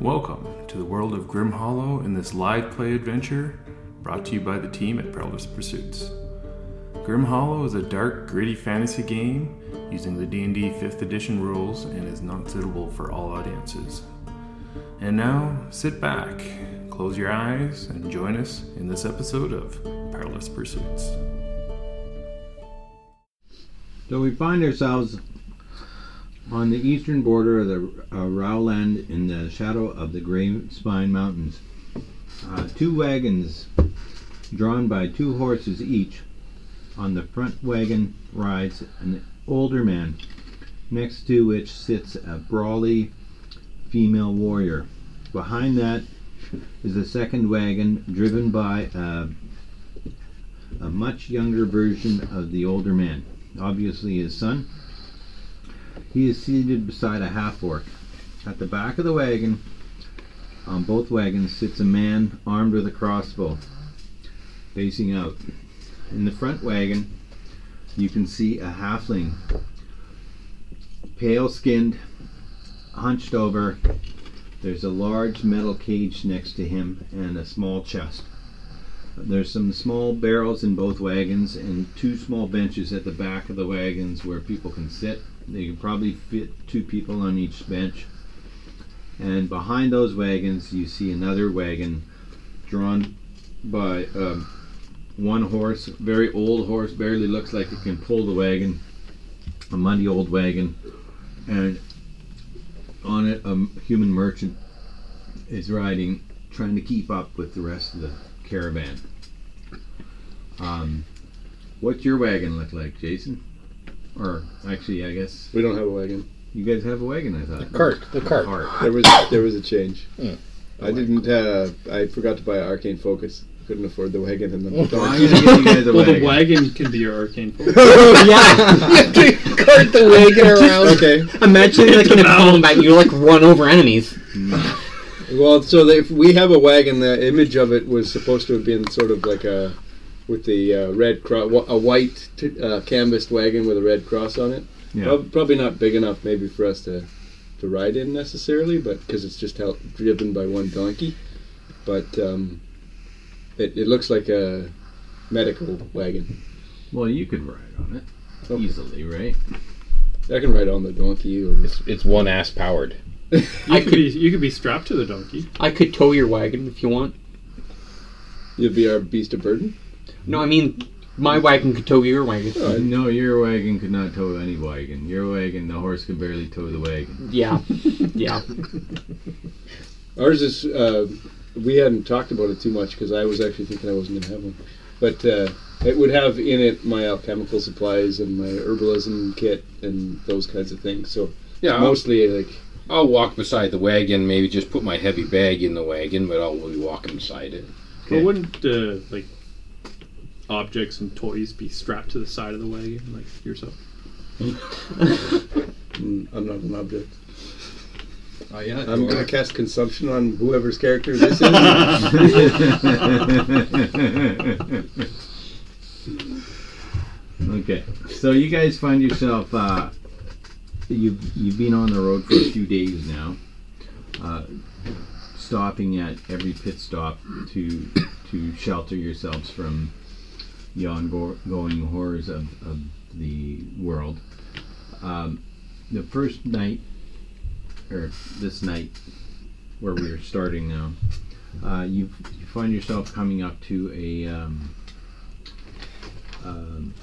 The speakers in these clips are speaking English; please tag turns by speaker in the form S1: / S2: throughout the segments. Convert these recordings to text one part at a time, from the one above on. S1: Welcome to the world of Grim Hollow in this live play adventure brought to you by the team at Perilous Pursuits. Grim Hollow is a dark, gritty fantasy game using the D&D 5th edition rules and is not suitable for all audiences. And now, sit back, close your eyes, and join us in this episode of Perilous Pursuits.
S2: So we find ourselves on the eastern border of the uh, Rowland in the shadow of the Gray Spine Mountains. Uh, two wagons, drawn by two horses each, on the front wagon rides an older man, next to which sits a brawly female warrior. Behind that is a second wagon driven by a, a much younger version of the older man, obviously his son. He is seated beside a half orc. At the back of the wagon, on both wagons, sits a man armed with a crossbow, facing out. In the front wagon, you can see a halfling, pale skinned, hunched over. There's a large metal cage next to him and a small chest. There's some small barrels in both wagons and two small benches at the back of the wagons where people can sit. They can probably fit two people on each bench. And behind those wagons, you see another wagon drawn by um, one horse, very old horse, barely looks like it can pull the wagon, a muddy old wagon. And on it, a human merchant is riding, trying to keep up with the rest of the caravan. Um, what's your wagon look like, Jason? Or actually, I guess
S3: We don't have a wagon.
S2: you guys have a wagon. I thought
S4: Cart, the cart.
S2: Cart.
S3: There was there was a change.
S4: Mm.
S3: I didn't. Uh, I forgot to buy Arcane Focus. Couldn't afford the wagon and the
S2: Well, I'm
S3: dog.
S2: gonna give you guys a
S5: Well,
S2: wagon.
S5: the wagon can be your arcane focus.
S4: Oh, yeah. you have to cart the wagon around.
S3: okay.
S6: Imagine like in a combat, you like run over enemies.
S3: Well, so they, if we have a wagon, the image of it was supposed to have been sort of like a with the uh, red cross, a white t- uh, canvased wagon with a red cross on it.
S2: Yeah.
S3: Prob- Probably not big enough, maybe for us to to ride in necessarily, but because it's just held, driven by one donkey. But um, it, it looks like a medical wagon.
S2: Well, you could ride on it
S3: Okay.
S2: easily, right?
S3: I can ride on the donkey or
S4: It's, it's one ass powered.
S5: You
S6: I
S5: could
S6: could-
S5: be you could be strapped to the donkey.
S6: I could tow your wagon if you want.
S3: You'd be our beast of burden.
S6: No, I mean my wagon could tow your wagon.
S3: All right.
S2: No, your wagon could not tow any wagon. Your wagon, the horse could barely tow the wagon.
S6: Yeah, yeah.
S3: Ours is. Uh, we hadn't talked about it too much because I was actually thinking I wasn't going to have one, but uh, it would have in it my alchemical supplies and my herbalism kit and those kinds of things. So
S4: Yeah, I'll,
S3: mostly like
S4: I'll walk beside the wagon, maybe just put my heavy bag in the wagon, but I'll be walking beside it.
S2: Okay.
S5: But wouldn't uh, like objects and toys be strapped to the side of the wagon like yourself?
S3: mm, I'm not an object.
S4: Oh, yeah.
S3: I'm going to cast consumption on whoever's character this is.
S2: okay, so you guys find yourself uh, you've you've been on the road for a few days now, uh, stopping at every pit stop to to shelter yourselves from the ongoing horrors of, of the world. Um, the first night, or this night, where we're starting now uh, you, you find yourself coming up to a um, um,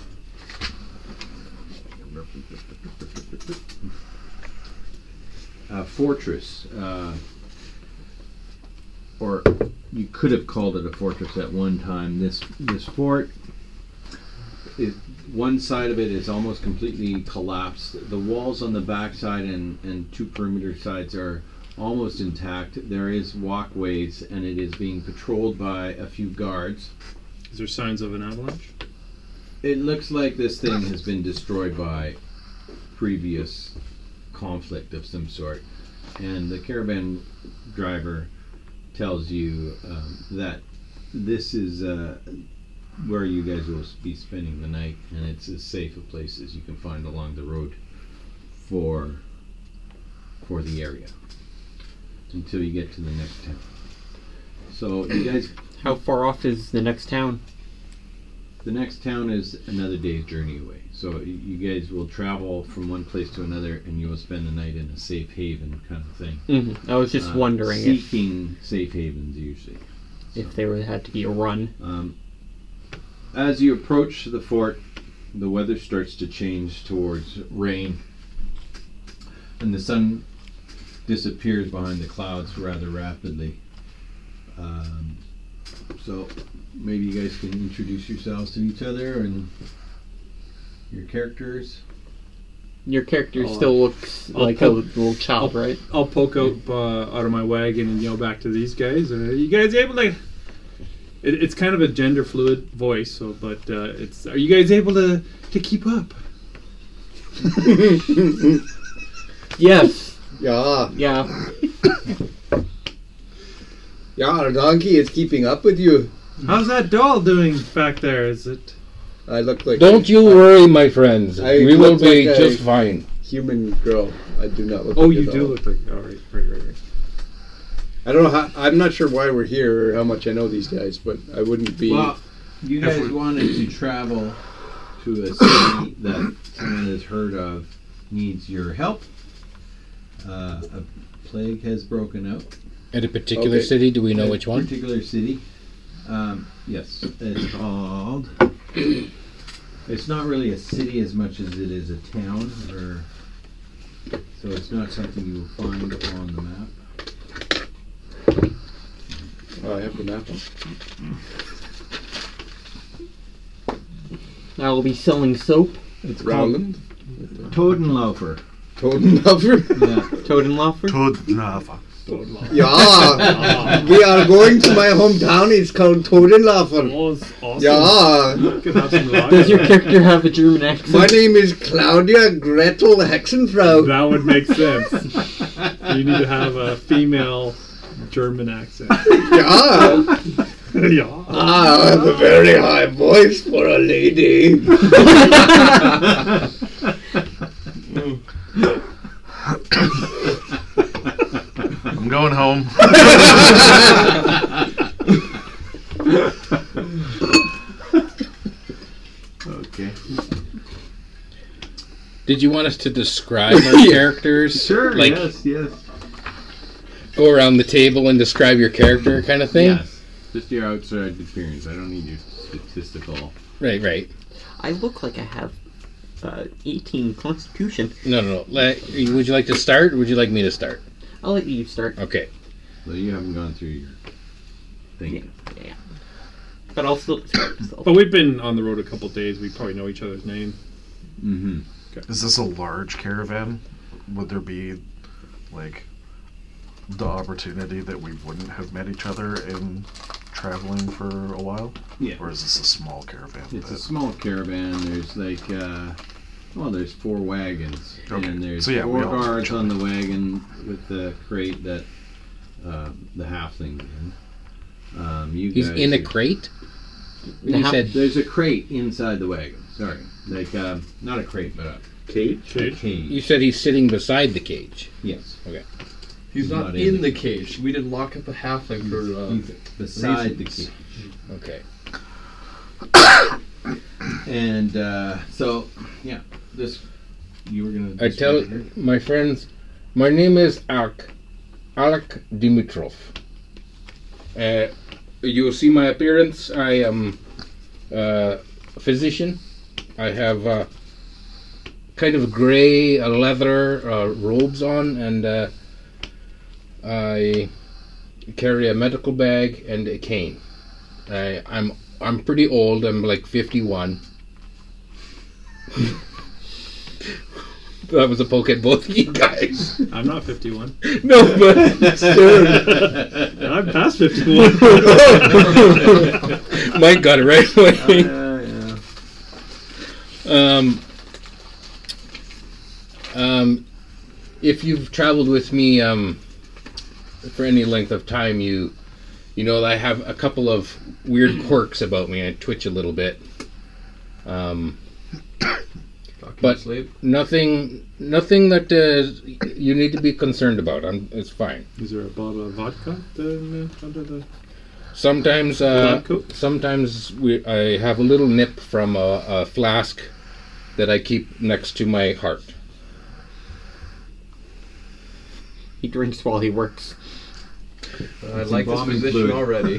S2: a fortress, uh, or you could have called it a fortress at one time. This this fort. It, one side of it is almost completely collapsed. The walls on the backside and, and two perimeter sides are almost intact. There is walkways, and it is being patrolled by a few guards.
S5: Is there signs of an avalanche?
S2: It looks like this thing has been destroyed by previous conflict of some sort, and the caravan driver tells you um, that this is uh, where you guys will be spending the night, and it's as safe a place as you can find along the road for for the area. until you get to the next town. So you guys,
S6: How far off is the next town?
S2: the next town is another day's journey away. So y- you guys will travel from one place to another, and you will spend the night in a safe haven kind of thing.
S6: Mm-hmm. I was just
S2: Uh,
S6: wondering if,
S2: Seeking safe havens usually.
S6: if there had to be a run.
S2: Um, as you approach the fort, the weather starts to change towards rain, and the sun disappears behind the clouds rather rapidly. Um, so, maybe you guys can introduce yourselves to each other and your characters.
S6: Your character
S5: I'll,
S6: still looks
S5: I'll
S6: like a
S5: poke-
S6: little child,
S5: I'll-
S6: right?
S5: I'll poke up uh, out of my wagon and yell back to these guys. Uh, you guys able to? It, it's kind of a gender fluid voice, so but uh, it's. Are you guys able to to keep up?
S6: Yes.
S3: Yeah,
S6: Yeah.
S3: yeah, our donkey is keeping up with you.
S5: How's that doll doing back there? Is it?
S3: I look like
S4: Don't you worry, my friends.
S3: I
S4: we will
S3: look
S4: be
S3: like a-
S4: just fine.
S3: a human girl. I do not look.
S5: Oh,
S3: like a
S5: you do
S3: dog.
S5: look like. All right, right, right, right.
S3: I don't know. How, I'm not sure why we're here or how much I know these guys, but I wouldn't be.
S2: you
S7: If
S2: guys
S7: we-
S2: wanted to travel to a city that someone has heard of needs your help. Uh, a plague has broken out.
S4: At a particular
S3: Okay.
S4: city, do we know
S2: a
S4: which one?
S2: Particular city. Um, yes, it's called. It's not really a city as much as it is a town, or so it's not something you will find on the map.
S3: Oh, I have the map. on.
S6: I will be selling soap.
S2: It's called
S3: Rowland,
S2: Totenlaufer.
S3: Totenhofer.
S2: Yeah,
S6: Totenlaufer.
S8: Totenhafer.
S3: yeah, we are going to my hometown. It's called Totenhofer.
S5: Was awesome.
S3: Yeah,
S5: Good house and lot.
S6: Does your character have a German accent?
S3: my name is Claudia Gretel Hexenfrau.
S5: That would make sense. you need to have a female German accent.
S3: Yeah,
S5: yeah.
S3: ah, I have a very high voice for a lady.
S8: I'm going home.
S2: okay.
S4: Did you want us to describe our characters?
S2: Sure,
S4: Like
S2: yes, yes.
S4: go around the table and describe your character, kind of thing.
S2: Yes. Just your outside appearance. I don't need your statistical.
S4: Right, right.
S6: I look like I have uh, 18 constitution.
S4: No, no, no. Le- would you like to start? Or would you like me to start?
S6: I'll let you start,
S4: Okay.
S2: Though you haven't gone through your thing.
S6: Yeah. but I'll still describe myself.
S5: But we've been on the road a couple days. We probably know each other's name.
S2: Mm-hmm.
S8: Is this a large caravan? Would there be, like, the opportunity that we wouldn't have met each other in traveling for a while?
S2: Yeah.
S8: Or is this a small caravan?
S2: It's a
S8: that-
S2: small caravan. There's like, uh, well, there's four wagons,
S8: Okay.
S2: and there's
S8: So, yeah, we
S2: four
S8: all know each
S2: guards on
S8: other.
S2: the wagon with the crate that uh, the halfling's in. Um, you
S4: He's
S2: guys
S4: in a
S2: are-
S4: crate.
S6: The
S4: You
S6: hap-
S4: said
S2: There's a crate inside the wagon. Sorry, like um, not a crate, but a
S3: Cage?
S5: Cage?
S4: you
S2: cage.
S4: said he's sitting beside the cage.
S2: Yes,
S9: He's not,
S2: Not in
S9: in, the
S2: the
S9: cage. We didn't lock up the halfling for uh,
S2: he's beside the
S9: reasons.
S2: cage.
S4: Okay.
S2: And uh, so, yeah, this you were gonna.
S4: I tell
S2: describe it.
S4: my friends, my name is Alk, Alk Dimitrov. Uh, you see my appearance. I am uh, a physician. I have uh, kind of gray uh, leather uh, robes on, and uh, I carry a medical bag and a cane. I, I'm I'm pretty old. I'm like 51. That was a poke at both of you guys.
S5: I'm not 51.
S4: No, but
S5: I'm past 51.
S4: Mike got it right away.
S2: Yeah, yeah.
S4: Um, um, if you've traveled with me um, for any length of time, you you know that I have a couple of weird quirks about me. I twitch a little bit. Um,
S10: Fucking
S4: But-
S10: sleep.
S4: Nothing, nothing that uh, you need to be concerned about. I'm, it's fine.
S5: Is there a bottle of vodka then, uh, under the?
S4: Sometimes, uh,
S5: Cool.
S4: sometimes we, I have a little nip from a, a flask that I keep next to my heart.
S6: He drinks while he works.
S10: I like this
S2: embalming
S10: position
S2: fluid.
S10: already.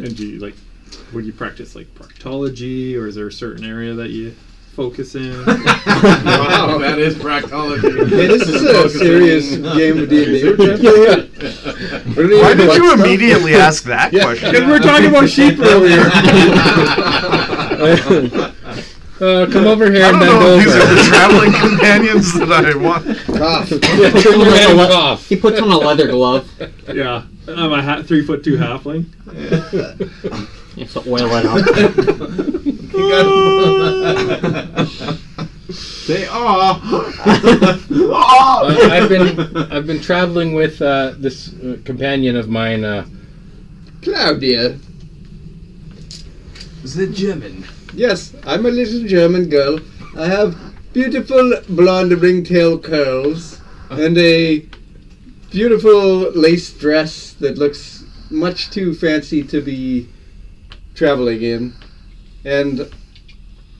S5: And do you like? Would you practice like proctology, or is there a certain area that you focus in?
S10: wow, that is proctology.
S3: Yeah, this is a serious game of D&D.
S8: Why did you immediately ask that
S5: Because
S8: question?
S5: we're talking about sheep earlier.
S4: Uh, come over here
S8: I
S4: and
S8: don't
S4: bend
S8: know if these are the
S4: over.
S8: traveling companions that I want.
S4: Come over and cough.
S6: He puts on a leather glove.
S5: Yeah, I'm a ha- three foot two halfling.
S6: You have to oil it up.
S2: Say ah.
S4: Uh, I've been I've been traveling with uh, this uh, companion of mine. Uh,
S3: Claudia.
S10: the German.
S3: Yes, I'm a little German girl. I have beautiful blonde ringtail curls and a beautiful lace dress that looks much too fancy to be traveling in. And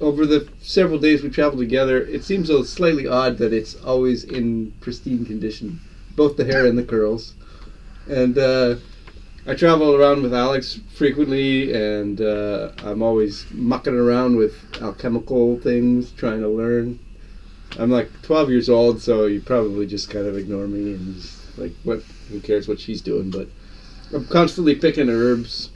S3: over the several days we traveled together, it seems a slightly odd that it's always in pristine condition, both the hair and the curls. And uh, I travel around with Alex frequently, and uh, I'm always mucking around with alchemical things, trying to learn. I'm like 12 years old, so you probably just kind of ignore me and just like, what? Who cares what she's doing? But I'm constantly picking herbs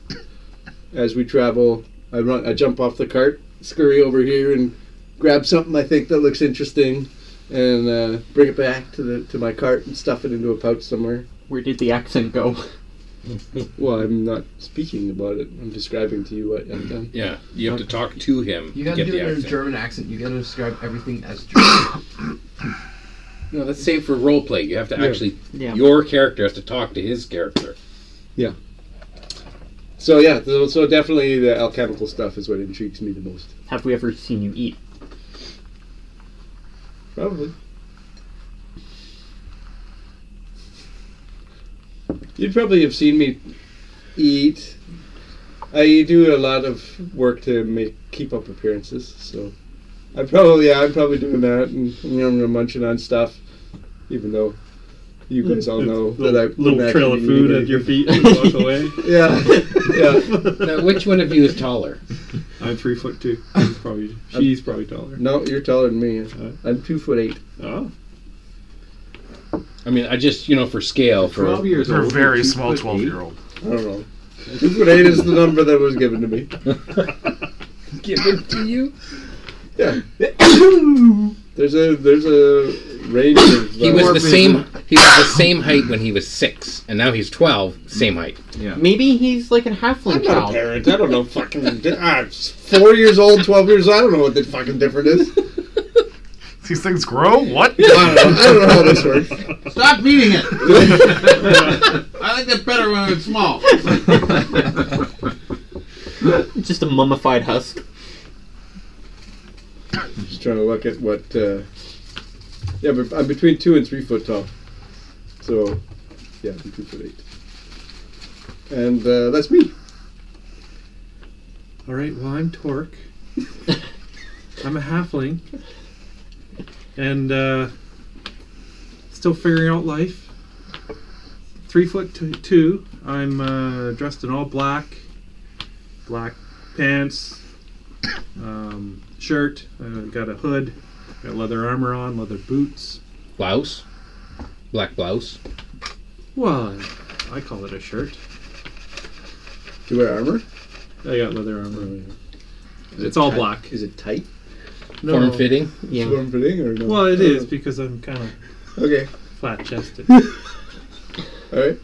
S3: as we travel. I run, I jump off the cart, scurry over here, and grab something I think that looks interesting, and uh, bring it back to the to my cart and stuff it into a pouch somewhere.
S6: Where did the accent go?
S3: Well, I'm not speaking about it. I'm describing to you what I've done.
S4: yeah, you have to talk to him.
S10: You
S4: to
S10: gotta
S4: get
S10: do
S4: the
S10: it in a
S4: accent.
S10: German accent. You gotta describe everything as German.
S4: No, that's safe for role play. You have to
S3: Yeah.
S4: actually
S6: Yeah.
S4: your character has to talk to his character.
S3: So yeah, so, so definitely the alchemical stuff is what intrigues me the most.
S6: Have we ever seen you eat?
S3: Probably. You'd probably have seen me eat. I do a lot of work to make keep up appearances, so I probably yeah, I'm probably doing that and you know, munching on stuff, even though you guys all know that I
S5: Mm. little, little
S3: wouldn't
S5: trail of
S3: actually eat
S5: food at your feet and you walk away.
S3: anything. Yeah, yeah.
S4: Now, which one of you is taller?
S5: I'm three foot two. He's probably she's probably taller.
S3: No, you're taller than me. I'm two foot eight.
S5: Oh,
S4: I mean, I just you know for scale for
S2: Twelve years
S8: They're
S2: old.
S8: very
S2: two
S8: small
S2: foot
S8: twelve
S2: eight.
S8: year old.
S3: I don't know. Two foot eight is the number that was given to me.
S4: given to you.
S3: Yeah. there's a there's a range of.
S4: He
S3: uh,
S4: was the same. He was the same height when he was six, and now he's twelve. Same height.
S6: Maybe he's like a halfling
S3: I'm not a
S6: child.
S3: parent. I don't know. Fucking di- I'm s- four years old, twelve years. I don't know what the fucking difference is.
S8: These things grow? What?
S3: I don't know. I don't know how this works.
S10: Stop eating it! I like that better when it's small.
S6: Just a mummified husk.
S3: Just trying to look at what. Uh, yeah, but I'm between two and three foot tall. So, yeah, I'm two foot eight. And uh, that's me.
S5: all right. Well, I'm Torque. I'm a halfling, and uh, still figuring out life. Three foot t- two. I'm uh, dressed in all black, black pants, um, shirt. Uh, got a hood. Got leather armor on. Leather boots.
S4: Blouse, black blouse.
S5: Well, I call it a shirt.
S3: Do you wear armor?
S5: I got leather armor. It's all black.
S3: Oh, Is it tight?
S5: No.
S4: Form fitting.
S6: Yeah.
S3: Form fitting or no?
S5: Well, it is because I'm kind of
S11: Uh,
S3: Okay.
S5: flat chested.
S3: All right.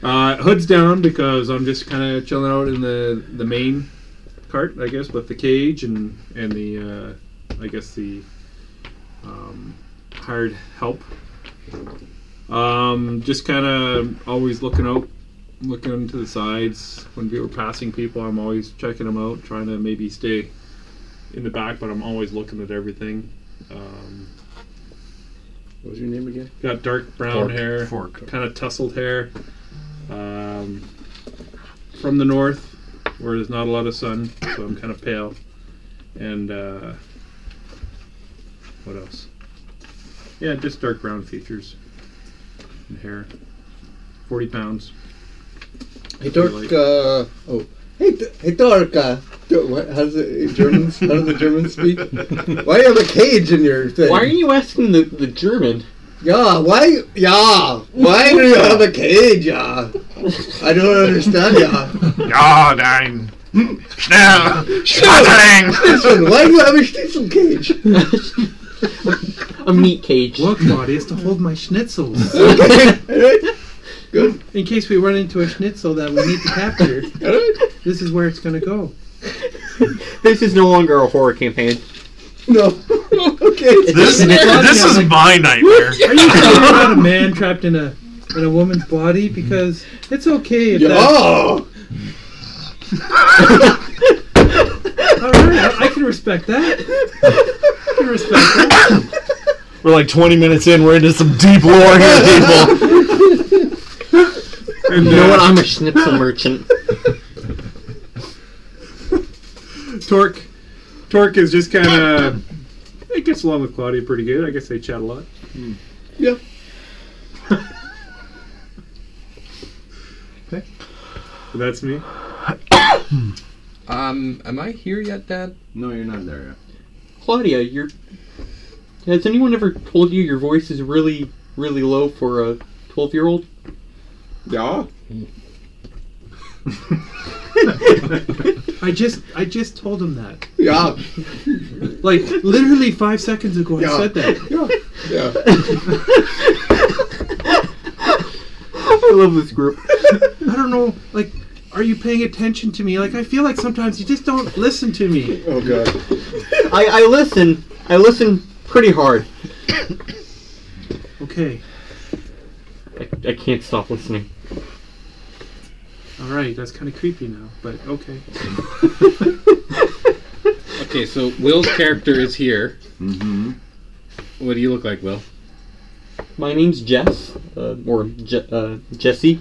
S5: Uh, hood's down because I'm just kind of chilling out in the the main cart, I guess, with the cage and and the uh, I guess the um, hired help. Um, just kind of always looking out looking to the sides when we were passing people. I'm always checking them out, trying to maybe stay in the back, but I'm always looking at everything. Um,
S3: What was your name again?
S5: got dark brown
S12: Fork.
S5: hair,
S12: Fork.
S5: kind of tousled hair. Um, from the north, where there's not a lot of sun, so I'm kind of pale. And uh, what else? Yeah, just dark brown features and hair. 40 pounds.
S11: Hey, Dork, uh, oh. Hey, D- hey, Dork, uh, Dor- what, how's it, Germans, how do the Germans speak? Why you have a cage in your thing?
S6: Why are you asking the, the German?
S11: Yeah, why, yeah, why do you have a cage, yeah? I don't understand, yeah.
S12: Ja, nein. Schnell.
S11: Listen, why do you have a schnitzel cage?
S6: a meat cage.
S5: Look, Lottie, it's to hold my schnitzels.
S11: Okay, alright, good,
S5: In case we run into a schnitzel that we need to capture,
S11: alright.
S5: this is where it's going to go.
S6: This is no longer a horror campaign.
S11: No, okay.
S12: This, this is my nightmare.
S5: Are you talking about a man trapped in a in a woman's body? Because it's okay if that.
S11: Yeah.
S5: All right, I, I can respect that. I can respect that.
S8: We're like 20 minutes in. We're into some deep lore here, people.
S6: You
S5: uh,
S6: know what? I'm a schnitzel merchant.
S5: Torque, Torque is just kind of. It gets along with Claudia pretty good. I guess they chat a lot.
S6: Hmm.
S2: Okay.
S5: So that's me.
S13: Um, am I here yet, Dad?
S2: No, you're not there yet.
S6: Claudia, you're. Has anyone ever told you your voice is really, really low for a 12 year old?
S2: Yeah.
S5: I just I just told him that.
S11: Yeah,
S5: Like literally five seconds ago,
S11: Yeah.
S5: I said that.
S11: yeah.
S6: I love this group.
S5: I don't know. Like, are you paying attention to me? Like, I feel like sometimes you just don't listen to me.
S11: Oh, God.
S6: I, I listen. I listen pretty hard.
S5: Okay.
S6: I, I can't stop listening.
S5: All right. That's kind of creepy now, but okay.
S4: Okay, so Will's character is here.
S2: Mm-hmm.
S4: What do you look like, Will?
S6: My name's Jess, uh, or Je- uh, Jesse.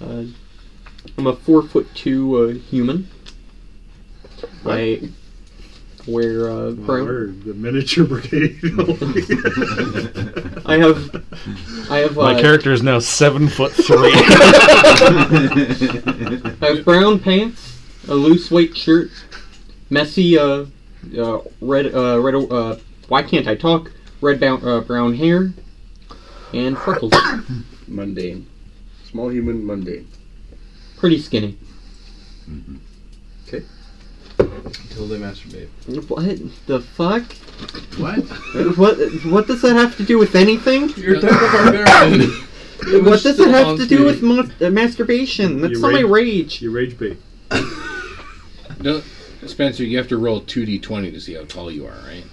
S6: Uh, I'm a four foot two uh, human. I wear uh, brown.
S5: the miniature brigade.
S6: I have, I have,
S8: My
S6: uh,
S8: character is now seven foot three.
S6: I have brown pants, a loose white shirt, messy uh, uh red uh red uh why can't I talk? Red brown uh, brown hair, and freckles.
S3: Mundane. Small human mundane.
S6: Pretty skinny.
S13: Until they masturbate.
S6: What the fuck?
S14: What?
S6: What what does that have to do with anything?
S13: You're type of barbarian.
S6: What does it have to do
S13: me.
S6: with mon- uh, masturbation? That's
S5: You
S6: not my
S5: rage-
S6: rage.
S5: you rage bait.
S4: No, Spencer, you have to roll 2d20 to see how tall you are, right?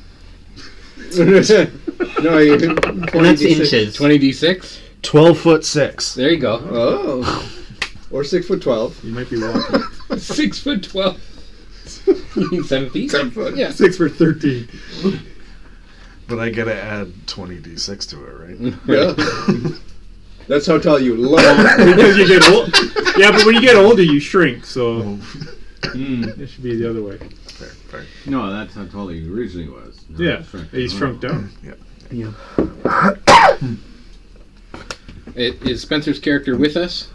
S11: no, you
S6: And that's inches.
S4: 20d6?
S8: 12 foot six.
S4: There you go.
S11: Oh. Or six foot twelve.
S5: You might be walking.
S4: Six foot twelve. You mean Seven feet? Seven foot. Yeah.
S5: Six for thirteen.
S12: But I gotta add 20d6 to it, right?
S11: Yeah. That's how tall you love.
S5: because you get old. Yeah, but when you get older, you shrink. So
S4: Mm.
S5: it should be the other way.
S12: Fair, fair.
S2: No, that's how tall he originally was. No,
S5: Yeah,
S2: shrunk.
S5: he's shrunk down.
S4: It, is Spencer's character with us?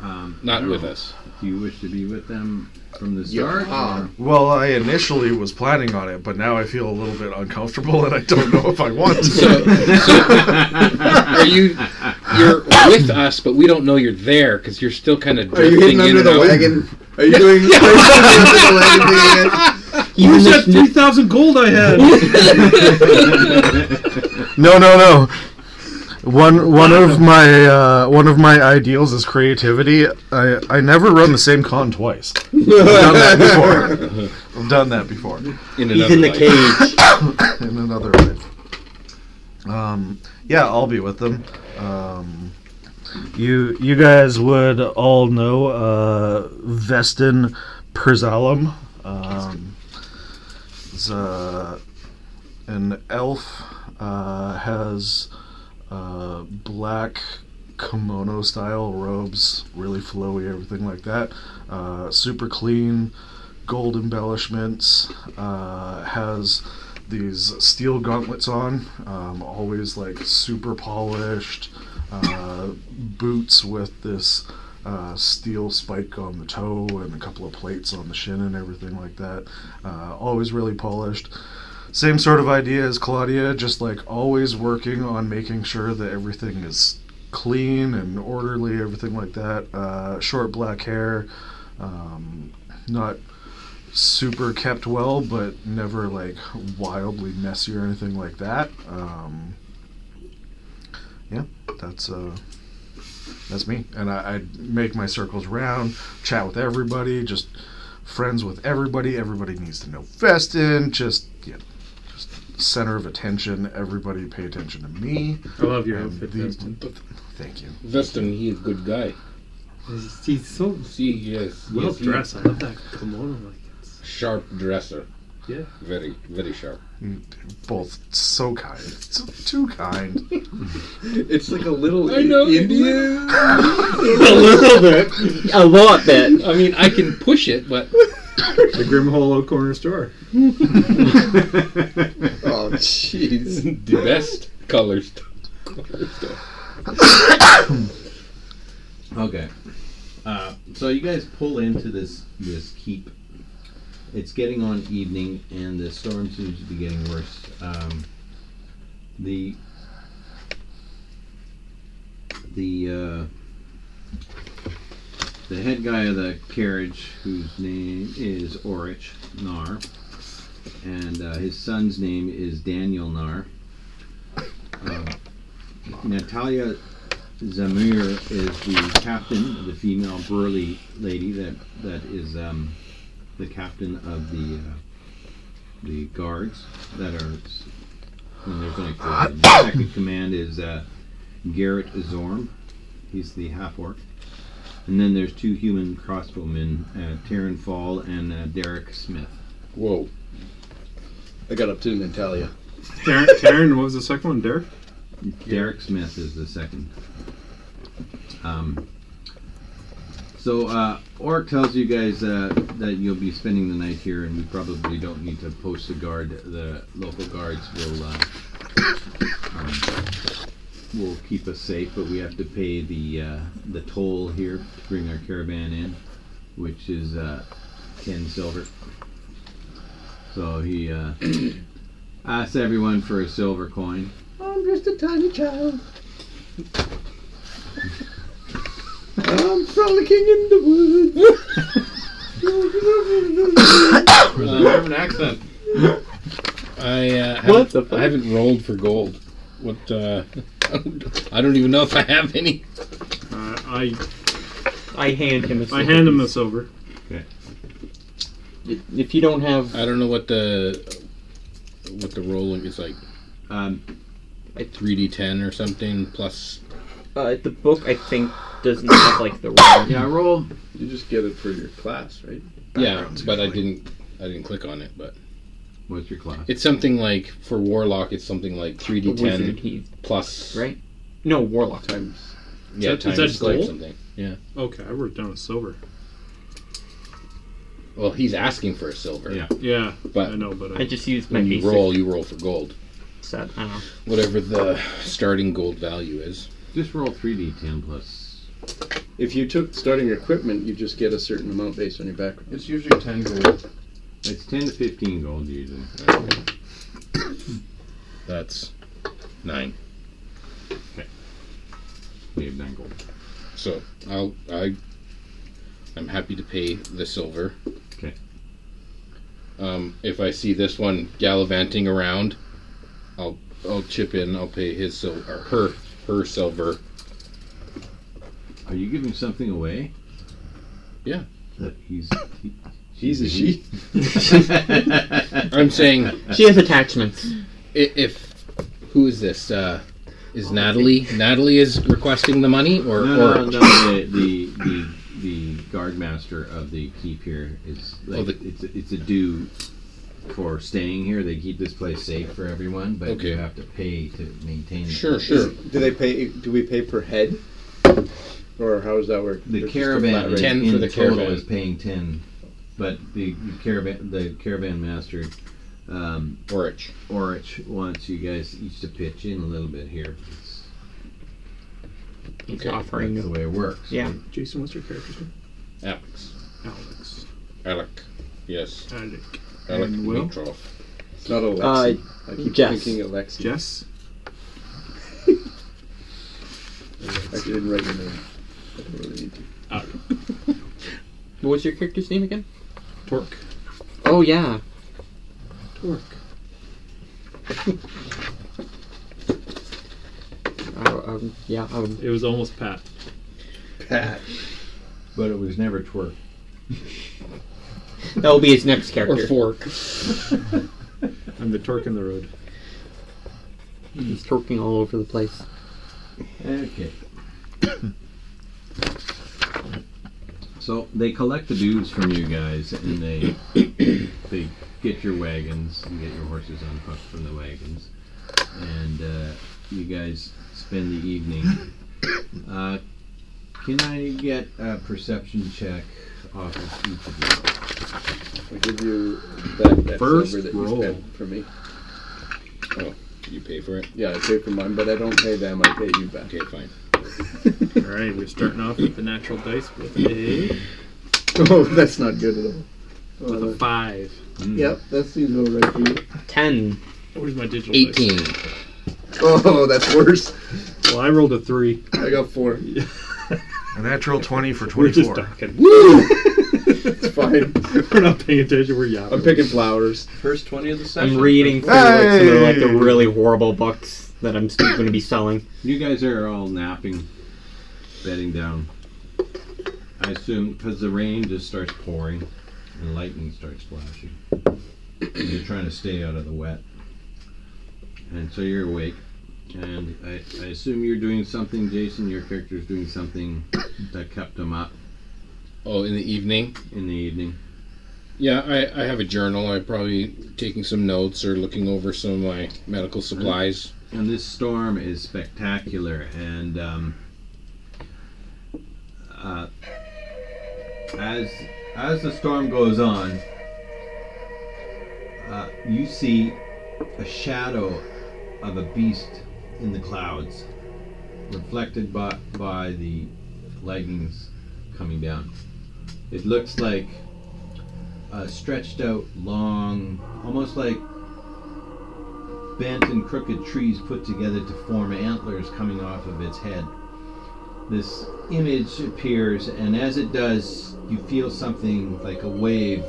S2: Um,
S4: Not
S2: no.
S4: with us.
S2: Do you wish to be with them from the start? or-
S12: Well, I initially was planning on it, but now I feel a little bit uncomfortable and I don't know if I want
S4: So,
S12: to.
S4: are you? You're with us, but we don't know you're there because you're still kind of
S11: Are you hitting
S4: drifting in
S11: under
S4: and
S11: the
S4: out.
S11: wagon? Are you doing? Are you hitting under the wagon thing again?
S6: Even
S5: Where's that
S6: this
S5: three thousand gold I had?
S8: No, no, no. One one of my uh, one of my ideals is creativity. I I never run the same con twice. I've done that before.
S12: I've done that before.
S4: In
S6: he's in the cage.
S12: in another life. Um, yeah, I'll be with them. Um,
S15: You you guys would all know uh, Vestin Perzalum.
S8: Um, is, uh, an elf uh, has uh, black kimono style robes, really flowy, everything like that. Uh, super clean, gold embellishments. Uh, has these steel gauntlets on, um, always like super polished. Uh, boots with this uh, steel spike on the toe and a couple of plates on the shin and everything like that. Uh, always really polished. Same sort of idea as Claudia, just like always working on making sure that everything is clean and orderly, everything like that. Uh, short black hair, um, not super kept well, but never like wildly messy or anything like that. Um, yeah, that's uh, that's me. And I, I make my circles round, chat with everybody, just friends with everybody. Everybody needs to know Festin. Just yeah, just center of attention. Everybody pay attention to me.
S5: I love your
S8: And
S5: outfit,
S8: the-
S5: Vestin.
S8: th- Thank you.
S4: Veston, he is a good guy.
S5: He's so
S4: See, yes.
S5: well
S4: yes, he-
S5: dressed. I love that kimono. Like it's
S4: Sharp dresser.
S5: Yeah.
S4: Very, very sharp.
S8: Both so kind, so, too kind.
S3: It's like a
S5: Oh,
S3: little
S4: I know,
S3: Indian.
S6: A lot bit.
S4: I mean, I can push it, but
S5: the Grim Hollow corner store.
S3: Oh, jeez.
S4: the best colors.
S2: Okay. Uh, so you guys pull into this this keep. It's getting on evening, and the storm seems to be getting worse. Um, the the uh, the head guy of the carriage, whose name is Orich Nar, and uh, his son's name is Daniel Nar. Uh, Natalia Zamir is the captain, the female burly lady that that is um, the captain of the uh, the guards that are. And there's only four. of them. The second command is uh, Garrett Zorm. He's the half orc. And then there's two human crossbowmen, uh, Taryn Fall and uh, Derek Smith.
S4: Whoa.
S3: I got up to Natalia.
S5: Taryn, Taryn, what was the second one? Derek?
S2: Derek Smith is the second. Um, so uh, Orc tells you guys uh, that you'll be spending the night here, and we probably don't need to post the guard. The local guards will uh, um, will keep us safe, but we have to pay the uh, the toll here to bring our caravan in, which is uh, ten silver. So he uh, asks everyone for a silver coin.
S3: I'm just a tiny child. I'm frolicking in the woods.
S4: Uh, an accent. I, uh,
S6: What the
S4: haven't, I haven't rolled for gold. What? Uh, I don't even know if I have any.
S5: Uh, I
S6: I hand him. A
S5: I hand him the silver.
S6: If- If you don't have,
S4: I don't know what the what the rolling is like.
S2: Um,
S4: Three D ten or something plus.
S6: uh, the book I think doesn't have like the wrong.
S2: yeah, roll.
S16: You just get it for your class, right?
S4: Yeah, but I didn't. I didn't click on it, but
S2: What's your class?
S4: it's something like for warlock. It's something like three D
S6: Wizard,
S4: ten
S6: he's
S4: plus.
S6: right. No warlock.
S16: Times.
S4: Yeah,
S5: Is that- is
S4: times
S5: that
S4: like
S5: gold?
S4: something.
S5: Okay, I wrote down a silver.
S4: Well, he's asking for a silver.
S2: Yeah.
S5: Yeah,
S4: But
S5: I know, but uh, I,
S6: I just used my
S4: when
S6: basic
S4: you roll, you roll for gold,
S6: set. I don't know.
S4: whatever the starting gold value is.
S2: Just roll 3d10 plus.
S3: if you took starting equipment, you just get a certain amount based on your background.
S16: It's usually ten gold.
S2: It's 10 to 15 gold usually.
S4: That's nine.
S2: We have 9 gold.
S4: So I'll I I'm happy to pay the silver.
S2: Okay.
S4: Um, if I see this one gallivanting around, I'll I'll chip in. I'll pay his silver or her her silver.
S2: Are you giving something away?
S4: Yeah.
S2: That he's. he-
S3: He's a she.
S4: Mhm. I'm saying i-
S6: She has attachments.
S4: if who is this? Uh, Is Natalie Natalie is requesting the money or
S2: No,
S4: or
S2: no, no, the, the, the, the guard master of the keep here is
S4: Oh,
S2: like, it's, it's a due for staying here. They keep this place safe for everyone, but
S4: Okay.
S2: you have to pay to maintain the
S4: Sure,
S2: place.
S4: sure.
S11: Do they pay? Do we pay per head, or how does that work?
S2: The
S11: Or just a flat
S2: caravan
S11: rate?
S2: in total is paying ten, but the caravan the caravan master um,
S4: Orich
S2: Orich wants you guys each to pitch in a little bit here. It's,
S6: He's offering.
S2: that's the way it works.
S6: Yeah.
S5: Jason, what's your character's name?
S4: Alex.
S5: Alex.
S4: Alec. Yes.
S5: Alec.
S4: Alec
S5: And Will?
S4: Dimitrov.
S3: It's not Alexi.
S6: Uh,
S3: I keep
S6: Jess.
S3: thinking Alexi.
S5: Jess.
S3: Actually, I didn't write your name. I don't really need to.
S5: Uh,
S6: What's your character's name again?
S5: Torque.
S6: Oh yeah.
S5: Torque.
S6: I, um, yeah. Um,
S13: It was almost Pat.
S11: Pat.
S2: But it was never twerk.
S6: that'll be his next
S4: Or
S6: character.
S4: fork.
S5: I'm the torque in the road.
S6: He's talking all over the place.
S2: Okay. so they collect the dues from you guys, and they they get your wagons and get your horses unhooked from the wagons, and uh, you guys spend the evening. Uh, can I get a perception check off of each of you?
S3: I'll give you that, that
S2: First
S3: silver that
S2: roll.
S3: you spent for me.
S4: You pay for it.
S3: Yeah, I Oh, pay for mine, but I don't pay them. I pay you back.
S4: Okay, fine.
S5: All right, we're starting off with the natural dice with a
S11: Oh, that's not good at all.
S3: Oh,
S5: with a five.
S11: Yep, that seems all right for you.
S6: Ten.
S5: Where's my digital? dice?
S4: Eighteen.
S11: Oh, that's worse.
S5: Well, I rolled a three.
S11: I got four.
S8: A natural 20 for
S5: We're just
S8: 24.
S5: talking.
S11: It's fine.
S5: We're not paying attention. We're yapping.
S11: I'm picking flowers.
S13: First 20 of the session.
S6: I'm reading through like some of like the really horrible books that I'm still going to be selling.
S2: You guys are all napping, bedding down. I assume because the rain just starts pouring and lightning starts flashing. And you're trying to stay out of the wet. And so you're awake. And I, I assume you're doing something, Jason. Your character's doing something that kept him up
S4: Oh, in the evening.
S2: in the evening.
S4: Yeah, I, I have a journal. I'm probably taking some notes or looking over some of my medical supplies.
S2: And this storm is spectacular. And um, uh, as as the storm goes on, uh, you see a shadow of a beast in the clouds, reflected by by the lightnings coming down. It looks like a stretched out, long, almost like bent and crooked trees put together to form antlers coming off of its head. This image appears, and as it does, you feel something like a wave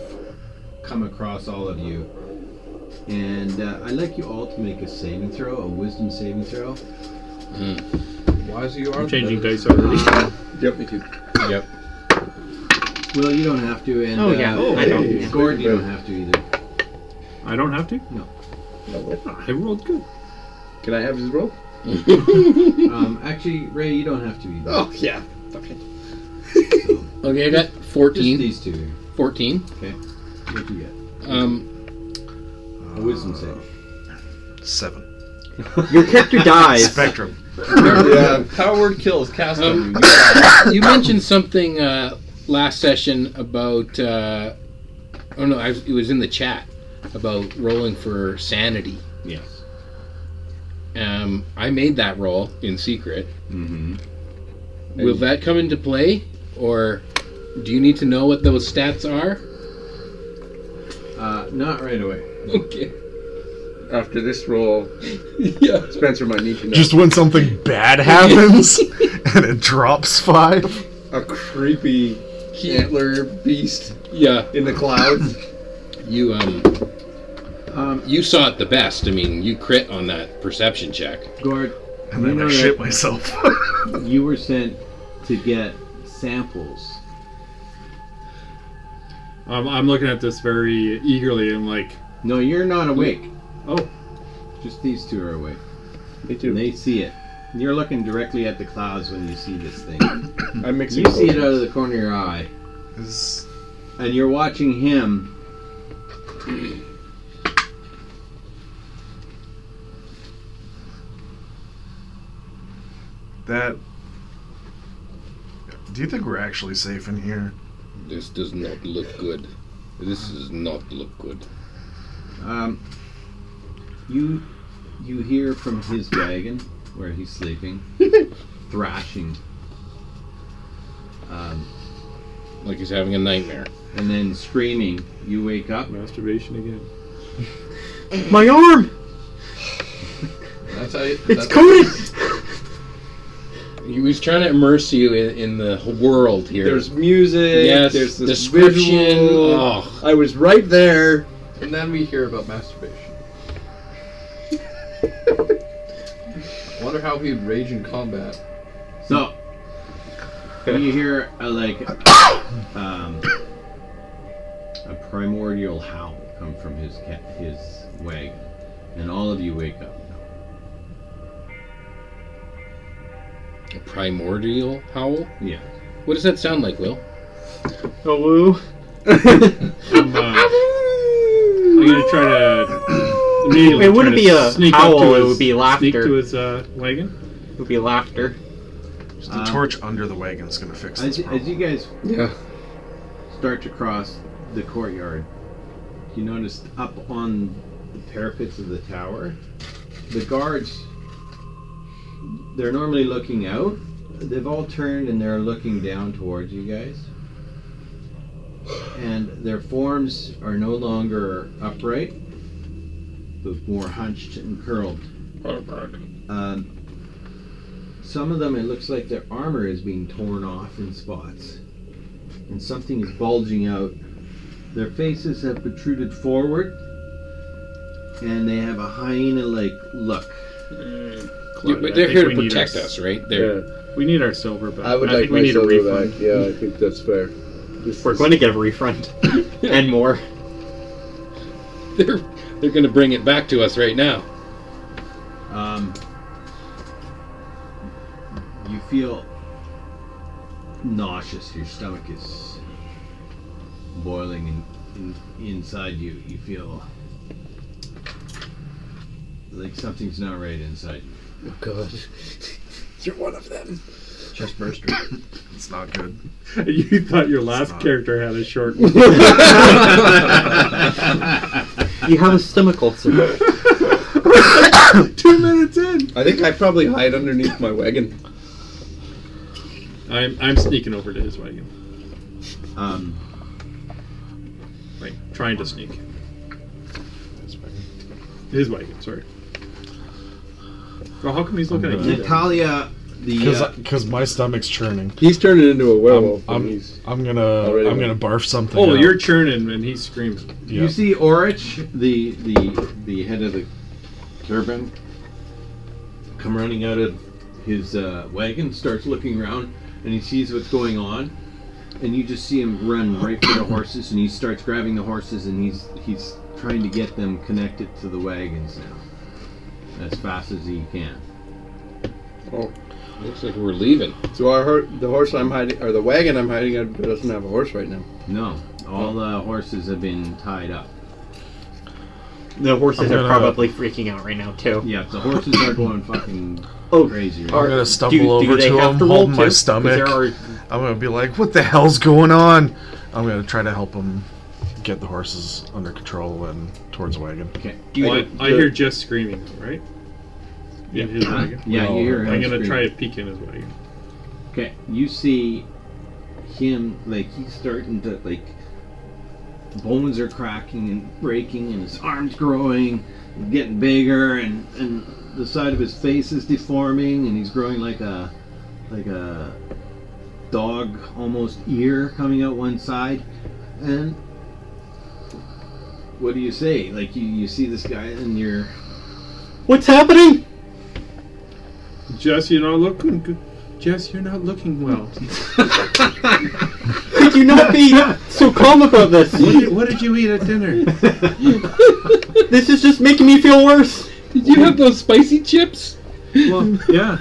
S2: come across all of you. And uh, I'd like you all to make a saving throw, a wisdom saving throw.
S13: Wise you are.
S5: I'm changing dice already.
S3: Yep, me too.
S4: Yep.
S2: Well, you don't have to, and
S6: Oh, yeah.
S2: uh,
S6: I don't-
S2: hey, Gordon, you don't have to either.
S5: I don't have to.
S2: No.
S5: I rolled good.
S3: Can I have his roll?
S2: Um, actually, Ray, you don't have to either.
S11: Oh, yeah.
S4: Okay, I got
S2: Just
S4: 14.
S2: these two. here.
S4: 14.
S2: What do you get?
S4: Um,
S2: A wisdom save.
S12: 7.
S6: Your character dies.
S12: Spectrum.
S11: Yeah.
S13: Power word kills. Cast on you.
S4: Um, you mentioned something uh, last session about. Uh, oh, no, I, it was in the chat about rolling for sanity.
S2: Yes.
S4: Um, I made that roll in secret.
S2: Mm-hmm.
S4: Will that come into play? Or do you need to know what those stats are?
S2: Uh, not right away.
S4: Okay.
S3: After this roll,
S4: Yeah.
S3: Spencer might need to know.
S8: Just when something bad happens and it drops 5.
S3: a creepy antler beast
S4: Yeah.
S3: in the clouds.
S4: You, um.
S2: Um,
S4: You saw it the best. I mean, you crit on that perception check.
S2: Gord,
S8: And then
S2: You know
S8: I
S2: that-
S8: shit myself.
S2: you were sent to get samples.
S5: Um, I'm looking at this very eagerly. I'm like,
S2: No, you're not awake.
S5: Oh.
S2: Just these two are awake.
S3: Me
S2: And they see it. You're looking directly at the clouds when you see this thing.
S3: I'm mixing.
S2: You see it
S3: potions.
S2: out of the corner of your eye. And you're watching him.
S12: That. Do you think we're actually safe in here?
S4: This does not look good. This does not look good.
S2: Um, you you hear from his wagon where he's sleeping, thrashing. Um,
S4: Like he's having a nightmare.
S2: and then screaming. You wake up.
S1: Masturbation again.
S6: My arm!
S13: That's how. You,
S6: It's
S13: that's
S6: coated!
S4: He was trying to immerse you in, in the world here.
S11: There's music.
S4: Yes,
S11: There's this
S4: description.
S11: visual.
S4: Oh.
S11: I was right there.
S13: And then we hear about masturbation. Wonder how he'd rage in combat.
S2: So you hear a, like um, a primordial howl come from his ca- his wagon, and all of you wake up.
S4: A primordial howl?
S2: Yeah.
S4: What does that sound like, Will?
S6: Hello?
S5: I'm, uh, I'm gonna try to. immediately
S6: It wouldn't
S5: try
S6: be
S5: to
S6: a
S5: sneak
S6: howl,
S5: up to
S6: it
S5: his,
S6: would be
S5: Sneak
S6: laughter.
S5: to his uh, wagon.
S6: It would be laughter.
S12: Just
S2: Um,
S12: a torch under the wagon is going to fix this
S2: As,
S12: problem.
S2: as you guys
S11: Yeah.
S2: start to cross the courtyard, you noticed up on the parapets of the tower, the guards. They're normally looking out. They've all turned and they're looking down towards you guys. And their forms are no longer upright, but more hunched and curled. Um, some of them, it looks like their armor is being torn off in spots, and something is bulging out. Their faces have protruded forward, and they have a hyena-like look.
S4: Mm. Yeah,
S5: Claudia,
S4: but
S5: I
S4: they're
S5: think
S4: here
S5: we
S4: to
S5: need
S4: protect
S5: our-
S4: us, right? They're
S3: Yeah.
S5: We need our silver back.
S3: I would like
S5: think we need a
S3: silver
S5: refund.
S3: back. Yeah, I think that's fair. This
S6: We're
S3: is-
S6: going to get a refund. and more.
S4: they're they're gonna bring it back to us right now.
S2: Um, you feel nauseous. Your stomach is boiling in, in, inside you. You feel like something's not right inside you.
S11: Oh God. You're one of them.
S12: Chest burster. it's not good.
S5: you thought your last
S12: not-
S5: character had a short.
S2: Um,
S6: You have a stomach ulcer.
S5: Two minutes in.
S3: I think I probably hide underneath my wagon.
S5: I'm I'm sneaking over to his wagon,
S2: Um,
S5: like trying to sneak. His wagon, sorry. Well, how come he's looking at you? then?
S2: Natalia, the uh,
S8: Because my stomach's churning.
S3: He's turning into a
S8: I'm,
S3: werewolf. and
S8: I'm,
S3: he's,
S8: I'm gonna
S3: Already
S8: I'm
S3: went.
S8: gonna barf something.
S5: Oh,
S8: out.
S5: you're churning and he's screaming.
S8: Yeah.
S2: you see Orich, the the the head of the turban, come running out of his uh, wagon, starts looking around, and he sees what's going on, and you just see him run right for the horses, and he starts grabbing the horses, and he's he's trying to get them connected to the wagons now, as fast as he can.
S4: Looks like we're leaving.
S11: So our hor- the horse I'm hiding, or the wagon I'm hiding, out doesn't have a horse right now.
S2: No, all the horses have been tied up.
S6: The horses
S8: I'm
S6: are
S8: gonna-
S6: probably freaking out right now, too.
S2: Yeah, the horses are going fucking
S6: Oh,
S2: crazy. Right?
S8: I'm
S6: are-
S8: gonna stumble
S6: do
S8: over
S6: they
S8: to
S6: have
S8: him,
S6: to roll
S8: holding my
S6: too? 'Cause There
S8: stomach.
S6: are
S8: I'm gonna be like, "What the hell's going on?" I'm gonna try to help him get the horses under control and towards the wagon.
S6: Do you
S5: I,
S6: want
S5: I
S6: to-
S5: hear Jess screaming, right? In his wagon.
S2: Yeah, you hear him
S5: I'm gonna
S2: scream.
S5: try to peek in his wagon.
S2: Okay, you see him like he's starting to like bones are cracking and breaking, and his arms growing, getting bigger, and and the side of his face is deforming, and he's growing like a like a dog almost ear coming out one side, and what do you say? Like you you see this guy and you're
S6: What's happening?
S5: Jess, you're not looking good. Jess, you're not looking well.
S6: Could you not be so calm about this?
S5: what, did, what did you eat at dinner?
S6: This is just making me feel worse.
S4: Did you have those spicy chips?
S5: well, yeah.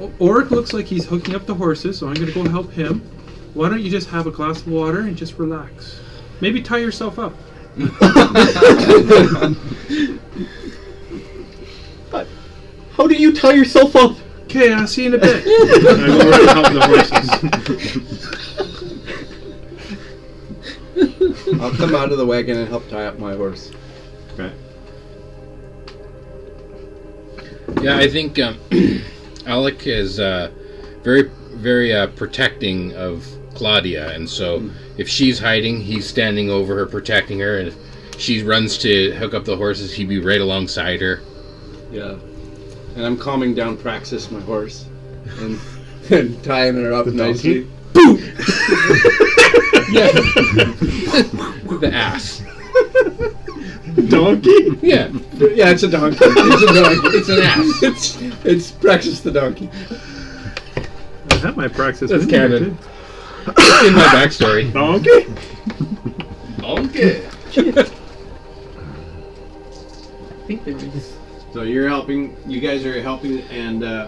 S5: O- Oric looks like he's hooking up the horses, so I'm gonna go help him. Why don't you just have a glass of water and just relax? Maybe tie yourself up.
S6: How do you tie yourself up?
S5: Okay, I'll see you in a bit.
S6: I'm
S5: already helping the horses.
S11: I'll come out of the wagon and help tie up my horse.
S2: Okay.
S4: Yeah, I think um, Alec is uh, very, very uh, protecting of Claudia, and
S11: Hmm.
S4: so if she's hiding, he's standing over her, protecting her, and if she runs to hook up the horses, he'd be right alongside her.
S3: Yeah. And I'm calming down Praxis, my horse. And
S11: and tying her up nicely.
S4: the ass.
S11: donkey?
S4: Yeah.
S11: Yeah, it's a donkey. It's a donkey.
S4: It's an ass.
S11: It's it's Praxis the donkey.
S5: I have my praxis.
S4: That's
S5: with me,
S4: canon.
S5: too.
S4: In my backstory.
S5: Donkey?
S4: Donkey.
S6: I think there is.
S2: So you're helping. You guys are helping, and uh,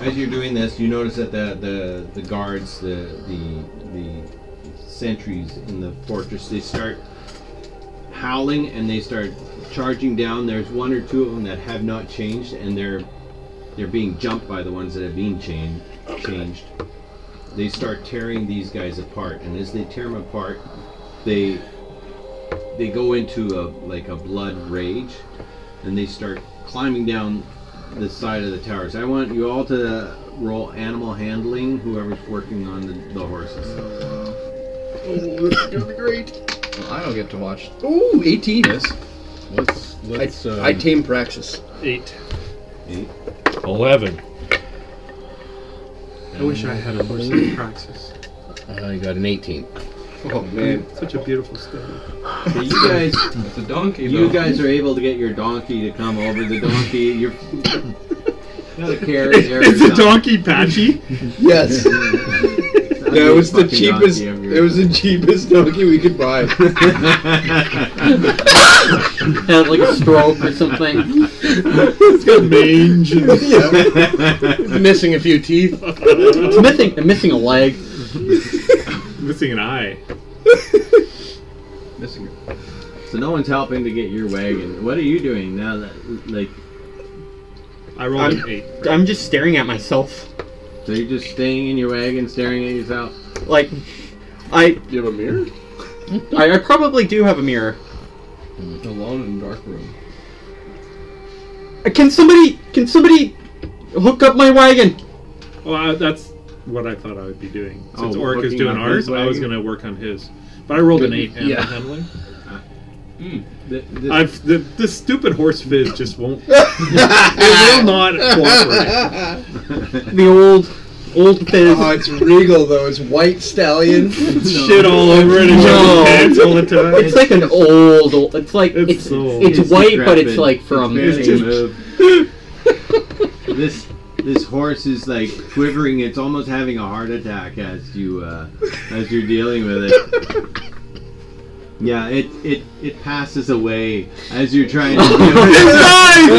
S2: as you're doing this, you notice that the the, the guards, the the the sentries in the fortress, they start howling and they start charging down. There's one or two of them that have not changed, and they're they're being jumped by the ones that have been chained. Changed. They start tearing these guys apart, and as they tear them apart, they they go into a like a blood rage and they start climbing down the side of the towers. I want you all to roll animal handling, whoever's working on the, the horses.
S13: Oh, this is gonna be great. Well, I don't get to watch. Ooh, 18. Yes.
S4: Let's let's. um,
S11: I tame Praxis.
S5: Eight.
S2: Eight.
S17: Eleven.
S5: I wish I had a horse named Praxis.
S4: I got an 18.
S11: Oh man.
S5: Such a beautiful story.
S2: So you guys,
S13: It's a donkey.
S2: you
S13: though.
S2: guys are able to get your donkey to come over. The donkey, you're the carriage area.
S5: It's a donkey, Patchy.
S11: Yes. Yeah, it was the cheapest. It was the cheapest donkey we could buy.
S6: Had like a stroke or something.
S5: it's got mange. And
S11: yeah.
S4: Missing a few teeth.
S6: It's missing. I'm missing a leg.
S5: missing an eye.
S13: Missing it.
S2: so no one's helping to get your wagon. What are you doing now? That like,
S5: I rolled an eight.
S6: I'm just staring at myself.
S2: so you're just staying in your wagon, staring at yourself.
S6: Like, I
S11: Do you have a mirror?
S6: I, I probably do have a mirror.
S13: Alone in a dark room.
S6: Uh, Can somebody? Can somebody hook up my wagon?
S5: Well, I, that's what I thought I would be doing. Since
S2: Oh,
S5: Oric is
S2: working
S5: doing
S2: on his
S5: ours, I was
S2: wagon?
S5: going to work on his. But I rolled an eight animal
S13: Yeah.
S5: handling.
S2: Hmm. Th- th-
S5: I've the, this stupid horse fizz just won't. it will not cooperate.
S6: The old, old fizz.
S11: Oh, it's regal though. It's white stallion.
S5: Shit all over it and
S6: No.
S5: no. pants all the time.
S6: It's like an old, old. It's like
S5: It's
S6: it's it's,
S5: old.
S2: It's
S6: white, but
S2: decrepit.
S6: it's like from.
S2: barely
S5: It's just-
S2: moved. this this horse is like quivering. It's almost having a heart attack as you uh, as you're dealing with it. Yeah, it it it passes away as you're trying to. Deal with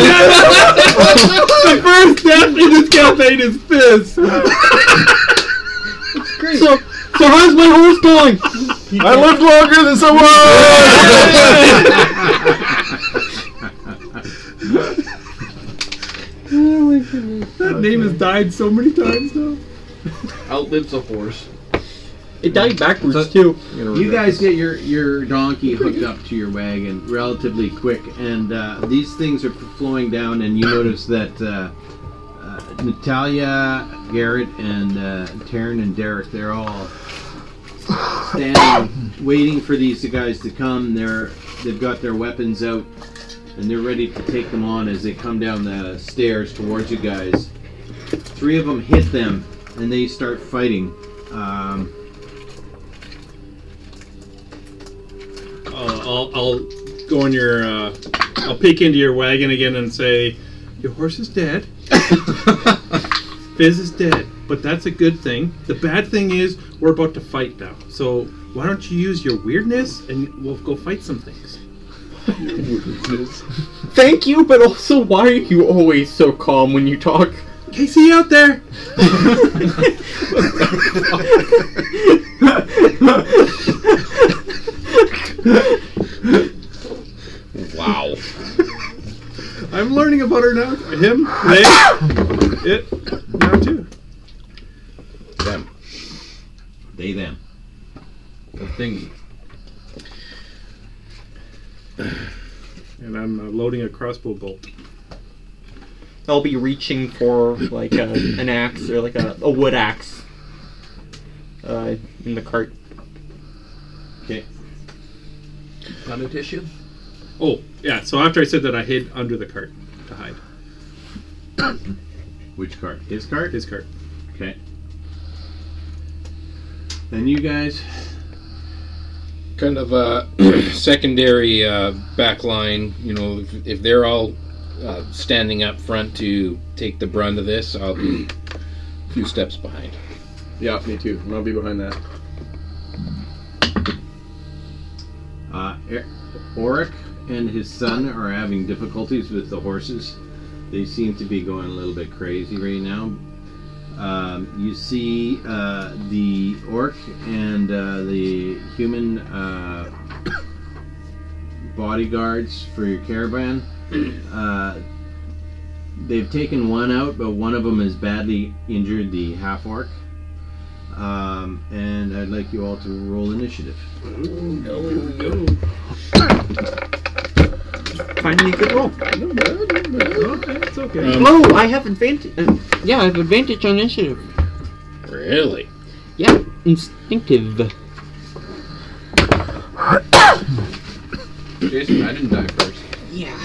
S2: it.
S5: the first death in this campaign is fizz.
S6: So, so how's my horse going?
S8: I lived longer than someone.
S5: That name has died so many times now.
S13: Outlives a horse.
S6: It died backwards too.
S2: You guys get your your donkey hooked up to your wagon relatively quick, and uh, these things are flowing down. And you notice that uh, uh, Natalia, Garrett, and uh, Taryn and Derek they're all standing, waiting for these guys to come. They're they've got their weapons out, and they're ready to take them on as they come down the stairs towards you guys. Three of them hit them, and they start fighting. Um,
S5: Uh, I'll, I'll go on your. Uh, I'll peek into your wagon again and say, Your horse is dead. Fizz is dead. But that's a good thing. The bad thing is, we're about to fight now. So why don't you use your weirdness and we'll go fight some things?
S6: Thank you, but also, why are you always so calm when you talk?
S5: Casey out there.
S4: Wow.
S5: I'm learning about her now. Him, they, it, now too.
S4: Them.
S2: They them.
S13: The thingy.
S5: And I'm uh, loading a crossbow bolt.
S6: I'll be reaching for like a, an axe or like a, a wood axe uh, in the cart.
S2: Okay.
S13: Gun tissue.
S5: Oh, yeah. So after I said that, I hid under the cart to hide
S2: Which card? His card?
S5: his cart.
S2: Okay. Then you guys.
S4: kind of a secondary uh, back line. You know, if, if they're all uh, standing up front to take the brunt of this, I'll be a few steps behind.
S3: Yeah, me too. And I'll be behind that.
S2: Uh, Er- Oric and his son are having difficulties with the horses. They seem to be going a little bit crazy right now. Um, you see uh, the orc and uh, the human uh, bodyguards for your caravan. Uh, they've taken one out, but one of them has badly injured the half orc. Um, and I'd like you all to roll initiative.
S6: Finally, a good roll.
S5: Okay, it's okay.
S6: oh, I have advantage. Uh, yeah, I have advantage on initiative.
S4: Really?
S6: Yeah, instinctive.
S13: Jason, I didn't die first.
S6: Yeah.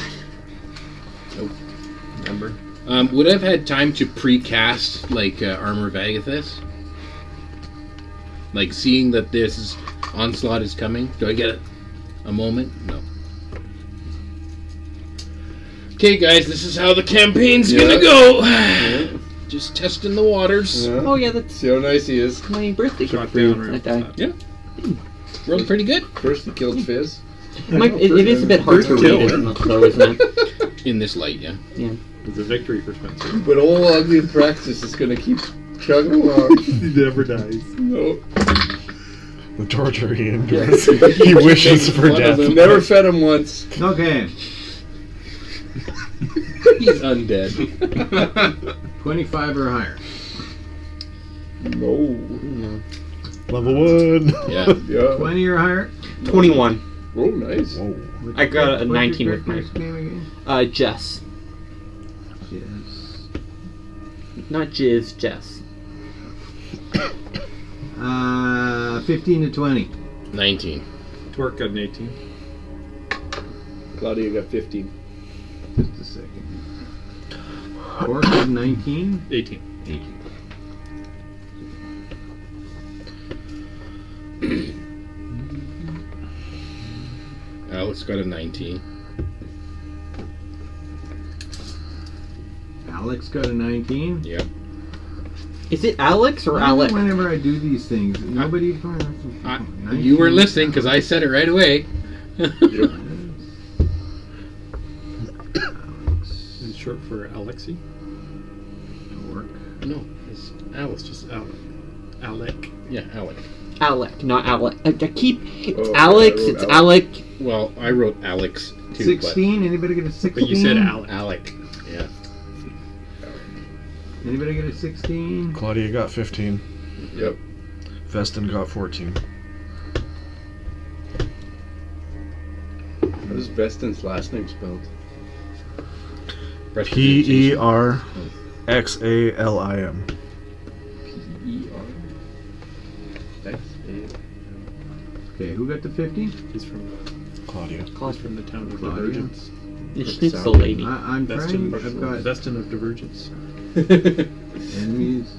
S13: Remember?
S4: Um, would I have had time to precast like uh, armor of Agathis? Like seeing that this is, onslaught is coming. Do I get a, a moment? No. Okay, guys, this is how the campaign's
S3: Yeah.
S4: gonna go. Just testing the waters.
S3: Yeah.
S6: Oh yeah, that's
S3: See how nice he is.
S6: my birthday.
S5: Shot down right
S6: I
S5: off the
S6: died.
S5: top.
S4: Rolled pretty good
S3: First he killed Fizz.
S6: My, it, it is a bit hard to read, isn't it, though, isn't it?
S4: in this light, yeah.
S5: It's a victory for Spencer.
S3: But all ugly practice is gonna keep chugging along.
S5: he never dies.
S3: no.
S8: The torture he endures. he wishes for
S4: One of
S8: death.
S4: them-
S3: Never fed him once.
S2: Okay,
S4: He's
S3: Oh,
S4: undead.
S2: 25 or higher.
S3: No.
S8: Level one.
S4: Yeah.
S3: Yeah.
S2: 20 or higher?
S6: Twenty-one.
S3: Oh, nice.
S6: I got a
S2: What's your
S6: nineteen with my
S2: character's name again?
S6: uh Jess, not Jizz, Jess.
S2: Uh, 15 to 20.
S4: Nineteen.
S5: Torque got an 18.
S3: Claudia got 15.
S2: Just a second. Orc of 19.
S5: 18.
S4: Alex got a nineteen.
S2: Alex got a 19.
S4: Yep.
S6: Is it Alex Uh, or
S2: Why
S6: Alec?
S2: Whenever I do these things, nobody. fucking-
S13: Oh,
S4: I-
S2: 19.
S4: You were listening because I said it right away.
S5: This is short for Alexi.
S2: Orc.
S4: no, it's
S5: It's
S4: Alex. uh,
S5: just Alec. Alec.
S4: Yeah, Alex.
S6: Alec, not Alec. I, I keep it's
S3: Oh,
S6: Alex.
S3: I wrote
S6: It's Alec.
S4: Well, I wrote Alex too.
S2: 16. Anybody get a 16?
S5: But you said
S4: But
S5: Alec.
S4: Alec. Yeah.
S2: Anybody get a 16?
S8: Claudia got 15.
S3: Yep.
S8: Vestin got 14.
S3: How does Vestin's last name spelled?
S4: Rest in peace,
S8: P E
S4: Jason.
S8: R X A L I M.
S3: E
S2: Okay, who got the 50?
S5: He's from,
S8: Claudia.
S5: he's from the town of
S2: Claudia.
S5: Divergence.
S6: It's the lady.
S2: I, I'm
S5: Vestin,
S2: trying. I've got
S5: Vestin of Divergence.
S2: enemies.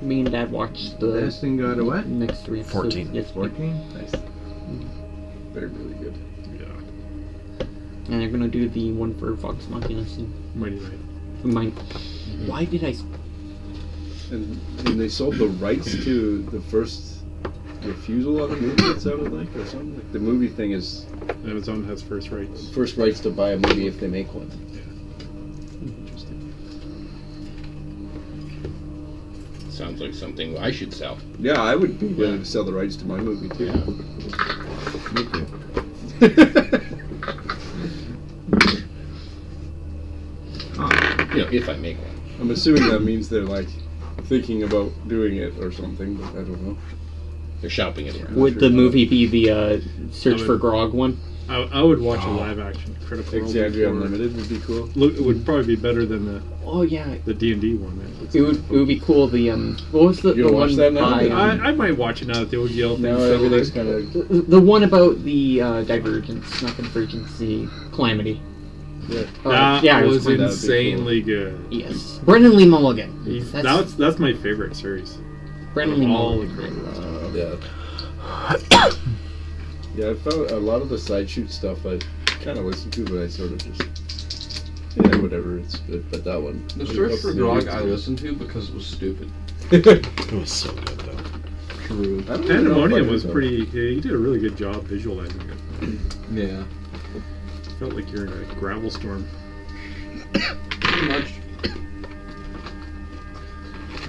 S6: Me and Dad watched the
S2: Vestin got a what?
S6: next three. episodes
S8: 14.
S6: yesterday,
S2: 14?
S3: Nice. They're really good.
S5: Yeah.
S6: and they're gonna do the one for Vox Machina soon.
S5: Mighty right.
S6: Mine.
S3: Mm-hmm.
S6: Why did I? s-
S3: And, and they sold the rights to the first refusal on the movie, it sounded like, or something. Like the movie thing is
S5: Amazon has first rights.
S3: first rights to buy a movie if they make one. Interesting.
S4: sounds like something I should sell.
S3: Yeah, I would be willing to sell the rights to my movie too.
S4: You know, if I make one.
S3: I'm assuming that means they're like thinking about doing it or something, but I don't know.
S4: They're shopping it around.
S6: Would the movie be the uh, Search for Grog one?
S5: I, I would watch a live action Critical Role.
S3: Alexandria
S5: before-
S3: Unlimited would be cool.
S5: Look, it would probably be better than the
S6: Oh yeah,
S5: the D and D one. That looks
S6: it would. It would be cool. The um, what was the,
S3: You
S6: the
S3: gonna watch
S6: one
S3: that now?
S6: by, um,
S5: I, I might watch it now that the old Yale thing.
S3: Now everything's kind of
S6: the, the one about the uh, divergence, not convergence, the calamity.
S3: Yeah.
S6: Uh,
S5: that
S6: yeah, it was
S5: was
S3: That would be cool.
S5: insanely good.
S6: Yes, Brendan Lee Mulligan.
S5: He's-
S6: That's,
S5: That's that's my favorite series.
S6: Brendan Lee
S5: all
S6: Mulligan.
S3: yeah. yeah, I found a lot of the side shoot stuff I kind of listened to, but I sort of just yeah, whatever. It's good, but that one.
S13: The search for Grog I listened to because it was stupid.
S8: It was so good though.
S13: True.
S3: I don't really know if I
S5: Pandemonium
S3: did
S5: was
S3: that.
S5: pretty. Yeah, you did a really good job visualizing it.
S13: Yeah.
S5: Felt like you're in a gravel storm.
S13: Pretty much.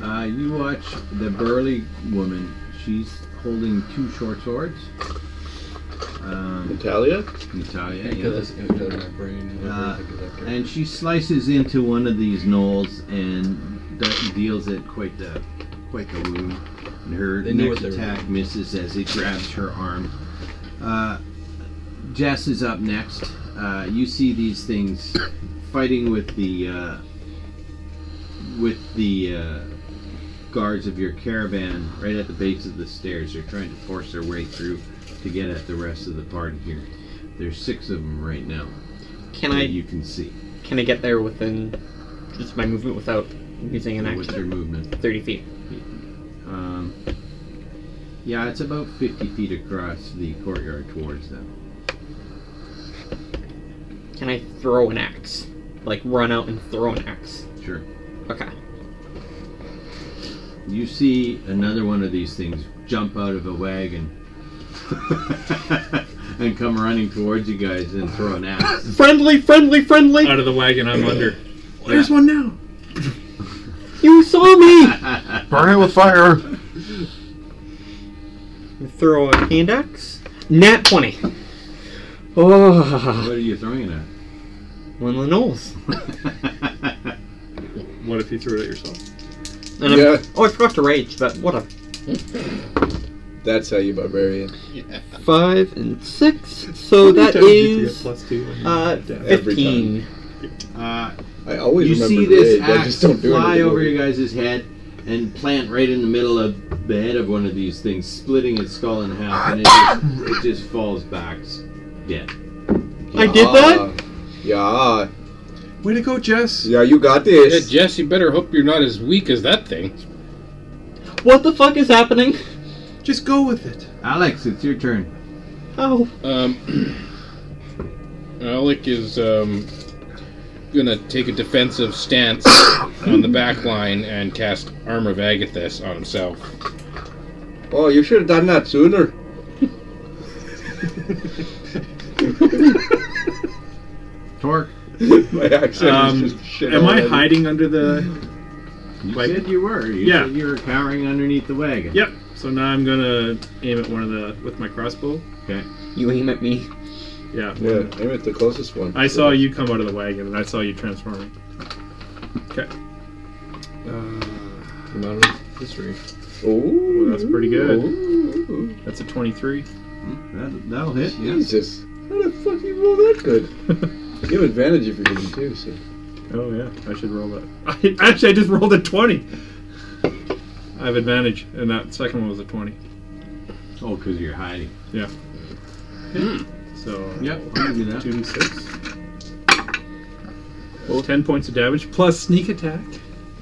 S2: Uh, you watch the burly woman. She's holding two short swords. Um,
S3: Natalia.
S2: Natalia,
S13: Because
S2: yeah.
S13: it's it does my brain. and
S2: Uh,
S13: everything is accurate.
S2: And she slices into one of these knolls and de- deals it quite the quite the wound. And her
S13: They knew
S2: next
S13: what they were
S2: attack misses as he grabs her arm. Uh, Jess is up next. Uh, you see these things fighting with the uh, with the uh, guards of your caravan right at the base of the stairs. They're trying to force their way through to get at the rest of the party here. There's six of them right now
S6: Can
S2: that
S6: I
S2: you can see
S6: can I get there within just my movement without using an
S2: with their
S6: action?
S2: movement.
S6: Thirty feet.
S2: Um, yeah, it's about 50 feet across the courtyard towards them.
S6: Can I throw an axe? Like run out and throw an axe?
S2: Sure.
S6: Okay.
S2: You see another one of these things jump out of a wagon and come running towards you guys and throw an axe.
S6: Friendly, friendly, friendly.
S5: Out of the wagon, I'm under.
S2: There's
S5: one now.
S6: You saw me.
S8: Burn it with fire.
S6: throw a hand axe. Nat twenty. Oh,
S2: What are you throwing at?
S6: one of the knolls.
S5: What if you threw it at yourself?
S6: And I'm-
S3: Yeah.
S6: Oh, I forgot to rage, but what a
S3: That's how you barbarian.
S6: five and six. So that
S5: Anytime you get
S6: is
S5: plus two when you
S6: uh,
S5: death.
S3: Every
S6: fifteen.
S2: Uh,
S3: I always
S2: you
S3: remember
S2: see this
S3: rage, I
S2: axe
S3: just don't do
S2: fly
S3: anything
S2: over
S3: with it.
S2: your guys' head and plant right in the middle of the head of one of these things, splitting its skull in half, and it just, it just falls back s- dead.
S6: I did that.
S3: Ah, Yeah,
S5: Way to go, Jess.
S3: yeah, you got
S4: Yeah,
S3: this.
S4: Jess, you better hope you're not as weak as that thing.
S6: What the fuck is happening?
S5: Just go with it.
S2: Alex, it's your turn.
S6: Oh,
S4: Um, Alec is um, gonna take a defensive stance on the back line and cast Armor of Agathis on himself.
S3: Oh, you should have done that sooner.
S2: Torque.
S3: My accent
S5: Um,
S3: is just shit.
S5: am
S3: all
S5: I
S3: over.
S5: hiding under the?
S2: You
S5: Like-
S2: said you were. You
S5: Yeah.
S2: said you were cowering underneath the wagon.
S5: Yep. So now I'm gonna aim at one of the with my crossbow.
S6: you aim at me.
S5: Yeah.
S3: Yeah, aim at the closest one.
S5: I saw you come out of the wagon, and I saw you transforming. Okay. Uh,
S13: Come out of history.
S3: Ooh,
S5: That's pretty good.
S3: Ooh.
S5: that's a 23.
S2: That, that'll hit. Yeah.
S3: Jesus, how the fuck you roll that good? you have advantage if you're hitting too. So
S5: Oh yeah, I should roll that. I, actually, I just rolled a 20. I have advantage, and that second one was a 20.
S2: Oh, because you're hiding.
S5: So
S2: Yep. You can do that.
S5: two d six. Well, ten points of damage plus sneak attack.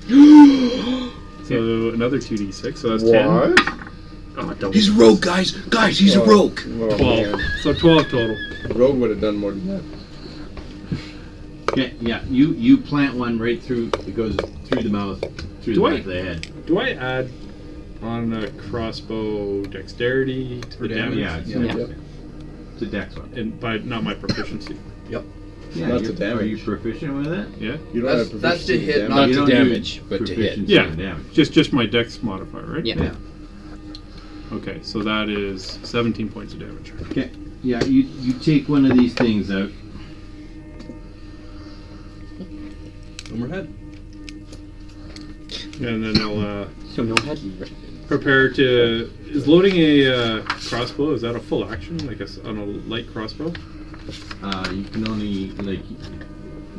S5: so another two d six. So that's ten. Oh, double.
S13: rogue, guys. Guys, he's
S3: Oh, oh,
S5: twelve.
S3: man.
S5: So twelve total.
S3: Rogue would have done more than that.
S2: Yeah, yeah. You you plant one right through. It goes through the mouth, through
S5: Do
S2: the
S5: I-
S2: back of the head.
S5: Do I add on a crossbow dexterity to the damage?
S2: Yeah, it's
S13: Yeah.
S2: it's a dex one.
S5: And by not my proficiency.
S13: Yep.
S2: Yeah,
S3: Not
S2: you-
S3: to damage.
S2: Are you proficient with it?
S5: Yeah.
S3: You don't
S13: That's-
S3: have
S13: that's to
S3: proficiency
S13: hit,
S3: in
S13: not
S2: You
S13: to
S2: don't do
S13: damage, but to hit.
S2: proficiency in
S5: Yeah,
S2: damage.
S5: just just my dex modifier, right?
S13: Yeah. Yeah.
S5: Okay, so that is 17 points of damage.
S2: Okay. Yeah, you, you take one of these things out.
S6: And we're head.
S5: And then I'll uh,
S6: So no head.
S5: prepare to. Is loading a uh, crossbow, is that a full action? Like a, s- on a light crossbow?
S2: Uh, you can only, like,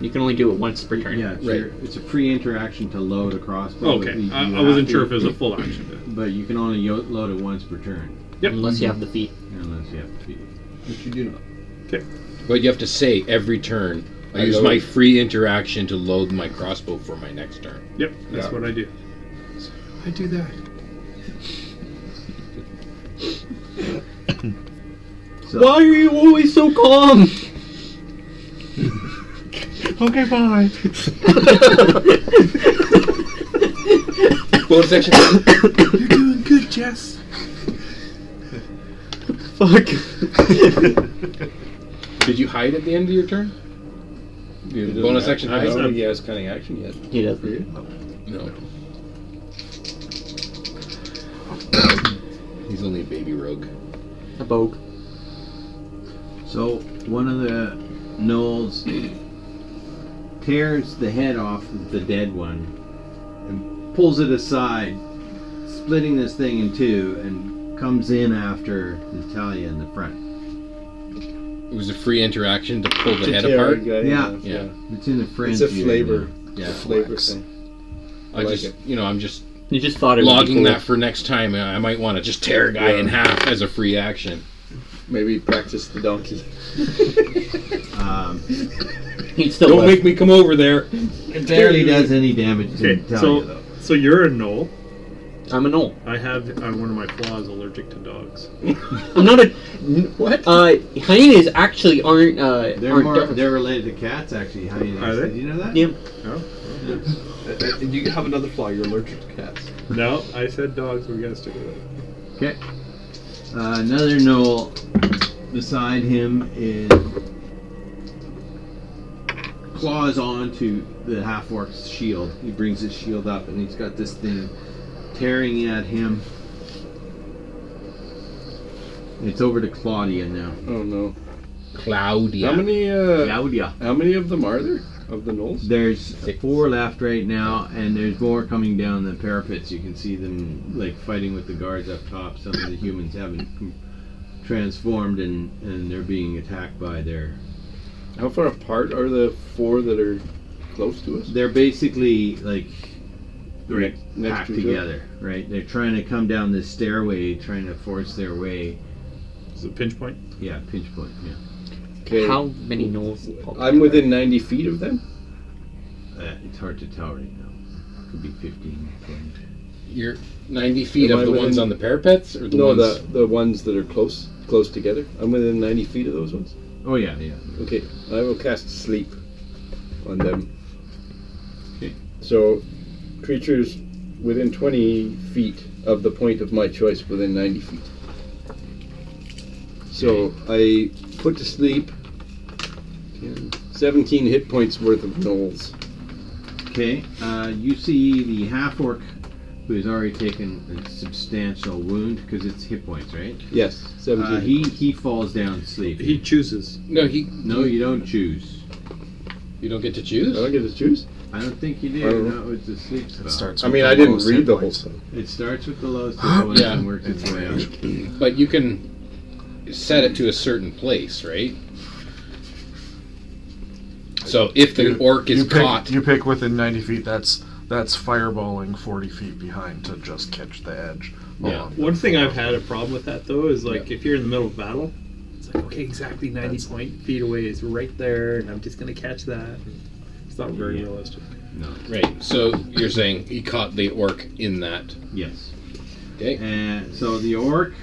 S6: You can only do it once per turn.
S2: yeah, it's, your, it's a free interaction to load a crossbow.
S5: Oh, Okay,
S2: but you-
S5: I,
S2: you
S5: I wasn't
S2: have
S5: sure if
S2: to-
S5: it was a full action.
S2: But you can only yo- load it once per turn,
S6: Unless you have the feet.
S2: unless you have to be.
S3: Which you do not.
S4: But you have to say every turn. I,
S3: I
S4: use
S3: load.
S4: my free interaction to load my crossbow for my next turn.
S5: Yep, that's
S4: Yeah.
S5: what I do. I do that.
S2: So,
S6: Why are you always so calm?
S8: Okay, bye.
S4: Bonus action.
S5: You're doing good, Jess.
S6: Fuck.
S4: Did you hide at the end of your turn? Bonus action
S3: I don't
S4: hide.
S3: think he has cunning action yet.
S6: he doesn't.
S4: No. He's only a baby rogue.
S6: A bogue.
S2: So one of the gnolls tears the head off of the dead one and pulls it aside, splitting this thing in two, and comes in after Natalia in the front.
S4: It was a free interaction to pull the
S3: To
S4: head
S3: tear
S4: apart.
S3: a guy,
S2: Yeah.
S4: Yeah.
S2: It's in the French.
S3: It's a
S2: here
S3: flavor.
S2: now.
S4: Yeah,
S3: It's a flavor
S4: flex.
S3: thing.
S4: I,
S3: like
S4: just,
S3: it.
S4: you know, I'm just
S6: You just thought it
S4: logging
S6: would be
S4: that for next time. I might want to just tear a guy in half as a free action.
S3: Maybe practice the donkey.
S2: Um,
S6: cool. He'd still
S4: Don't
S6: live.
S4: make me come over there.
S2: it barely does any damage to
S5: Okay,
S2: Natalia
S5: so
S2: though.
S5: so you're a knoll.
S6: I'm a knoll.
S5: I have uh, one of my flaws allergic to dogs.
S6: I'm not a. What? Uh, hyenas actually aren't. Uh,
S2: They're
S6: aren't
S2: more
S6: different.
S2: they're related to cats actually. How you
S5: Are they?
S2: Did you know that?
S6: Yeah.
S13: Uh, And you have another flaw. You're allergic to cats.
S5: No, I said dogs. We gotta stick with it.
S2: Okay. Uh, another knoll beside him is claws onto the half orc's shield. He brings his shield up and he's got this thing tearing at him. It's over to Claudia now.
S3: Oh no.
S4: Claudia.
S3: How many? Uh,
S2: Claudia.
S3: how many of them are there? Of the gnolls?
S2: There's
S4: Six.
S2: four left right now, and there's more coming down the parapets. You can see them like fighting with the guards up top. Some of the humans haven't com- transformed, and and they're being attacked by their.
S3: How far apart are the four that are close to us?
S2: They're basically like
S3: Right next
S2: packed
S3: to each
S2: together, right? They're trying to come down this stairway, trying to force their way.
S5: It's a pinch point.
S2: Yeah, pinch point. Yeah.
S3: Okay.
S6: How many knolls?
S3: I'm within 90 feet of them.
S2: Uh, it's hard to tell right now. Could be 15, 20.
S4: You're 90 feet
S3: Am I
S4: of the ones
S3: within-
S4: on the parapets? Or the
S3: no,
S4: ones...
S3: the the ones that are close close together. I'm within 90 feet of those ones.
S2: Oh yeah, yeah.
S3: Okay, I will cast sleep on them.
S2: Okay.
S3: So, creatures within 20 feet of the point of my choice within 90 feet. So, I put to sleep 10, 17 hit points worth of gnolls.
S2: Okay, uh, you see the half orc who has already taken a substantial wound because it's hit points, right?
S3: Yes, 17.
S2: Uh, he he falls down asleep.
S5: He chooses.
S4: No, he.
S2: no, you don't choose.
S4: You don't get to
S3: I
S4: choose?
S3: don't get to choose?
S2: I don't think you
S3: I
S2: do.
S3: don't
S2: No, it's a sleep spell.
S12: It starts.
S3: I
S12: with
S3: mean,
S12: the
S3: I didn't
S12: lowest
S3: read
S12: hit
S3: the whole
S12: points.
S3: thing.
S2: It starts with the lowest hit point
S4: Yeah.
S2: and works its way up.
S4: But you can set it to a certain place, right? So if the orc is
S8: you pick,
S4: caught,
S8: You pick within 90 feet. That's that's fireballing 40 feet behind to just catch the edge. Um,
S4: Yeah.
S8: along.
S5: One thing I've had a problem with that though is like if you're in the middle of battle, it's like okay, exactly ninety point feet away is right there, and I'm just gonna catch that. It's not very realistic.
S4: right? So you're saying he caught the orc in that?
S2: Yes.
S4: Okay.
S2: And so the orc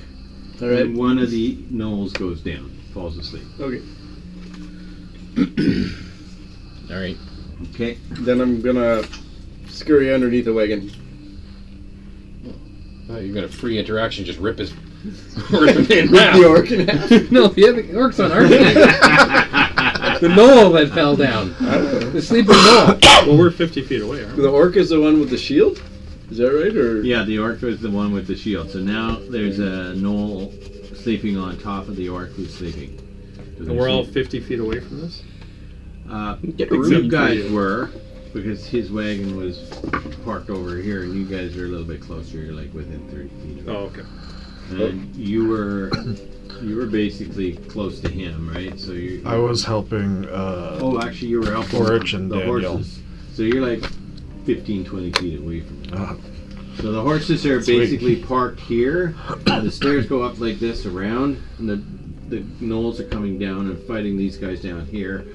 S3: All right.
S2: and one of the gnolls goes down, falls asleep.
S3: Okay.
S4: All right.
S2: Okay.
S3: Then I'm gonna scurry underneath the wagon.
S4: Oh, you got a free interaction. Just rip his, rip him in half.
S3: The orc in half.
S4: No, the other orc's on our side.
S13: The knoll that fell down. The sleeping knoll.
S5: Well, we're 50 feet away, aren't we?
S3: The orc is the one with the shield? Is that right? Or
S2: Yeah, the orc was the one with the shield. So now there's a knoll sleeping on top of the orc who's sleeping. Do
S5: And
S2: they
S5: we're all
S2: sleep?
S5: 50 feet away from this?
S2: Uh,
S6: Get a
S2: you
S6: room
S2: guys were, because his wagon was parked over here, and you guys are a little bit closer. You're like within 30 feet. Of it.
S5: Oh, okay.
S8: Oh.
S2: And you were, you were basically close to him, right? So you.
S8: I was helping. Uh,
S2: Oh, actually, you were helping
S8: Orich and
S2: the
S8: Daniel.
S2: horses. So you're like 15, 20 feet away from him.
S8: Ah.
S2: So the horses are
S8: Sweet.
S2: basically parked here. and the stairs go up like this around, and the the knolls are coming down and fighting these guys down here.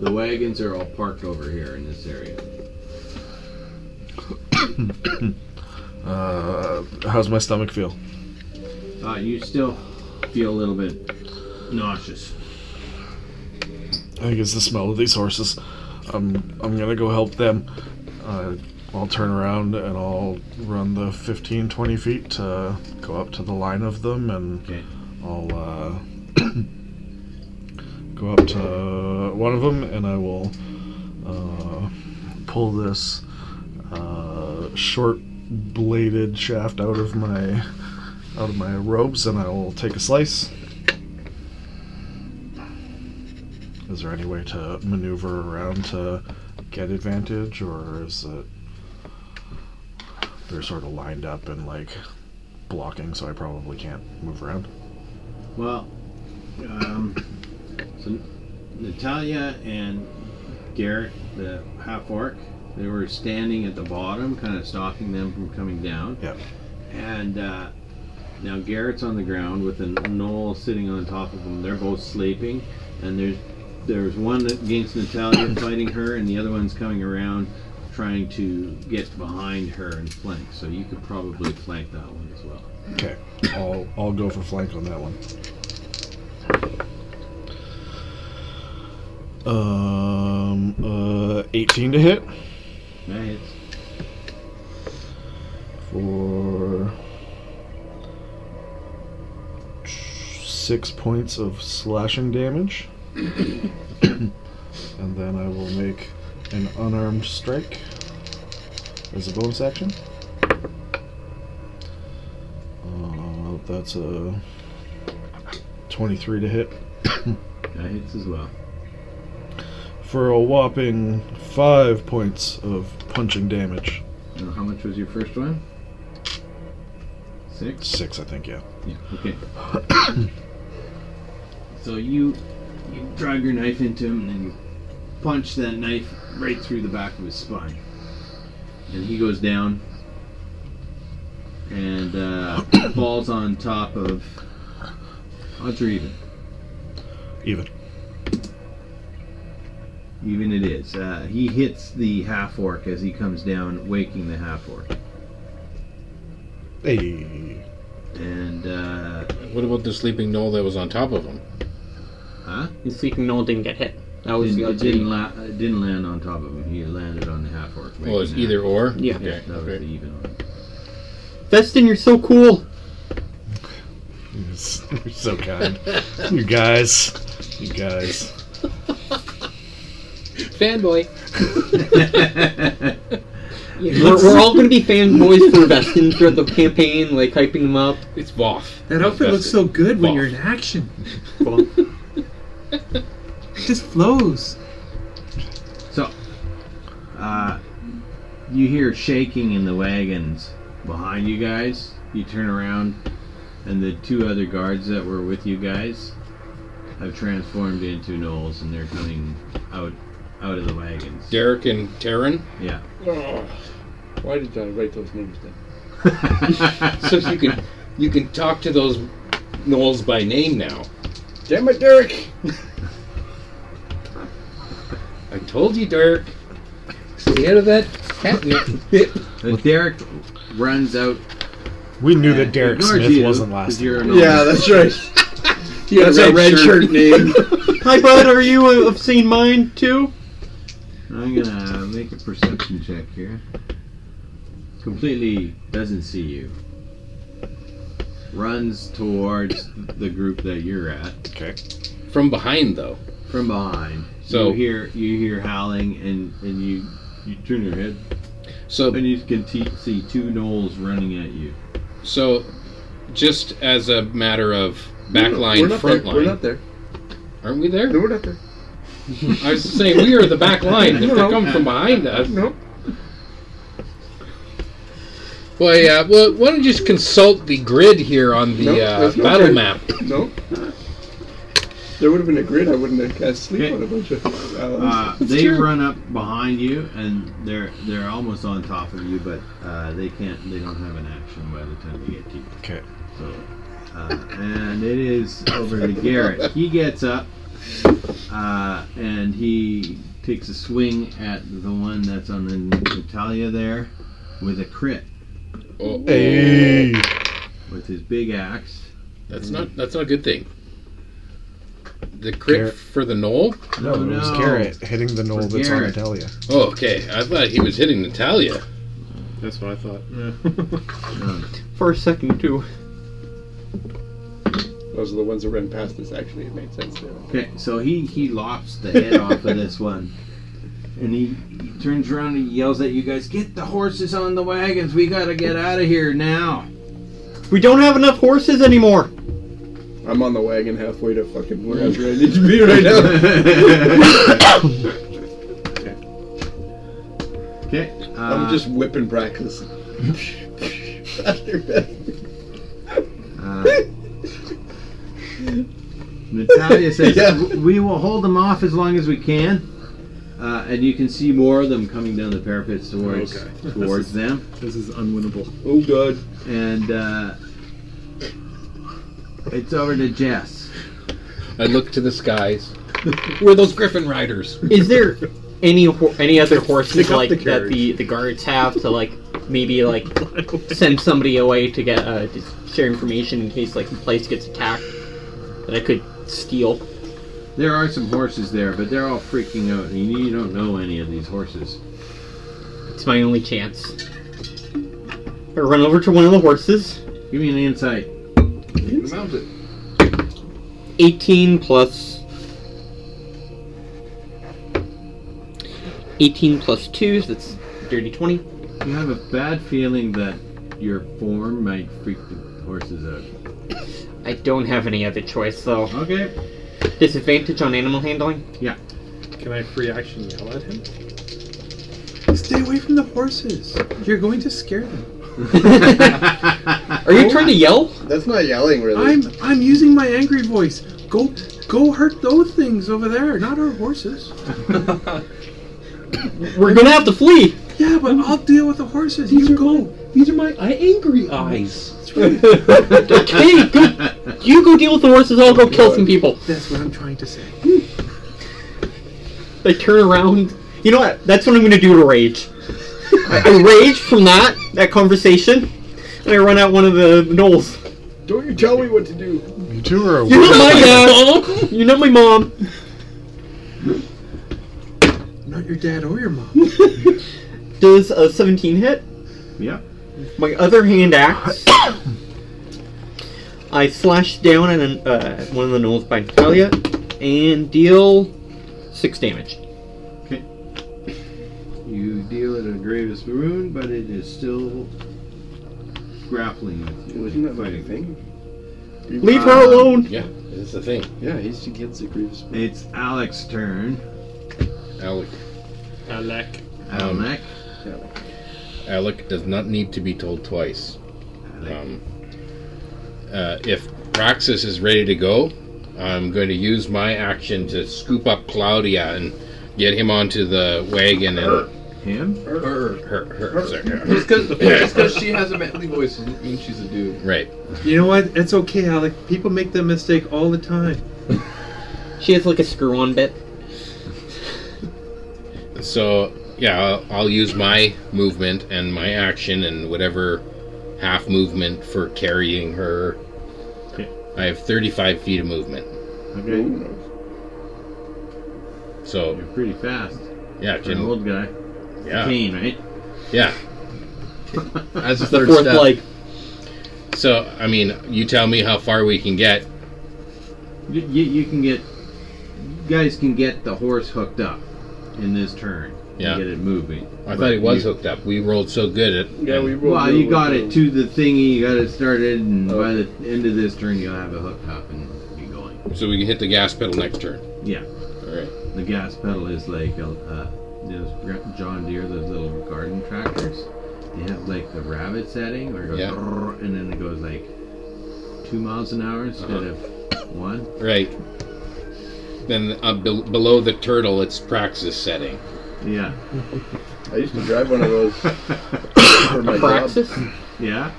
S2: The wagons are all parked over here in this area.
S8: Uh, how's my stomach feel?
S2: Uh, you still feel a little bit nauseous.
S8: I think it's the smell of these horses. I'm I'm gonna go help them. Uh, I'll turn around and I'll run the 15, 20 feet to go up to the line of them, and
S2: Okay.
S8: I'll uh, go up to one of them and I will uh, pull this uh, short bladed shaft out of my out of my robes and I will take a slice. Is there any way to maneuver around to get advantage, or is it they're sort of lined up and like blocking, so I probably can't move around?
S2: Well, um, so Natalia and Garrett, the half orc, they were standing at the bottom, kind of stopping them from coming down.
S8: Yep.
S2: And uh, now Garrett's on the ground with a knoll sitting on top of him. They're both sleeping, and there's there's one against Natalia fighting her, and the other one's coming around trying to get behind her and flank. So you could probably flank that one as well.
S8: Okay, I'll I'll go for flank on that one. Um, uh, 18 to hit
S2: That hits.
S8: for six points of slashing damage, and then I will make an unarmed strike as a bonus action. Uh, that's a 23 to hit.
S2: That hits as well.
S8: for a whopping five points of punching damage.
S2: Now, how much was your first one? Six.
S8: Six, I think, yeah.
S2: Yeah. Okay. so you you drive your knife into him and then you punch that knife right through the back of his spine, and he goes down and uh, falls on top of. Odds are even.
S8: Even.
S2: Even it is. Uh, he hits the half orc as he comes down, waking the half orc,
S8: Hey.
S2: and uh,
S4: What about the sleeping knoll that was on top of him?
S2: huh?
S6: The sleeping knoll didn't get hit. That was
S2: Didn't-
S6: the
S2: it
S6: other
S2: didn't,
S6: thing.
S2: la- it didn't land on top of him. He landed on the half orc.
S4: Well, it's either or.
S6: Yeah.
S4: Okay.
S2: that was the
S4: okay.
S2: even one.
S6: Festin, you're so cool.
S8: You're so kind. you guys. You guys.
S13: Fanboy.
S6: We're, we're all gonna be fanboys for Vestin throughout the campaign, like hyping him up.
S4: It's Voth.
S5: That outfit looks so good when you're in action. it just flows.
S2: So, uh, you hear shaking in the wagons behind you guys. You turn around, and the two other guards that were with you guys have transformed into gnolls, and they're coming out out of the wagons.
S4: Derek and Taryn.
S2: Yeah.
S3: Oh, why did I write those names down?
S4: so you can you can talk to those knolls by name now.
S3: Damn it, Derek!
S4: I told you, Derek.
S13: Stay out of that catnip.
S2: And Derek runs out.
S8: We knew that Derek
S2: ignores
S8: Smith
S2: you,
S8: wasn't
S2: 'cause
S8: last.
S2: You're a gnoll.
S11: Yeah, that's right. that's a red shirt name.
S6: Hi, bud. Are you uh, have seen mine too?
S2: I'm gonna make a perception check here. Completely doesn't see you. Runs towards the group that you're at
S8: Okay.
S4: From behind, though.
S2: from behind.
S4: So-
S2: you hear you hear howling, and and you you turn your head.
S4: So
S2: and you can te- see two gnolls running at you.
S4: So, just as a matter of
S3: No,
S4: back
S3: no,
S4: line,
S3: we're not
S4: front
S3: there.
S4: line.
S3: We're not there.
S4: Aren't we there?
S3: No, we're not there.
S4: I was saying we are the back line. If
S3: No,
S4: they
S3: no.
S4: come from behind us.
S3: No.
S4: Well, yeah. Well, why don't you just consult the grid here on the
S3: No,
S4: uh,
S3: there's no
S4: battle
S3: grid.
S4: map?
S3: No. There would have been a grid. I wouldn't have cast sleep on a bunch of.
S2: Uh,
S3: owls.
S2: they run up behind you, and they're they're almost on top of you, but uh, they can't. They don't have an action by the time they get to you.
S8: Okay.
S2: So, uh, and it is over to Garrett. He gets up, uh, and he takes a swing at the one that's on the Natalia there, with a crit
S4: Oh,
S8: Hey.
S2: with his big axe.
S4: That's not. That's not a good thing. The crit
S8: Garrett.
S4: for the knoll.
S8: No,
S2: Oh,
S8: it was
S2: no.
S8: Garrett hitting the knoll
S2: For
S8: that's
S2: Garrett.
S8: on Natalia.
S4: Oh, okay. I thought he was hitting Natalia.
S5: That's what I thought. Yeah.
S6: For a second, too.
S3: Those are the ones that ran past us. Actually, it made sense there.
S2: Okay, so he he lops the head off of this one, and he, he turns around and yells at you guys, "Get the horses on the wagons! We gotta get out of here now!"
S6: We don't have enough horses anymore.
S3: I'm on the wagon halfway to fucking wherever I need to be right now.
S2: Okay, uh,
S3: I'm just whipping practice.
S2: uh, Natalia says,
S3: Yeah.
S2: "We will hold them off as long as we can." Uh, and you can see more of them coming down the parapets towards
S5: Okay.
S2: towards them,
S5: This is unwinnable.
S3: oh god.
S2: and uh, it's over to Jess.
S4: I look to the skies. We're those Griffin riders.
S6: Is there any ho- any other horses
S5: Pick up
S6: like
S5: the
S6: that the the guards have to like maybe like send somebody away to get uh, to share information in case like the place gets attacked that I could steal?
S2: There are some horses there, but they're all freaking out. and You, you don't know any of these horses.
S6: It's my only chance. I run over to one of the horses.
S2: Give me an insight.
S13: Mount it.
S6: 18 plus 18 plus 2 so that's dirty 20
S2: You have a bad feeling that your form might freak the horses out.
S6: i don't have any other choice though
S2: Okay.
S6: disadvantage on animal handling
S5: Can I free action yell at him? Stay away from the horses. You're going to scare them.
S6: are
S5: Oh,
S6: you trying to yell
S11: That's not yelling, really.
S5: I'm I'm using my angry voice. Go go hurt those things over there, not our horses.
S6: we're gonna have to flee
S5: Yeah, but I'll deal with the horses. You go.
S4: These are my angry eyes.
S6: okay go, you go deal with the horses i'll go kill some people
S5: That's what I'm trying to say.
S6: i turn around you know what that's what i'm gonna do to rage i, I rage from that that conversation and i run out one of the knolls
S3: Don't you tell me what to do.
S8: You two are
S6: you're
S8: aware.
S6: not my dad you're not my mom
S5: Not your dad or your mom.
S6: Does a 17 hit?
S2: Yep.
S6: My other hand axe. I slash down at an, uh, one of the gnolls by Natalia and deal 6 damage.
S2: You deal it a grievous wound, but it is still grappling with you.
S11: Wasn't that my
S2: Fighting.
S11: thing?
S6: Leave her
S2: Um,
S6: alone!
S4: Yeah, that's the thing.
S11: Yeah, he's to get the grievous.
S2: It's Alex's turn.
S4: Alec,
S5: Alec.
S4: Um,
S2: Alec.
S4: Alec does not need to be told twice.
S2: Alec.
S4: Um, uh, if Raxus is ready to go, I'm going to use my action to scoop up Claudia and get him onto the wagon and
S2: Him?
S4: her, her, sorry.
S13: Just because she has a manly voice doesn't mean she's a dude.
S4: right.
S5: You know what? It's okay, Alec. People make that mistake all the time.
S6: She has like a screw on bit.
S4: So yeah, I'll, I'll use my movement and my action and whatever half movement for carrying her.
S2: Okay.
S4: I have 35 feet of movement.
S2: Okay.
S4: So
S2: You're pretty fast.
S4: yeah,
S2: For an
S4: can,
S2: old guy.
S4: yeah,
S2: Kane, right?
S4: yeah. That's
S6: The fourth leg.
S4: So I mean, you tell me how far we can get.
S2: You, you, you can get guys can get the horse hooked up in this turn. and
S4: Yeah.
S2: Get it moving.
S4: I
S2: But
S4: thought he was
S2: you-
S4: hooked up. We rolled so good at.
S18: Yeah, we rolled.
S2: Well,
S18: real
S2: you got
S18: well.
S2: it Oh. to the thingy, you got it started, and by the end of this turn, you'll have it hooked up and be going.
S4: So we can hit the gas pedal next turn.
S2: Yeah.
S4: All right.
S2: The gas pedal is like a, uh, those Gr- John Deere, those little garden tractors. They have like the rabbit setting, where it goes,
S4: Yeah.
S2: brrr, and then it goes like two miles an hour instead of one.
S4: Right. Then uh, bel below the turtle, it's praxis setting.
S2: Yeah.
S3: I used to drive one of those for my job.
S2: Yeah.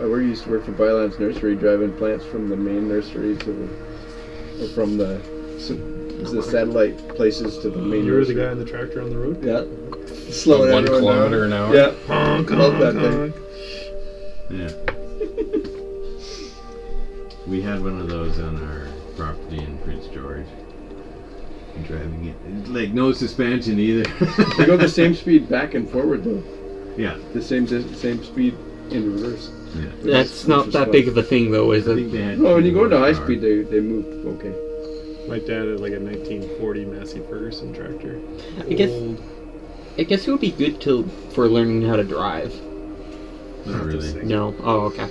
S3: I we used to work for Bylands Nursery, driving plants from the main nursery to the, or from the, s- the satellite places to the main
S5: You were the
S3: nursery.
S5: guy in the tractor on the road?
S3: Yeah. Slowing
S4: One
S3: everyone
S4: kilometer
S3: down.
S4: an hour.
S3: Yeah.
S5: Honk,
S3: Love that
S5: honk,
S3: thing.
S5: honk.
S2: Yeah. we had one of those on our property in Prince George. Driving it, it's like no suspension either.
S3: We go the same speed back and forward though.
S2: Yeah.
S3: The same dis- same speed in reverse.
S2: Yeah.
S6: That's not that big of a thing, though, is
S2: I
S6: it?
S2: think they had.
S3: Well, Oh, when you go into
S2: two
S3: high
S2: horsepower.
S3: speed, they, they move okay.
S5: My dad had like a 1940 Massey Ferguson tractor.
S6: I guess-
S5: Old,
S6: I guess it would be good to for learning how to drive.
S2: Not really.
S6: No. Oh, okay.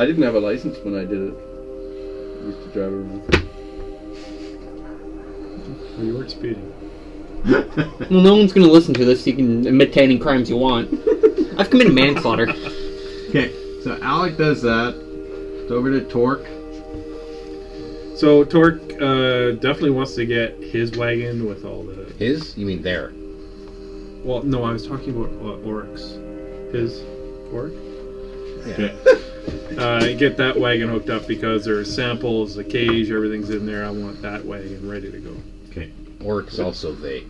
S3: I didn't have a license when I did it. I used to drive around.
S5: we weren't speeding.
S6: Well, no one's gonna listen to this. You can admit to any crimes you want. I've committed manslaughter.
S2: Okay, so Alec does that. It's over to Torque.
S5: So Torque uh, definitely wants to get his wagon with all the.
S4: His? You mean there?
S5: Well, no, I was talking about uh, Oryx. His Torque.
S4: Yeah.
S5: Uh, get that wagon hooked up because there's samples, a cage, everything's in there. I want that wagon ready to go.
S4: Orc's also they.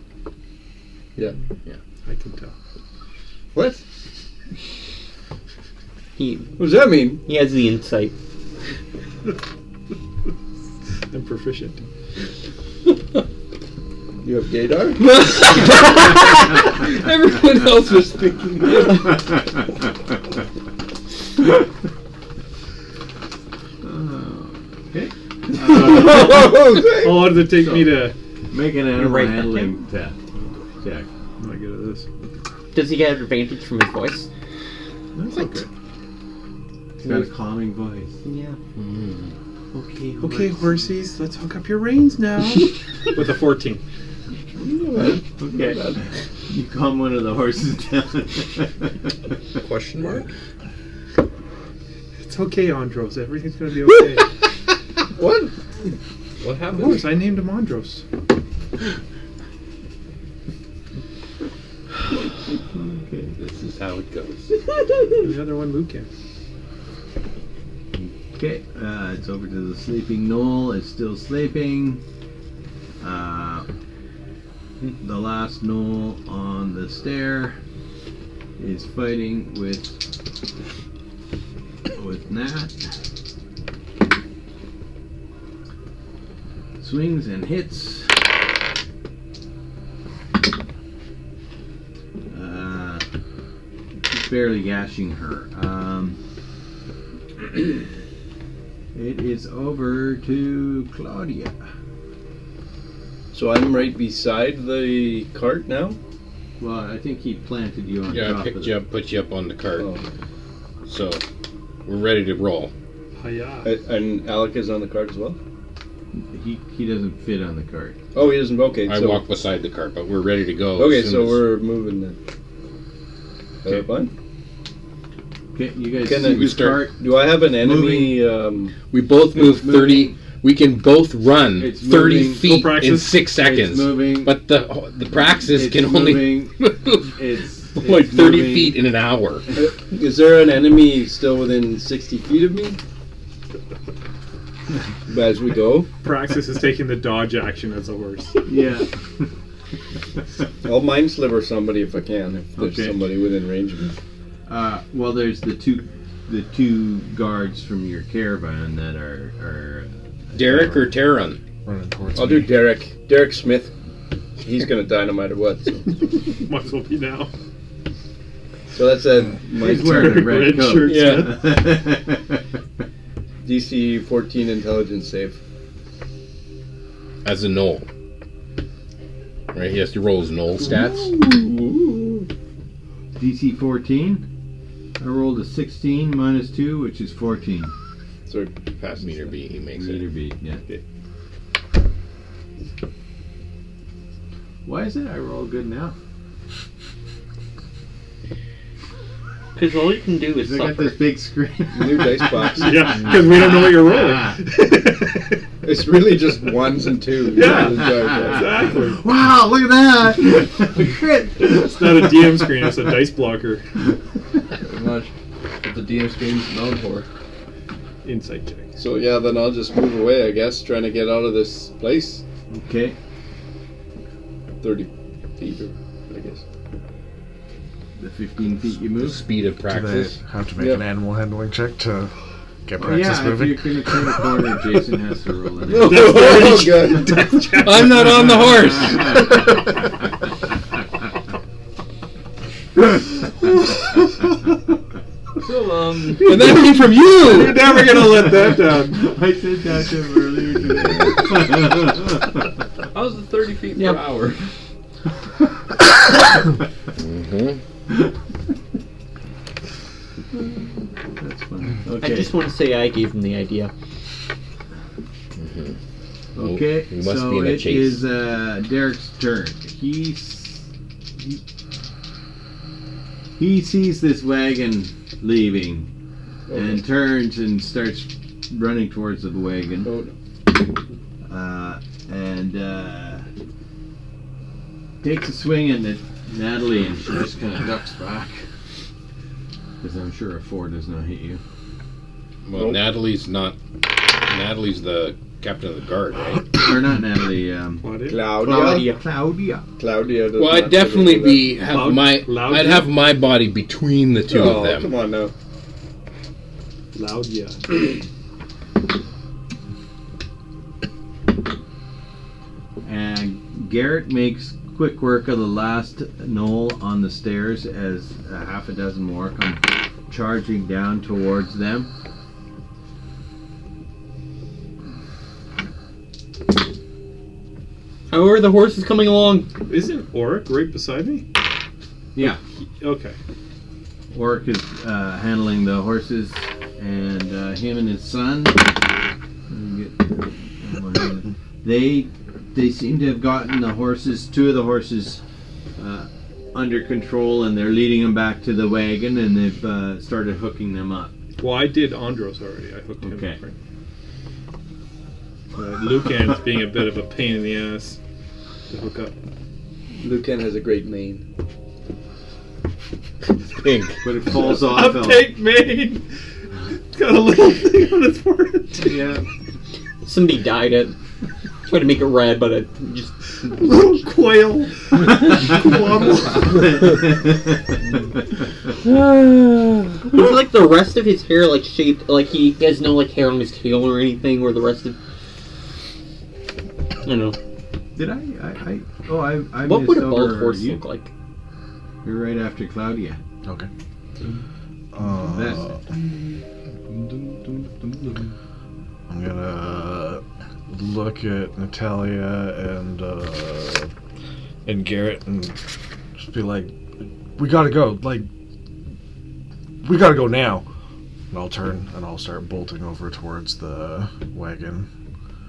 S5: I can tell.
S3: What?
S6: He
S3: What does that mean?
S6: he has the insight.
S5: I'm proficient.
S3: You have gaydar?
S6: Everyone else was thinking.
S5: How long did it take me to?
S2: Make an animal
S6: Right.
S2: handling test. Check.
S5: I'm not good at this.
S6: Does he get advantage from his voice?
S2: That's okay. He's got a calming voice.
S6: Yeah. Okay.
S5: Okay, horsies, let's hook up your reins now. with a 14.
S2: Okay. You calm one of the horses down.
S3: Question mark?
S5: It's okay, Andros. Everything's gonna be okay.
S3: What?
S4: What
S5: of
S4: happened?
S5: course, I named him Andros.
S4: This is how it goes.
S5: And the other one, Lucan.
S2: okay, uh, it's over to the sleeping knoll. It's still sleeping. Uh, the last knoll on the stair is fighting with with Nat. Swings and hits. Uh, barely gashing her. Um, it is over to Claudia.
S3: So I'm right beside the cart now?
S2: Well, I think he planted you on
S4: Yeah, I
S2: top
S4: picked
S2: of
S4: you
S2: the
S4: up, put you up on the cart.
S3: Oh.
S4: So we're ready to roll.
S5: Hiya.
S3: A- And Alec is on the cart as well?
S2: He, he doesn't fit on the cart.
S3: Oh, he doesn't. Okay,
S4: I
S3: so.
S4: walk beside the cart, but we're ready to go. as
S3: Okay,
S4: soon
S3: so
S4: as-
S3: we're moving then. Okay. fine.
S2: Okay, you guys
S3: Can
S2: see
S3: I-
S2: the
S4: we start-
S2: cart.
S3: Do I have an enemy? Um,
S4: We both move
S2: moving.
S4: thirty. We can both run
S2: It's
S4: thirty
S2: moving.
S4: feet
S5: Go
S4: in
S5: Praxis.
S4: six
S2: It's
S4: seconds,
S2: moving.
S4: but the the praxis
S2: It's
S4: can
S2: moving.
S4: only move
S2: it's,
S4: like
S2: it's
S4: thirty
S2: moving.
S4: feet in an hour.
S3: is there an enemy still within 60 feet of me? As we go,
S5: Praxis is taking the dodge action as a horse.
S2: Yeah.
S3: I'll mind sliver somebody if I can. If there's
S2: Okay.
S3: somebody within range of me.
S2: Uh, well, there's the two the two guards from your caravan that are are
S4: Derek or Terran?
S8: running towards
S3: I'll do Derek. Derek Smith. He's gonna die no matter what. So,
S5: Might as well be now.
S3: so that's a
S2: uh, he's
S3: my
S2: wearing a red,
S5: Red
S2: coat.
S5: shirt,
S3: DC 14 intelligence save.
S4: as a knoll. right? He has to roll his null stats.
S2: DC 14. I rolled a 16 minus 2, which is 14.
S4: So pass meter B, he makes it.
S2: Meter B, yeah. Why is it I roll good now?
S6: Because all you can do is
S2: I got
S6: suffer.
S2: this big screen.
S3: New dice box.
S5: Yeah, because we don't know what you're rolling.
S3: It's really just ones and twos.
S5: Yeah.
S3: exactly.
S2: Wow, look at that! Crit!
S5: It's not a DM screen, it's a dice blocker.
S13: Pretty much. What the DM screen's known for.
S5: Insight check.
S3: So yeah, then I'll just move away. I guess trying to get out of this place.
S2: Okay.
S3: Thirty feet, or- I guess.
S2: The 15 feet you
S4: The
S2: move.
S4: speed of
S8: Do
S4: practice.
S8: they have to make
S3: Yeah.
S8: an animal handling check to get
S2: Oh,
S8: practice
S2: yeah,
S8: moving?
S2: if you're going to turn a corner, Jason has to roll in.
S3: Oh, good.
S13: I'm not on the horse.
S6: So, um,
S13: and that came from you.
S5: Never gonna let that down.
S2: I said that to him earlier today.
S13: How's the 30 feet
S6: Yep.
S13: per hour?
S4: Mhm.
S2: That's funny.
S6: I
S2: Okay.
S6: just want to say I gave him the idea.
S2: Okay.
S4: We Oh, must
S2: so
S4: be in a
S2: it
S4: chase.
S2: is uh, Derek's turn. He's, he he sees this wagon leaving,
S3: Oh,
S2: and turns and starts running towards the wagon.
S3: Oh, no.
S2: uh, and uh, takes a swing at Na- Natalie, and she just kind of ducks back. Because I'm sure a four does not hit you.
S4: Well, Natalie's not. Natalie's the captain of the guard, right?
S2: or not Natalie, um,
S5: Claudia?
S3: Claudia.
S2: Claudia.
S3: Claudia. does
S4: Well,
S3: not
S4: I'd definitely
S3: do that.
S4: be have
S5: Loud-
S4: my.
S5: loud-
S4: I'd have my body between the two
S3: Oh,
S4: of them.
S3: come on now.
S5: Loud, yeah.
S2: And Garrett makes quick work of the last knoll on the stairs as a half a dozen more come charging down towards them.
S6: However, the horse is coming along.
S5: Isn't Auric right beside me?
S2: Yeah.
S5: Okay.
S2: Orc is uh, handling the horses, and uh, him and his son. let me get- They they seem to have gotten the horses, two of the horses, uh, under control, and they're leading them back to the wagon, and they've uh, started hooking them up.
S5: Well, I did Andros already. I hooked him
S2: Okay.
S5: up. Right? But Lucan's being a bit of a pain in the ass to hook up.
S3: Lucan has a great mane.
S4: Pink.
S2: But it falls off.
S5: Uptake mane! It's got a little thing on its forehead.
S2: Yeah.
S6: Somebody dyed it. Tried to make it red, but it just
S5: little quail.
S6: it was like the rest of his hair, like shaped, like he has no like hair on his tail or anything, or the rest of. I don't know.
S2: Did I, I? I? Oh, I. I
S6: What
S2: missed
S6: would a
S2: over
S6: bald horse
S2: you.
S6: look like?
S2: You're right after Claudia.
S8: Okay. Uh, I'm gonna look at Natalia and uh, and Garrett and just be like, "We gotta go! Like, we gotta go now!" And I'll turn and I'll start bolting over towards the wagon.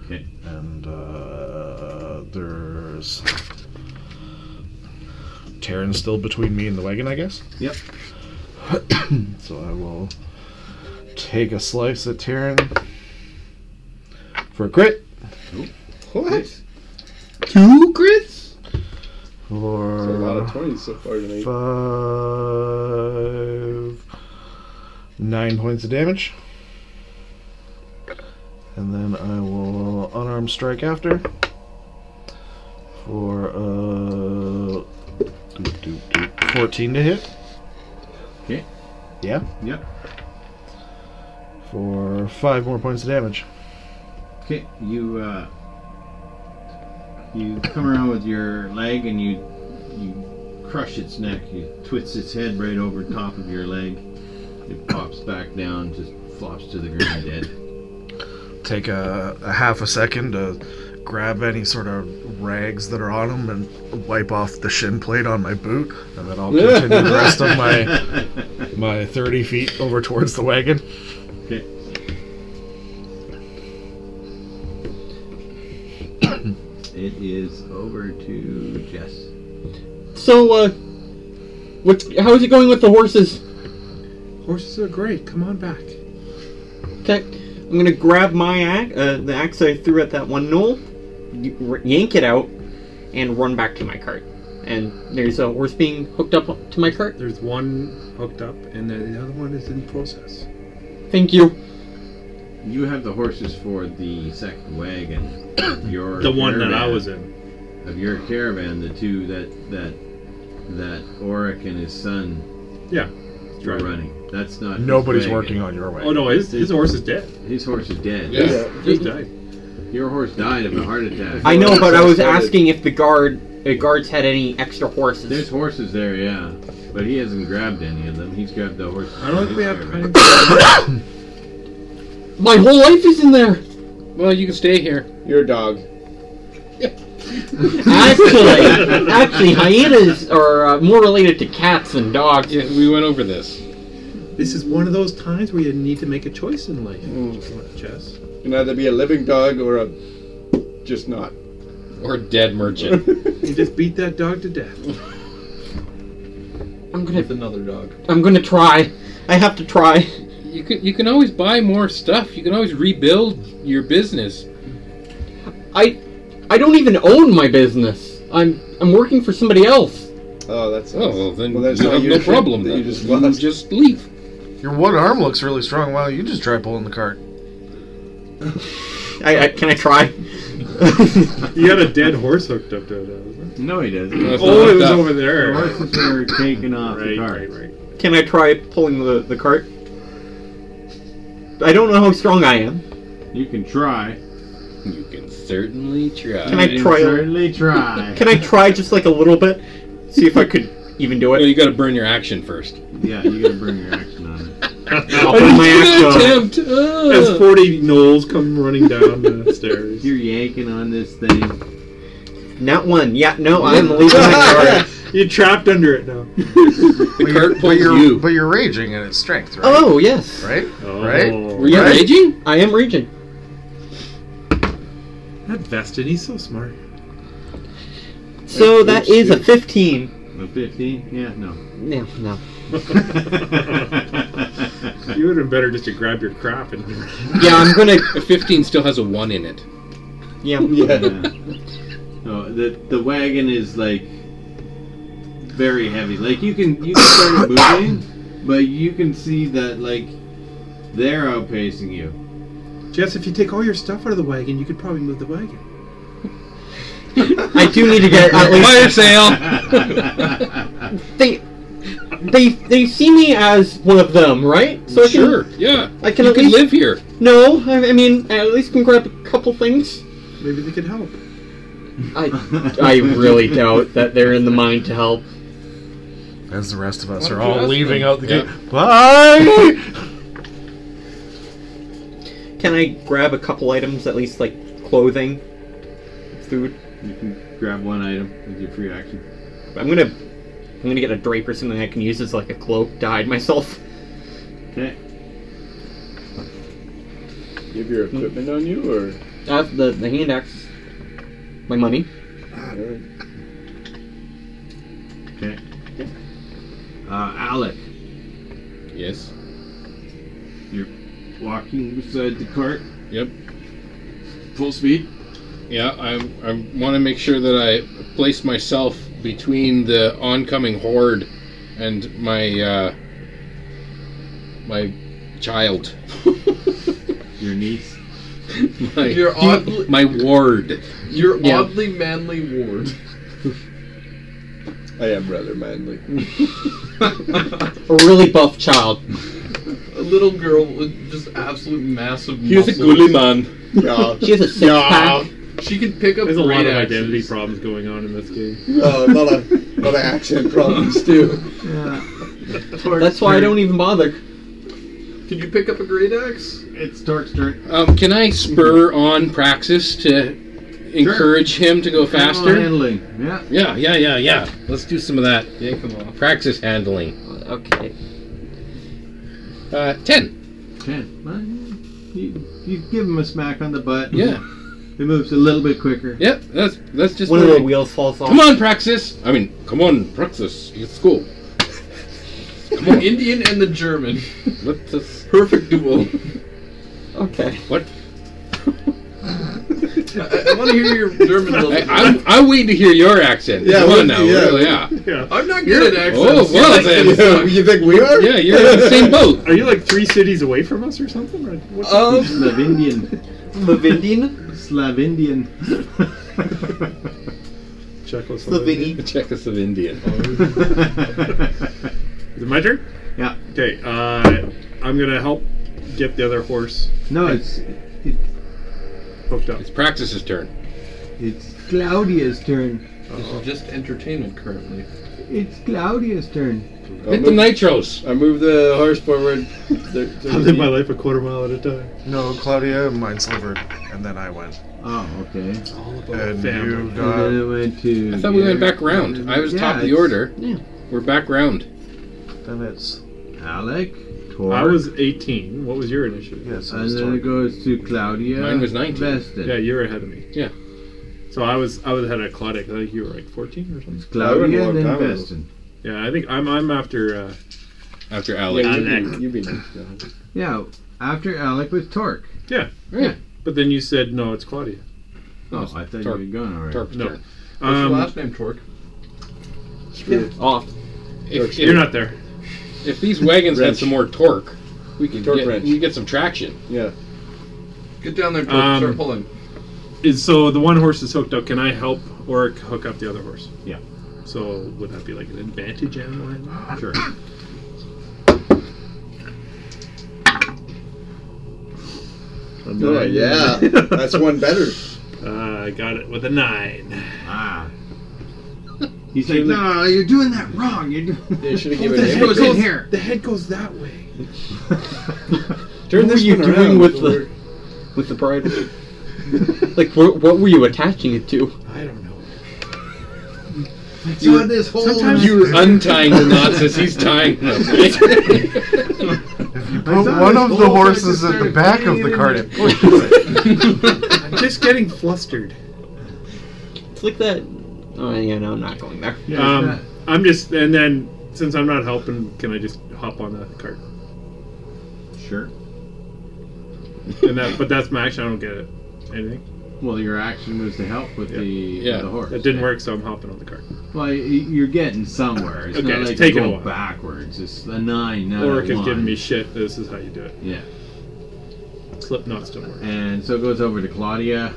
S2: Okay.
S8: And uh, there's Taryn still between me and the wagon, I guess.
S2: Yep.
S8: So I will take a slice at Taryn for a crit.
S3: What?
S4: Two crits.
S8: For
S3: That's a lot of twenties so far tonight.
S8: five, nine points of damage. And then I will unarmed strike after for uh, doop, doop, doop, 14 to hit.
S2: Okay.
S8: Yeah.
S2: Yep.
S8: For five more points of damage.
S2: Okay, you uh, you come around with your leg and you you crush its neck. You twist its head right over top of your leg. It pops back down, just flops to the ground dead.
S8: Take a, a half a second to grab any sort of rags that are on him and wipe off the shin plate on my boot, and then I'll continue the rest of my my 30 feet over towards the wagon.
S2: Okay. it is over to Jess.
S6: So, uh, what's how is it going with the horses?
S5: Horses are great. Come on back.
S6: Okay, I'm gonna grab my axe, uh, the axe I threw at that one knoll, y- r- yank it out, and run back to my cart. And there's a horse being hooked up to my cart.
S5: There's one hooked up, and then the other one is in process.
S6: Thank you.
S2: You have the horses for the second wagon. Your
S5: The one that I
S2: caravan-
S5: was in.
S2: of your caravan, the two that that that Oric and his son
S5: Yeah.
S2: are running. That's not his
S8: Nobody's
S2: wagon.
S8: working on your wagon.
S5: Oh no, his, his horse is dead.
S2: His horse is dead.
S5: His died.
S2: Your horse died of a heart attack.
S6: I know, but I was asking if the guard uh, guards had any extra horses.
S2: There's horses there, yeah, but he hasn't grabbed any of them. He's grabbed the horse.
S5: I don't think we have time.
S6: my whole life is in there.
S4: Well, you can stay here.
S13: You're a dog.
S6: Actually, actually, hyenas are uh, more related to cats than dogs.
S4: Yeah, we went over this.
S5: This is one of those times where you need to make a choice in life, Jess.
S13: You can either be a living dog or a just not. Oh,
S4: Or dead merchant.
S5: You just beat that dog to death.
S6: I'm gonna,
S13: another dog.
S6: I'm gonna try. I have to try.
S4: You can you can always buy more stuff. You can always rebuild your business.
S6: I, I don't even own my business. I'm, I'm working for somebody else.
S13: Oh, that's
S4: Oh, well, then
S13: Well, that's
S4: you
S13: not
S4: have
S13: your
S4: no
S13: shit
S4: problem.
S13: that
S4: Then
S13: you just lost.
S4: just leave.
S12: Your one arm looks really strong. Why don't you just try pulling the cart?
S6: I, I can I try?
S5: You had a dead horse hooked up to that.
S2: No, he doesn't.
S5: Oh, it was
S4: Hooked up.
S5: over
S2: The
S5: there.
S2: horses are taken off the
S5: Right,
S2: cart.
S5: right, right.
S6: can I try pulling the, the cart? I don't know how strong I am.
S2: You can try.
S4: You can certainly try.
S6: Can I try?
S2: Certainly try.
S6: Can I try just like a little bit? See if I could even do
S4: Well,
S6: it.
S4: you got to burn your action first.
S2: yeah, you gotta bring your action on it.
S5: Oh,
S6: I'll put my axe down.
S4: Attempt.
S5: As
S6: Uh.
S5: 40 knolls come running down the stairs.
S2: You're yanking on this thing.
S6: Not one. Yeah, no, I'm leaving my card.
S5: You're trapped under it now.
S4: The cart
S12: but
S4: pulls
S12: you're
S4: you.
S12: but you're raging and it's strength, right?
S6: Oh, yes.
S12: Right?
S5: Oh.
S4: Were you
S6: Right?
S4: raging?
S6: I am raging.
S5: That Vestin, he's so smart.
S6: So that is a 15.
S2: A 15? Yeah, no.
S6: No, no.
S5: You would have been better just to grab your crap and.
S6: Yeah, I'm gonna.
S4: A fifteen still has a one in it.
S6: Yeah.
S2: Yeah. No, the the wagon is like very heavy. Like you can you can start moving, but you can see that like they're outpacing you.
S5: Jess, if you take all your stuff out of the wagon, you could probably move the wagon.
S6: I do need to get at least.
S4: Fire sale.
S6: They, they, they see me as one of them, right? So I can,
S4: Sure. Yeah.
S6: I can
S4: you
S6: at
S4: can
S6: least-
S4: live here.
S6: No, I, I mean, I at least can grab a couple things.
S5: Maybe they could help.
S6: I, I really doubt that they're in the mind to help.
S8: As the rest of us
S4: Why
S8: are
S4: don't you
S8: all
S4: ask
S8: leaving
S4: them?
S8: out the
S4: Yeah.
S8: gate. Bye!
S6: Can I grab a couple items, at least like clothing, food?
S2: You can grab one item with your free action.
S6: I'm gonna, I'm gonna get a drape or something I can use as like a cloak to hide myself.
S2: Okay.
S13: You have your equipment on you, or
S6: I have the the hand axe, my money.
S13: Alright.
S2: Okay. Uh, Alec,
S4: Yes.
S2: walking beside the cart,
S4: Yep.
S2: full speed.
S4: Yeah. I I want to make sure that I place myself between the oncoming horde and my uh, my child.
S2: Your niece.
S4: my,
S13: You're oddly-
S4: my ward.
S13: your
S6: Yeah.
S13: oddly manly ward? I am rather manly.
S6: A really buff child.
S14: A little girl with just absolute massive muscles.
S4: man.
S13: Yeah.
S6: She has a six pack.
S14: She can pick up
S5: There's a lot
S14: great
S5: of
S14: axes.
S5: identity problems going on in this game.
S3: uh,
S13: Oh, a lot of, lot of accent problems too.
S6: That's why I don't even bother.
S14: Can you pick up a great axe?
S2: It's Tork's turn.
S4: Um, can I spur on Praxis to encourage him to go faster?
S2: handling. Yeah.
S4: Yeah, yeah, yeah, yeah. Let's do some of that. Yeah, come on. Practice handling.
S6: Okay.
S4: Uh, ten.
S2: Ten. Well, you, you give him a smack on the butt.
S4: Yeah.
S2: It moves a little bit quicker.
S4: Yep. That's that's just.
S6: One of the
S4: moving.
S6: wheels falls off.
S4: Come on, Praxis. I mean, come on, Praxis. Let's go. Come on.
S19: Indian and the German.
S4: Let us.
S19: Perfect duel.
S6: Okay.
S4: What?
S19: I, I want to hear your German. little
S4: I, I'm, I'm waiting to hear your accent.
S3: Yeah,
S4: come
S3: what-
S4: on now.
S3: yeah.
S4: really, yeah.
S19: I'm not good at
S4: Oh,
S19: accents.
S4: well
S3: You,
S4: then.
S3: think we are?
S4: Yeah, you're in the same boat.
S5: Are you like three cities away from us or something? Or what's
S6: Uh,
S2: Slavindian.
S6: Lavindian?
S2: Slavindian.
S6: Lavini.
S4: Check us of Indian.
S5: Is it my turn?
S2: yeah.
S5: Okay, uh, I'm gonna help get the other horse
S2: No, it's it,
S5: hooked up.
S4: It's Praxis's turn.
S2: it's Claudia's turn.
S19: This is just entertainment currently.
S2: It's Claudia's turn.
S4: Hit the nitros.
S3: I move the horse forward. Thir-
S5: I live my life a quarter mile at a time.
S8: No, Claudia, mine slivered, and then I went.
S2: Oh, okay.
S8: And
S5: family.
S8: you
S2: and then
S8: got.
S2: it went to.
S4: Uh, I thought we went
S2: Garrett.
S4: back round. I was
S2: Yeah,
S4: top of the
S2: it's
S4: order.
S6: yeah.
S4: We're back round.
S8: Then it's.
S2: Alec. Tor,
S5: I was 18. What was your initiative?
S8: Yes,
S2: And
S8: it's
S2: then it
S8: Torque.
S2: goes to Claudia.
S4: Mine was 19.
S2: Vested.
S5: Yeah, you're ahead of me.
S4: Yeah.
S5: So I was I was ahead of Claudic. I think you were like 14 or something.
S2: Claudia
S3: That
S2: and
S3: went a long
S2: then
S3: time ago.
S2: Vested.
S5: Yeah, I think I'm I'm after. Uh,
S4: After
S3: Yeah,
S4: Alex.
S3: you'd be-
S5: Alec.
S3: you'd be next, John.
S2: Yeah. After Alec was Torque.
S4: Yeah.
S5: but then you said no, it's E. Claudia.
S2: Oh, I thought
S4: Torque.
S2: you were gone already.
S4: Torp's
S5: No.
S4: turn.
S19: What's your
S5: Um,
S19: last name, Torque?
S6: Off.
S4: If,
S5: you're
S4: if,
S5: not there.
S4: if these wagons had
S3: Wrench.
S4: some more torque, we could
S3: Torque
S4: get,
S3: wrench.
S4: we could get some traction.
S19: Get down there, Torque.
S5: Um,
S19: Start pulling.
S5: Is so the one horse is hooked up. Can I help Oric hook up the other horse?
S2: Yeah.
S5: So would that be like an advantage animal? handling? Sure.
S3: Oh, yeah. That's one better.
S5: Uh, I got it with a nine.
S2: Ah. He's like, no, you're doing that wrong. You're doing.
S3: They should have
S2: Put
S3: given
S2: the
S3: it.
S2: head in here.
S5: The head goes that way.
S3: Turn
S6: What
S3: this
S6: were you
S3: one
S6: doing
S3: around.
S6: with the- With the bridle. like, what, what were you attaching it to?
S5: I don't know.
S2: You this whole.
S5: Sometimes
S4: You were untying the knots as he's tying them.
S8: If you put one of the horses at the back of the cart, it pushes
S3: Uh,
S8: it.
S5: I'm just getting flustered.
S6: It's like that. Oh, yeah, no, I'm not going there.
S2: Yeah, it's
S5: Um,
S2: not-
S5: I'm just, and then since I'm not helping, can I just hop on the cart?
S2: sure.
S5: And that, but that's my action. I don't get it. Anything
S2: Well, your action was to help with the,
S4: Yeah.
S2: the horse.
S5: that didn't work, so I'm hopping on the cart.
S2: Well, y- you're getting somewhere. It's
S5: Okay,
S2: not
S5: it's
S2: like
S5: taking a
S2: going
S5: while.
S2: backwards. It's a nine, not
S5: Oric
S2: a
S5: is
S2: one.
S5: giving me shit. This is how you do it.
S2: Yeah,
S5: Slip knots don't work.
S2: and so it goes over to Claudia.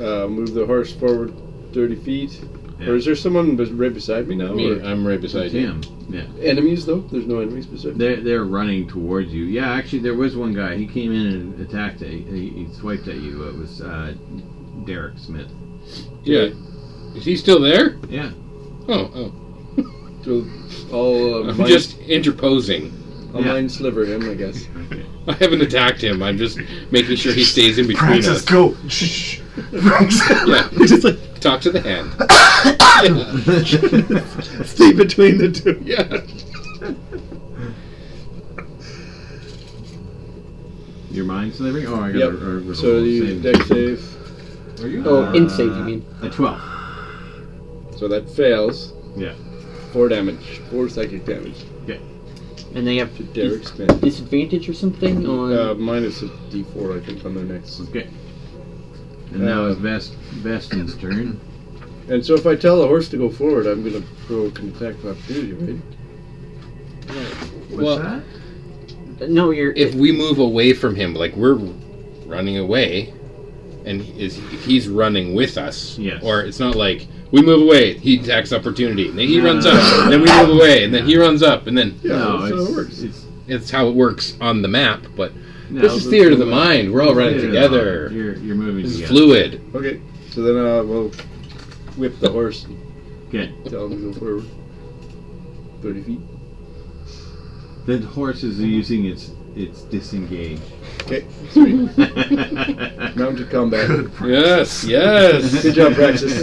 S3: Uh, move the horse forward 30 feet.
S2: Yeah.
S3: Or is there someone bes- right beside me now?
S4: Me,
S3: or-
S4: I'm right beside
S2: It's
S4: you.
S2: him. Yeah,
S3: enemies, though? There's no enemies beside me.
S2: they're they're running towards you. Yeah, actually, there was one guy. He came in and attacked. At, he, he swiped at you. It was uh, Derek Smith.
S4: Yeah. Is he still there?
S2: Yeah.
S4: Oh, oh.
S3: So I'll, uh,
S4: I'm
S3: mine,
S4: just interposing.
S3: I'll
S2: yeah.
S3: mind sliver him, I guess.
S4: I haven't attacked him. I'm just making sure he stays in between
S8: Praxis,
S4: us.
S8: go! Shh! Praxis!
S4: Yeah. Talk to the hand.
S5: Stay between the two.
S4: Yeah.
S2: Your mind slivering? Oh, I got
S3: Yep.
S2: a, a, a
S3: So
S2: roll
S3: you
S2: save.
S3: deck save.
S19: Are you?
S6: Oh,
S2: Uh,
S6: in save, you mean.
S2: a twelve.
S3: So that fails.
S2: Yeah.
S3: Four damage. Four psychic damage
S6: And they have
S3: to Derek Smith.
S6: disadvantage or something on.
S3: Uh, minus a d4, I think, on their next.
S2: Okay. And now it's Vest Vestin's turn.
S3: And so if I tell the horse to go forward, I'm going to provoke an attack of opportunity, right?
S2: What's
S4: Well-
S2: that?
S6: no, you're.
S4: If we move away from him, like we're running away, and is he's running with us?
S2: Yes.
S4: Or it's not like we move away, he attacks opportunity, and then he runs up, and then we move away, and then he runs up, and then
S3: Yeah,
S2: no,
S3: that's how
S2: it's,
S3: it works.
S2: it's
S4: it's how it works on the map. But
S2: no,
S4: this is
S2: the-
S4: theater of the mind. We're all running
S2: theater of the mind.
S4: together.
S2: You're you're moving
S4: This is
S2: together.
S4: fluid.
S3: Okay. So then uh, we'll whip the horse and
S2: Okay.
S3: tell him to go forward. 30 feet.
S2: The horse is using its it's disengaged.
S13: Okay,
S2: sweet.
S13: Mounted combat.
S4: Yes, yes.
S13: Good job, Praxis.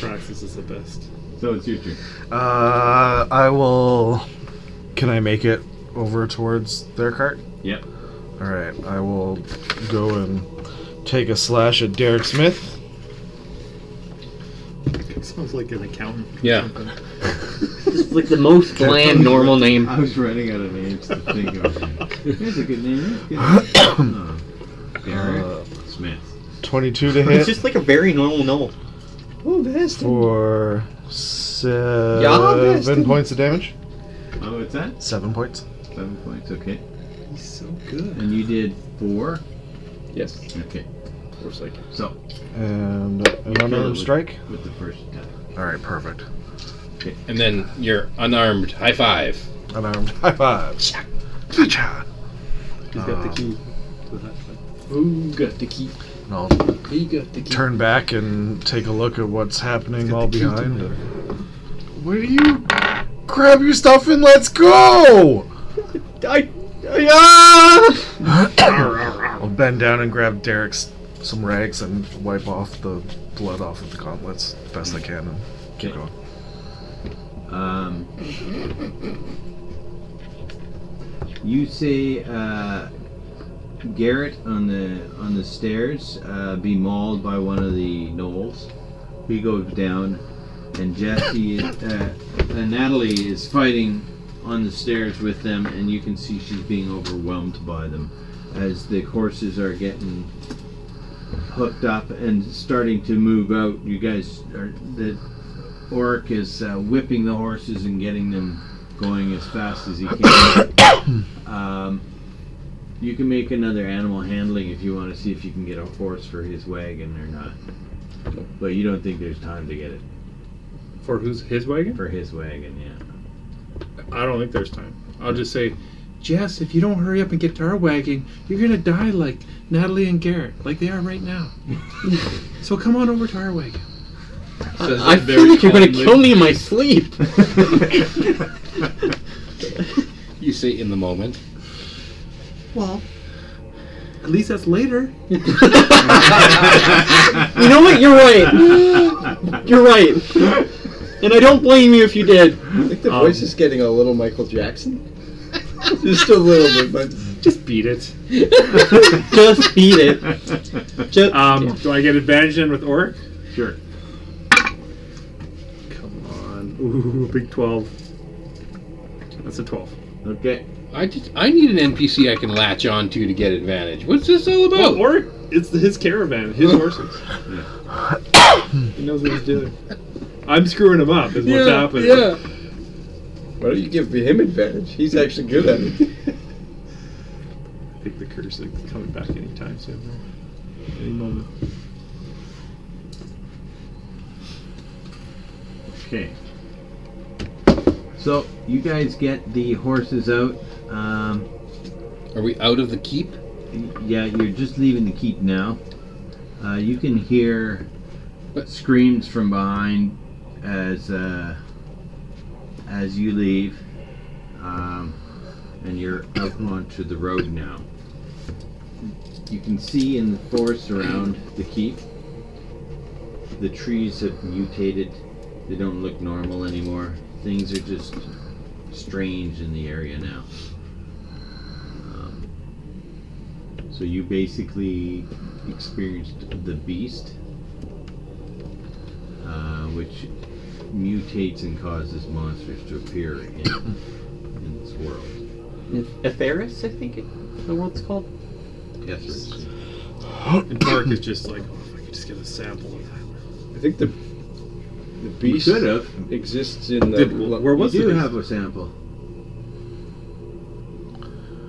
S5: Praxis is the best.
S2: so it's your turn.
S8: Uh, I will. Can I make it over towards their cart?
S2: Yep.
S8: All right, I will go and take a slash at Derek Smith.
S5: Sounds like an accountant.
S4: Yeah.
S6: It's like the most bland normal name.
S2: I was running out of names to think of. Here's a good name. That's good. Uh, Derek
S8: Uh,
S2: Smith.
S8: 22 to
S6: It's
S8: hit
S6: just like a very normal normal.
S11: Oh, Vestin.
S8: for seven points of damage.
S2: Oh, what's that?
S8: Seven points.
S2: Seven points. Okay.
S5: He's so good.
S2: And you did four.
S13: yes,
S2: Okay.
S13: four psychic.
S2: So
S8: And an
S2: kill it
S8: unarmed
S2: with-
S8: strike.
S2: with the first attack.
S8: All right, perfect.
S4: And then you're unarmed. High five.
S8: Unarmed. High five. Cha.
S5: He's got the key. to that.
S13: Who got the key?
S8: And I'll
S13: He got the key.
S8: turn back and take a look at what's happening all
S13: the key to
S8: behind. Where do you grab your stuff and let's go?
S6: I, I, ah!
S8: I'll bend down and grab Derek's some rags and wipe off the blood off of the gauntlets best I can and keep
S2: Okay.
S8: going.
S2: Um, you say uh, Garrett on the on the stairs uh, be mauled by one of the gnolls. He goes down, and Jesse uh, and Natalie is fighting on the stairs with them, and you can see she's being overwhelmed by them as the horses are getting hooked up and starting to move out. You guys are the Oric is uh, whipping the horses and getting them going as fast as he can. um, you can make another animal handling if you want to see if you can get a horse for his wagon or not. But you don't think there's time to get it
S5: For who's his wagon?
S2: for his wagon, yeah.
S5: I don't think there's time. I'll just say, Jess, if you don't hurry up and get to our wagon, you're gonna die like Natalie and Garrett, like they are right now. so come on over to our wagon.
S6: I feel like you're gonna kill me in my sleep.
S4: You say in the moment.
S5: Well, at least that's later.
S6: You know what? You're right. You're right. And I don't blame you if you did.
S13: I think the voice is getting a little Michael Jackson. Just a little bit, but
S5: Just beat it.
S6: Just beat it. Just,
S5: Um, do I get advantage in with Oric?
S2: Sure.
S5: Come on. Ooh, big 12. That's a 12.
S2: Okay.
S4: I just I need an NPC I can latch on to to get advantage. What's this all
S5: Well,
S4: about?
S5: Oric, it's his caravan, his horses. he knows what he's doing. I'm screwing him up, is what's happening.
S4: yeah.
S13: why don't you give him advantage? He's actually good at it.
S5: I think the curse is coming back anytime soon. Any moment.
S2: Okay. So you guys get the horses out. Um,
S4: Are we out of the keep?
S2: Yeah, you're just leaving the keep now. Uh, you can hear screams from behind as uh, as you leave, um, and you're out onto the road now. You can see in the forest around the keep, the trees have mutated. They don't look normal anymore. Things are just strange in the area now. Um, so you basically experienced the beast, uh, which mutates and causes monsters to appear in, in this world.
S6: Atheris, I think it, the world's called.
S2: Yes, sir.
S5: And Oric is just like, oh, if I could just get a sample of that.
S13: I think the the
S2: You
S13: beast
S2: should have.
S13: exists in the.
S5: Did- where
S2: You
S5: was the
S2: do
S5: beast?
S2: have a sample.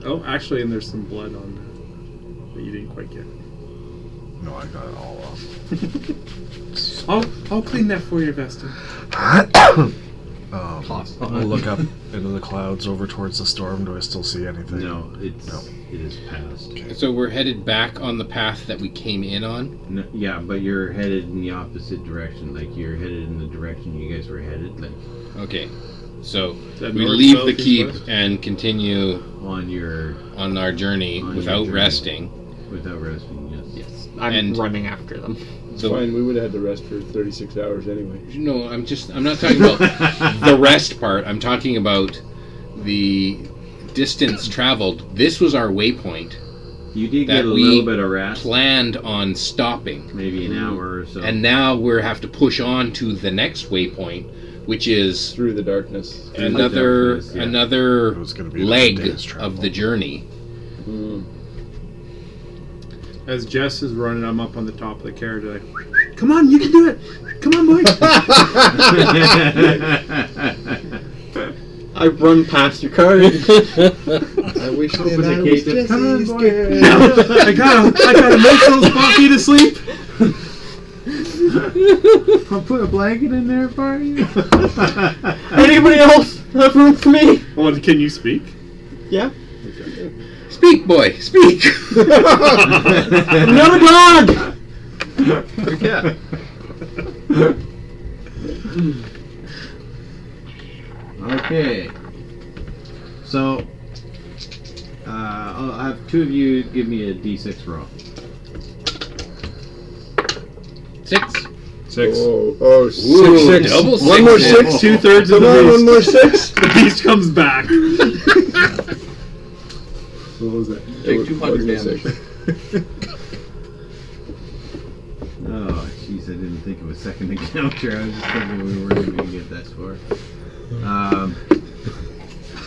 S5: Oh, actually, and there's some blood on that that you didn't quite get.
S8: No, I got it all off.
S5: I'll, I'll clean that for you, Vesta.
S8: Um,
S14: Possible.
S8: I'll look up into the clouds over towards the storm. Do I still see anything?
S2: No, it's it is past.
S4: So we're headed back on the path that we came in on.
S2: No, yeah, but you're headed in the opposite direction. Like you're headed in the direction you guys were headed. Like
S4: Okay. So
S2: that
S4: we
S2: north,
S4: leave
S2: south,
S4: the
S2: east,
S4: keep
S2: west?
S4: and continue
S2: on your
S4: on our journey
S2: On your
S4: without
S2: journey.
S4: resting.
S2: without resting. Yes.
S6: Yes, I'm
S4: And-
S6: running after them.
S4: The-
S3: Fine, we would have had to rest for 36 hours anyway.
S4: No, I'm just I'm not talking about the rest part. I'm talking about the distance traveled. This was our waypoint
S2: You did
S4: That
S2: get a
S4: we
S2: little bit of rest,
S4: planned on stopping.
S2: maybe an hour or so.
S4: And now we are have to push on to the next waypoint, which is
S3: Through the darkness.
S4: another
S2: darkness, yeah.
S4: another
S8: It was gonna be
S4: leg
S8: another day's
S4: of the
S8: travel.
S4: journey.
S3: Hmm.
S5: As Jess is running, I'm up on the top of the carriage. Like, come on, you can do it. Come on, boy.
S6: I run past your car.
S11: I wish that
S2: Open the
S11: I
S2: gate
S11: was
S2: to-
S11: Jesse's
S2: Come on,
S11: girl.
S5: I gotta, I gotta make those Poppy to sleep.
S2: I'll put a blanket in there for you.
S6: Anybody else have room for me?
S5: Well, Oh, can you speak?
S6: Yeah.
S4: Speak, boy, speak.
S6: Another dog.
S2: yeah. okay. So, uh, I'll have two of you give me a d6 roll.
S4: Six.
S5: Six.
S3: Oh, oh six,
S4: Ooh,
S3: six.
S4: double
S3: One more
S4: sixes.
S3: six, two
S5: Two-thirds of
S3: Come
S5: the
S3: on,
S5: beast.
S3: one more six.
S5: The beast comes back.
S3: What was that?
S14: Take 200
S3: Wasn't a
S14: damage.
S3: six.
S2: Oh, jeez, I didn't think of a second encounter. I was just thinking we weren't even going to get that score. Um,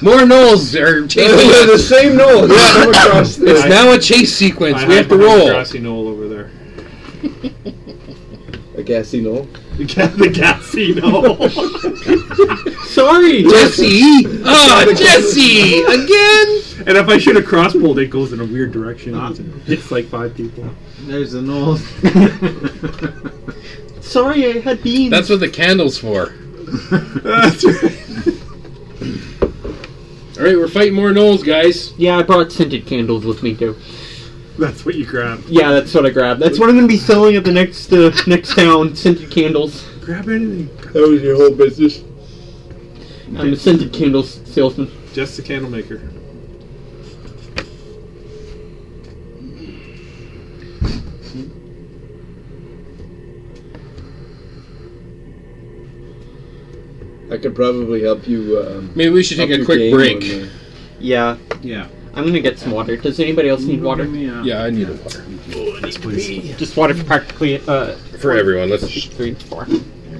S4: More knolls are chasing
S3: They're the
S4: us.
S3: same nose. Come across
S4: It's
S3: this.
S4: now a chase sequence.
S5: I
S4: we have to
S5: a
S4: roll.
S5: Grassy knoll over there.
S3: A gassy knoll.
S5: The, ga- the gassy knoll.
S6: Sorry.
S4: Jesse! Ah, Jesse! Again!
S5: and if I shoot a crossbow, it goes in a weird direction.
S6: Ah.
S5: and hits like five people.
S2: there's the null.
S6: Sorry, I had beans.
S4: That's what the candle's for.
S5: That's right.
S4: Alright, we're fighting more gnolls, guys.
S6: yeah, I brought scented candles with me too.
S5: That's what you grab.
S6: Yeah, that's what I grabbed. That's what I'm gonna be selling at the next uh, next town. Scented candles.
S5: Grab anything.
S3: That was your whole business.
S6: I'm a scented candles salesman.
S5: Just the candle maker.
S3: I could probably help you. Um,
S4: Maybe we should take
S3: up
S4: a
S3: your
S4: quick
S3: game
S4: break.
S3: on, uh,
S6: Yeah,
S2: yeah.
S6: I'm gonna get some water. Does anybody else need water?
S4: Yeah, I need a water.
S6: Just water for practically uh
S4: For everyone, let's.
S6: three, four.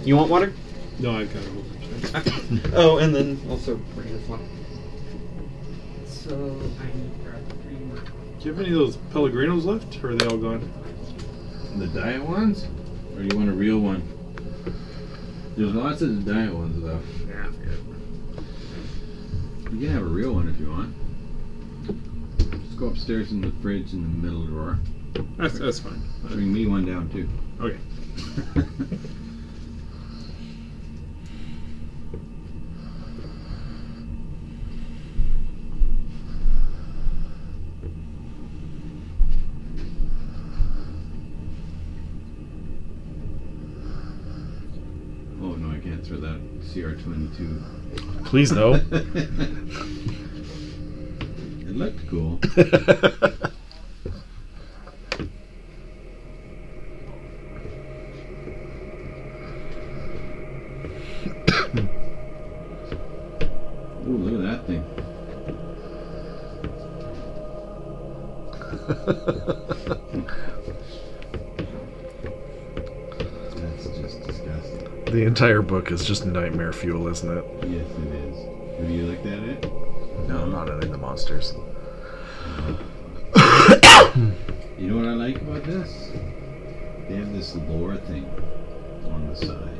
S6: You want water?
S5: No, I got it.
S6: Oh, and then also bring this one. So I need to grab three more.
S5: Do you have any of those Pellegrinos left, or are they all gone?
S2: The diet ones? Or do you want a real one? There's lots of the diet ones, though. Yeah, You can have a real one if you want. Just go upstairs in the fridge in the middle drawer.
S5: That's, that's fine.
S2: Bring me one down, too.
S5: Okay.
S2: Oh, no, I can't throw that CR22.
S8: Please no.
S2: It looked cool. Ooh, look at that thing. That's just disgusting.
S8: the entire book is just nightmare fuel, isn't it?
S2: Yes, it is. Have you looked at it?
S8: No, not any of the monsters.
S2: You know what I like about this? They have this lore thing on the side.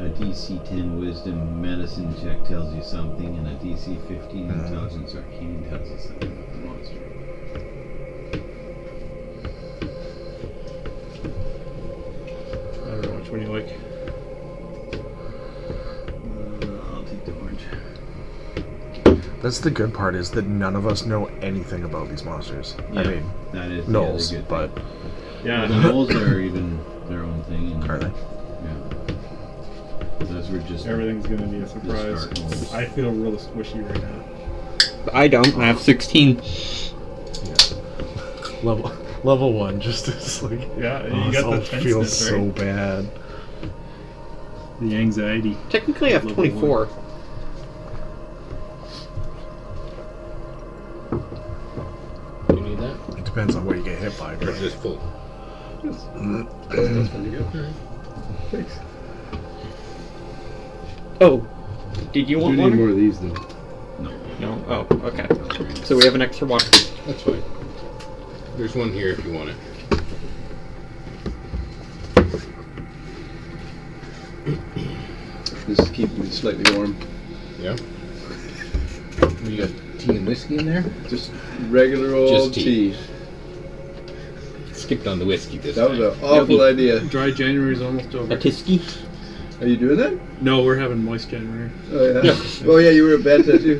S2: A DC 10 wisdom medicine check tells you something, and a DC 15 intelligence arcane tells you something about the monster.
S5: I don't know which one you like.
S2: Uh, I'll take
S8: That's the good part is that none of us know anything about these monsters. I
S2: Yeah,
S8: mean,
S2: that is the
S8: Knowles,
S2: other good
S8: but
S2: Yeah, the moles are even their own thing. And,
S8: Are they?
S2: Yeah. Those were just
S5: Everything's gonna be a surprise.
S2: Just start rolls.
S5: I feel real squishy right now.
S6: I don't. I have 16.
S20: level level one just is like
S5: Yeah, you
S20: oh, this
S5: got the
S20: all
S5: tenseness,
S20: feels so
S5: right?
S20: bad.
S5: The anxiety.
S6: Technically, I have
S5: Level one.
S6: 24.
S4: You need that?
S8: it depends on what you get hit by.
S4: Or
S8: But
S4: is this full?
S6: Oh, did you
S3: Do
S6: want
S3: need
S6: one?
S3: more of these though.
S6: No. Oh, okay. So we have an extra water.
S4: That's fine. There's one here if you want it.
S3: This is keeping it slightly warm.
S4: Yeah. You got tea and whiskey in there?
S3: Just regular old
S4: Just tea.
S3: tea.
S4: Skipped on the whiskey this
S3: That was
S4: time.
S3: an awful idea.
S5: Dry January is almost over.
S6: A tisky?
S3: Are you doing that?
S5: No, we're having moist January.
S3: Oh yeah. oh yeah, you were a bad tattoo.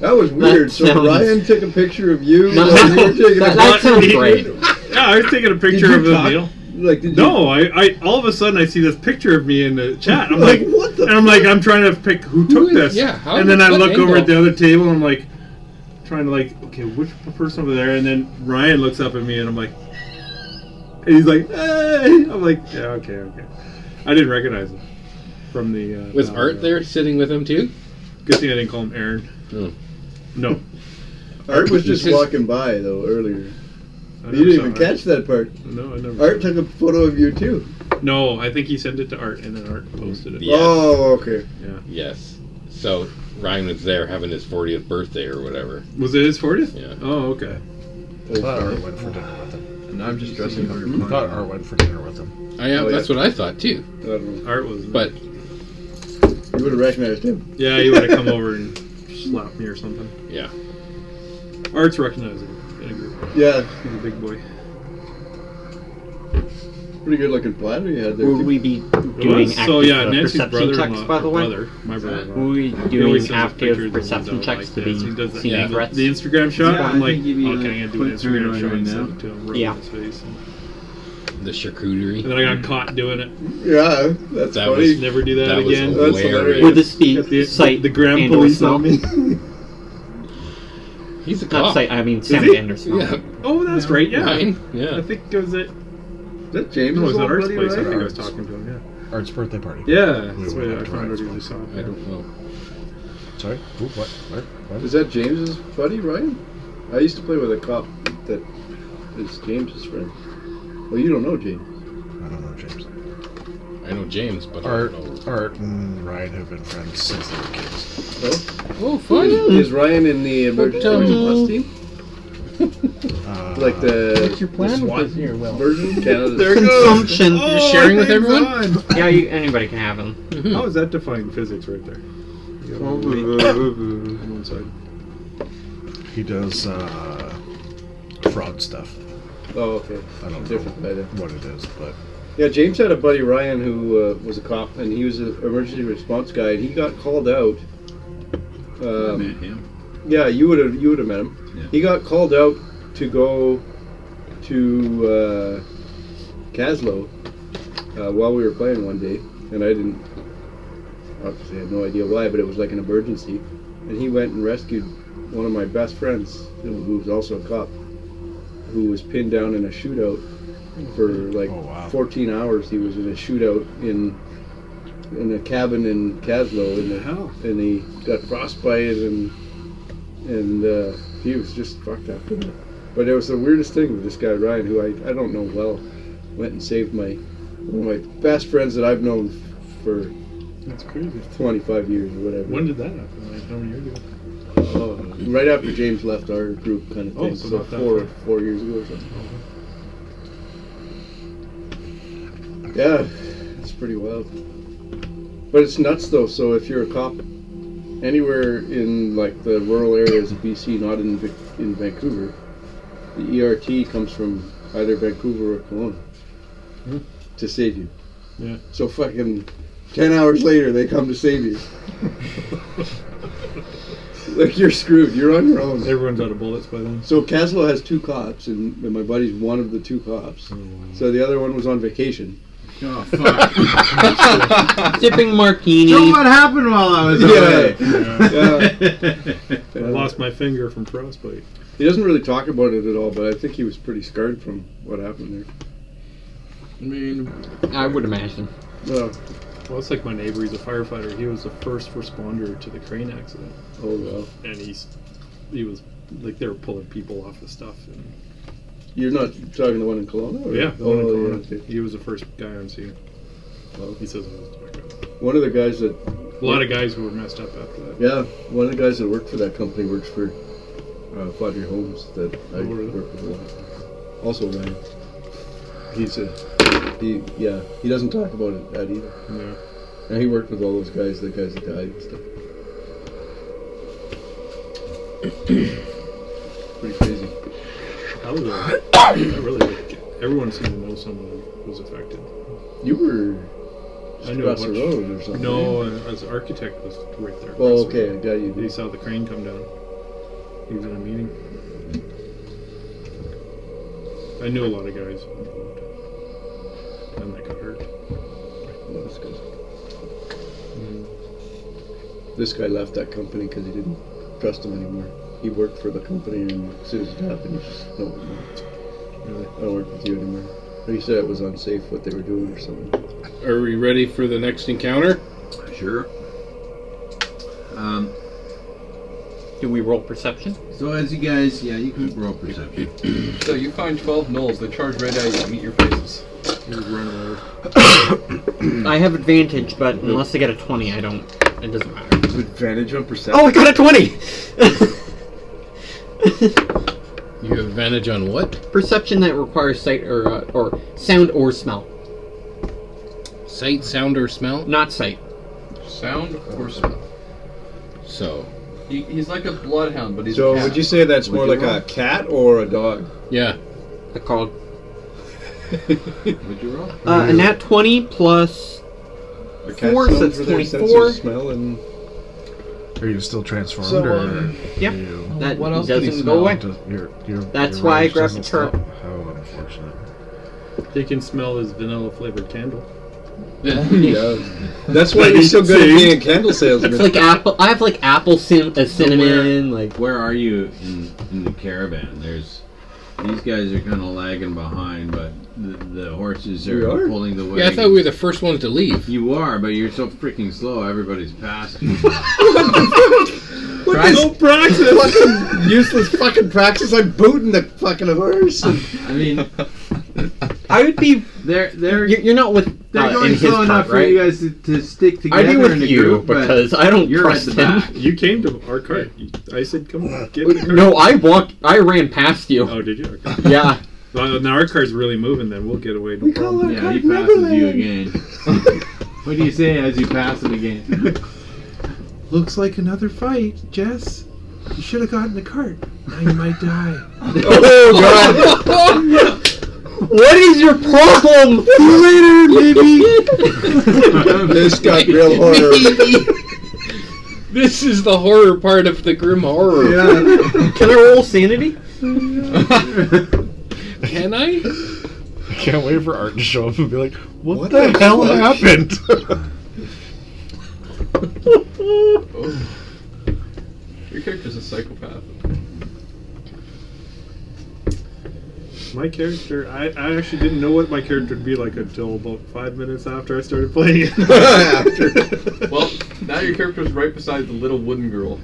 S3: That was weird. so
S6: sounds-
S3: Ryan took a picture of you.
S6: No,
S3: and you were taking
S6: that,
S3: a
S6: that
S3: picture.
S6: sounds great.
S5: Yeah, I was taking a picture
S3: you
S5: of the
S3: talk?
S5: meal.
S3: Like did you?
S5: No, I, I all of a sudden I see this picture of me in the chat. I'm like,
S3: Like, what the
S5: and I'm like, I'm trying to pick who took
S4: is-
S5: this.
S4: yeah, how-
S5: and then I
S4: what
S5: look over at
S4: angle?
S5: the other table. and I'm like, trying to like, okay, which person over there? And then Ryan looks up at me, and I'm like, and he's like, hey. I'm like, yeah, okay, okay. I didn't recognize him from the. Uh,
S4: Was
S5: uh,
S4: Art there sitting with him too?
S5: Good thing I didn't call him Aaron.
S4: No.
S5: No,
S3: Art was
S4: You
S3: just
S4: just-
S3: walking by though earlier. You
S5: I never
S3: didn't
S5: saw
S3: even
S5: Art.
S3: catch that part.
S5: No, I never.
S3: Art took a photo of you too.
S5: No, I think he sent it to Art, and then Art posted it.
S4: Yeah.
S3: Oh, okay.
S4: Yes. So Ryan was there having his 40th birthday or whatever.
S5: Was it his 40th?
S4: Yeah.
S5: Oh, okay.
S8: I thought Art went for dinner with him.
S21: And I'm just dressing up your
S8: I thought Art went for dinner with him.
S4: I am,
S3: Oh, yeah.
S4: That's what I thought too.
S3: I don't know.
S5: Art was.
S4: But
S3: You would have recognized him.
S5: Yeah, he would have come over and slapped me or something.
S4: Yeah.
S5: Art's recognizing in a group.
S3: Yeah,
S5: He's a big boy.
S3: pretty good looking platter you had there.
S6: Will
S3: too.
S6: we be doing
S5: Was?
S6: active
S5: so yeah,
S6: uh,
S5: Nancy's
S6: perception
S5: brother-in-law,
S6: checks, by the way?
S5: brother, my brother.
S6: Will we
S5: He always sends us
S6: doing
S5: pictures
S6: active
S5: of his
S6: perception
S5: dog
S6: checks to
S5: like this. He does
S6: be
S5: that
S6: seeing
S5: thing,
S6: threats?
S5: The Instagram shot.
S2: Yeah,
S5: I'm
S2: I
S5: like,
S2: think you'd be,
S5: okay,
S2: uh,
S5: I'm gonna do an
S2: put through
S5: Instagram
S2: right
S5: shot and
S2: now.
S5: send it to him, rub it
S6: Yeah.
S5: in his face. And
S4: The charcuterie.
S5: then I got caught doing it.
S3: Yeah, that's
S4: That
S3: funny.
S4: was-
S5: Never do that,
S4: That was
S5: again.
S3: That's
S4: hilarious.
S6: Would this be
S5: Got the,
S6: sight
S5: the gram
S6: and or
S5: police
S6: smell?
S5: on me.
S4: He's a
S6: Not
S4: cop.
S6: sight, I mean
S5: he?
S6: sound and or smell.
S4: Yeah.
S5: oh, that's right. Yeah,
S4: Ryan.
S5: I
S4: Yeah.
S5: think it was it.
S3: Is that James?
S5: No, it was at Art's
S3: bloody
S5: place. I
S3: right?
S5: think I was talking to him.
S8: Art's birthday party.
S5: Yeah, yeah. That's
S8: We went
S5: where I
S8: up to
S5: found out
S8: Ryan's
S5: he was off.
S4: I don't know.
S8: Sorry. Ooh, what? What? What?
S3: Is that James's buddy, Ryan? I used to play with a cop that is James's friend. Well, you don't know James.
S8: I don't know, James.
S4: I know James, but
S8: Art,
S4: I don't know.
S8: Art, and Mm, Ryan have been friends since they were kids.
S4: Oh, fun.
S3: Is Ryan in the emergency response team?
S8: Uh,
S3: Like the
S6: What's your plan
S3: SWAT
S6: with this here, Will?
S3: version? Canada.
S6: Consumption.
S5: Oh,
S4: sharing with everyone? Mm-hmm.
S5: everyone?
S6: yeah, you, anybody can have them.
S5: How is that defying physics right there? You got one on one side.
S8: he does uh, fraud stuff.
S3: Oh, okay.
S8: I don't know
S3: Different idea.
S8: what it is, but
S3: Yeah, James had a buddy Ryan who uh, was a cop, and he was an emergency response guy, and he got called out. Um,
S21: Met him.
S3: yeah, you would have you would have met him.
S21: Yeah.
S3: He got called out to go to uh, Caslow uh, while we were playing one day, and I didn't obviously had no idea why, but it was like an emergency, and he went and rescued one of my best friends, who was also a cop, who was pinned down in a shootout for like
S8: Oh, wow.
S3: 14 hours. He was in a shootout in in a cabin in Caslow, in the
S5: hell?
S3: and he got frostbite and and uh, he was just fucked up. But it was the weirdest thing with this guy Ryan, who I, I don't know well, went and saved my one of my best friends that I've known for
S5: That's crazy.
S3: 25 years or whatever.
S5: When did that happen? Like how many years ago?
S3: Oh, right after James left our group, kind of
S5: Oh,
S3: thing.
S5: so
S3: so
S5: not that
S3: four
S5: far.
S3: four years ago or something. Yeah, it's pretty wild. But it's nuts though. So if you're a cop anywhere in like the rural areas of BC, not in Vic- in Vancouver, the ERT comes from either Vancouver or Kelowna to save you.
S5: Hmm. Yeah.
S3: So fucking Ten hours later, they come to save you. like you're screwed. You're on your own.
S5: Everyone's out of bullets by then.
S3: So Caslow has two cops, and, and my buddy's one of the two cops.
S5: Oh.
S3: So the other one was on vacation.
S22: Oh fuck!
S6: Sipping martini.
S2: Joe, what happened while I was away?
S5: I lost my finger from frostbite.
S3: He doesn't really talk about it at all, but I think he was pretty scarred from what happened
S22: I mean,
S6: I would imagine.
S3: there. No.
S5: Well, it's like my neighbor. He's a firefighter. He was the first responder to the crane accident,
S3: Oh well.
S5: and he's he was like they were pulling people off the stuff. And,
S3: You're not talking the one in Kelowna? or-
S5: yeah, the one in
S3: Oh,
S5: Kelowna.
S3: yeah, okay.
S5: he was the first guy on scene.
S3: Oh.
S5: He says it was my guy.
S3: One of the guys that
S5: a lot of guys who were messed up after that.
S3: Yeah, one of the guys that worked for that company works for uh, Fodger Homes that I
S5: Oh, really?
S3: work with a lot. Also, man, he's a he. Yeah, he doesn't talk about it that either.
S5: Yeah.
S3: And he worked with all those guys, the guys that died and stuff. Pretty crazy.
S5: That was a, that really everyone seemed to know someone who was affected.
S3: You were
S5: I knew a
S3: across the
S5: bunch-
S3: road or something. eh?
S5: No, uh, as architect was right there.
S3: Well,
S5: across the
S3: okay, I
S5: road.
S3: got you.
S5: He saw the crane come down. He was in a meeting. I knew a lot of guys involved. And that got hurt.
S3: Well, that's good. Hmm. This guy left that company because he didn't trust him anymore. He worked for the company, and as soon as it happened, he just no, no,
S5: Really?
S3: I don't work with you anymore. Or he said it was unsafe what they were doing or something.
S4: Are we ready for the next encounter?
S2: Sure. Um,
S6: Do we roll perception?
S2: so as you guys, yeah, you can roll perception.
S23: So you find 12 gnolls that charge right at you and meet your faces.
S6: I have advantage, but unless I get a 20, I don't. It doesn't matter.
S24: Advantage on perception.
S6: Oh, I got a 20!
S4: You have advantage on what?
S6: perception that requires sight or, uh, or sound or smell.
S4: Sight, sound, or smell?
S6: Not sight.
S23: Sound or smell?
S4: So,
S23: He, he's like a bloodhound, but he's
S24: So
S23: a cat.
S24: would you say that's more like a cat or a dog?
S4: yeah.
S6: The called.
S24: Would you roll?
S6: Uh, a nat 20 plus.
S24: A cat
S6: Four,
S24: sounds
S6: so it's
S24: for their
S6: 24.
S24: sense of smell and
S25: Are you still transformed?
S23: So,
S25: or
S23: um,
S6: yep.
S25: you-
S6: That
S23: What else can you
S6: doesn't
S23: smell?
S6: go away.
S25: does- your- your-
S6: That's
S25: your
S6: why I
S25: range
S6: grabbed the
S25: doesn't stop?
S6: turret.
S25: How unfortunate.
S8: Oh,
S5: They can smell his vanilla flavored candle.
S24: yeah. That's why you're so good at being a candle
S6: It's
S24: salesman.
S6: like apple. I have like apple, cin- uh, cinnamon, like.
S2: Where are you in in the caravan? There's these guys are kind of lagging behind, but the, the horses
S24: We
S2: are,
S24: are?
S2: pulling the wagon.
S4: Yeah, I thought we were the first ones to leave.
S2: You are, but you're so freaking slow. Everybody's past you.
S24: What is no practice? fucking useless fucking practice. I'm booting the fucking horse. And
S2: I mean,
S6: I would be.
S2: they're they're
S6: You're, you're not with.
S2: they're
S6: uh,
S2: going
S6: in his
S2: slow
S6: cart,
S2: enough for
S6: right?
S2: you guys to, to stick
S6: I'd
S2: together
S6: be
S2: in
S6: with
S2: a
S6: you
S2: group, but
S6: because I don't
S2: you're at
S6: trust
S2: the
S6: him.
S2: back.
S5: You came to our cart. You- I said, come on, get in the cart.
S6: No, I walked. I ran past you.
S5: Oh, did you? Okay.
S6: Yeah.
S5: Well, now our cart's really moving, then we'll get away. No problem.
S2: Yeah, he passes you again. what do you say as you pass him again?
S5: Looks like another fight, Jess. You should have gotten the cart. Now you might die.
S6: Oh god. what is your problem? Later, maybe.
S24: this got real horror.
S4: This is the horror part of the grim horror.
S24: yeah.
S6: Can I roll sanity?
S4: Can I?
S8: I can't wait for Art to show up and be like, "What,
S24: What
S8: the,
S24: the
S8: hell
S24: fuck?"
S8: happened?"
S23: Your character's a psychopath.
S5: My character, I, I actually didn't know what my character would be like until about five minutes after I started playing it.
S24: After.
S23: Well, now your character's right beside the little wooden girl.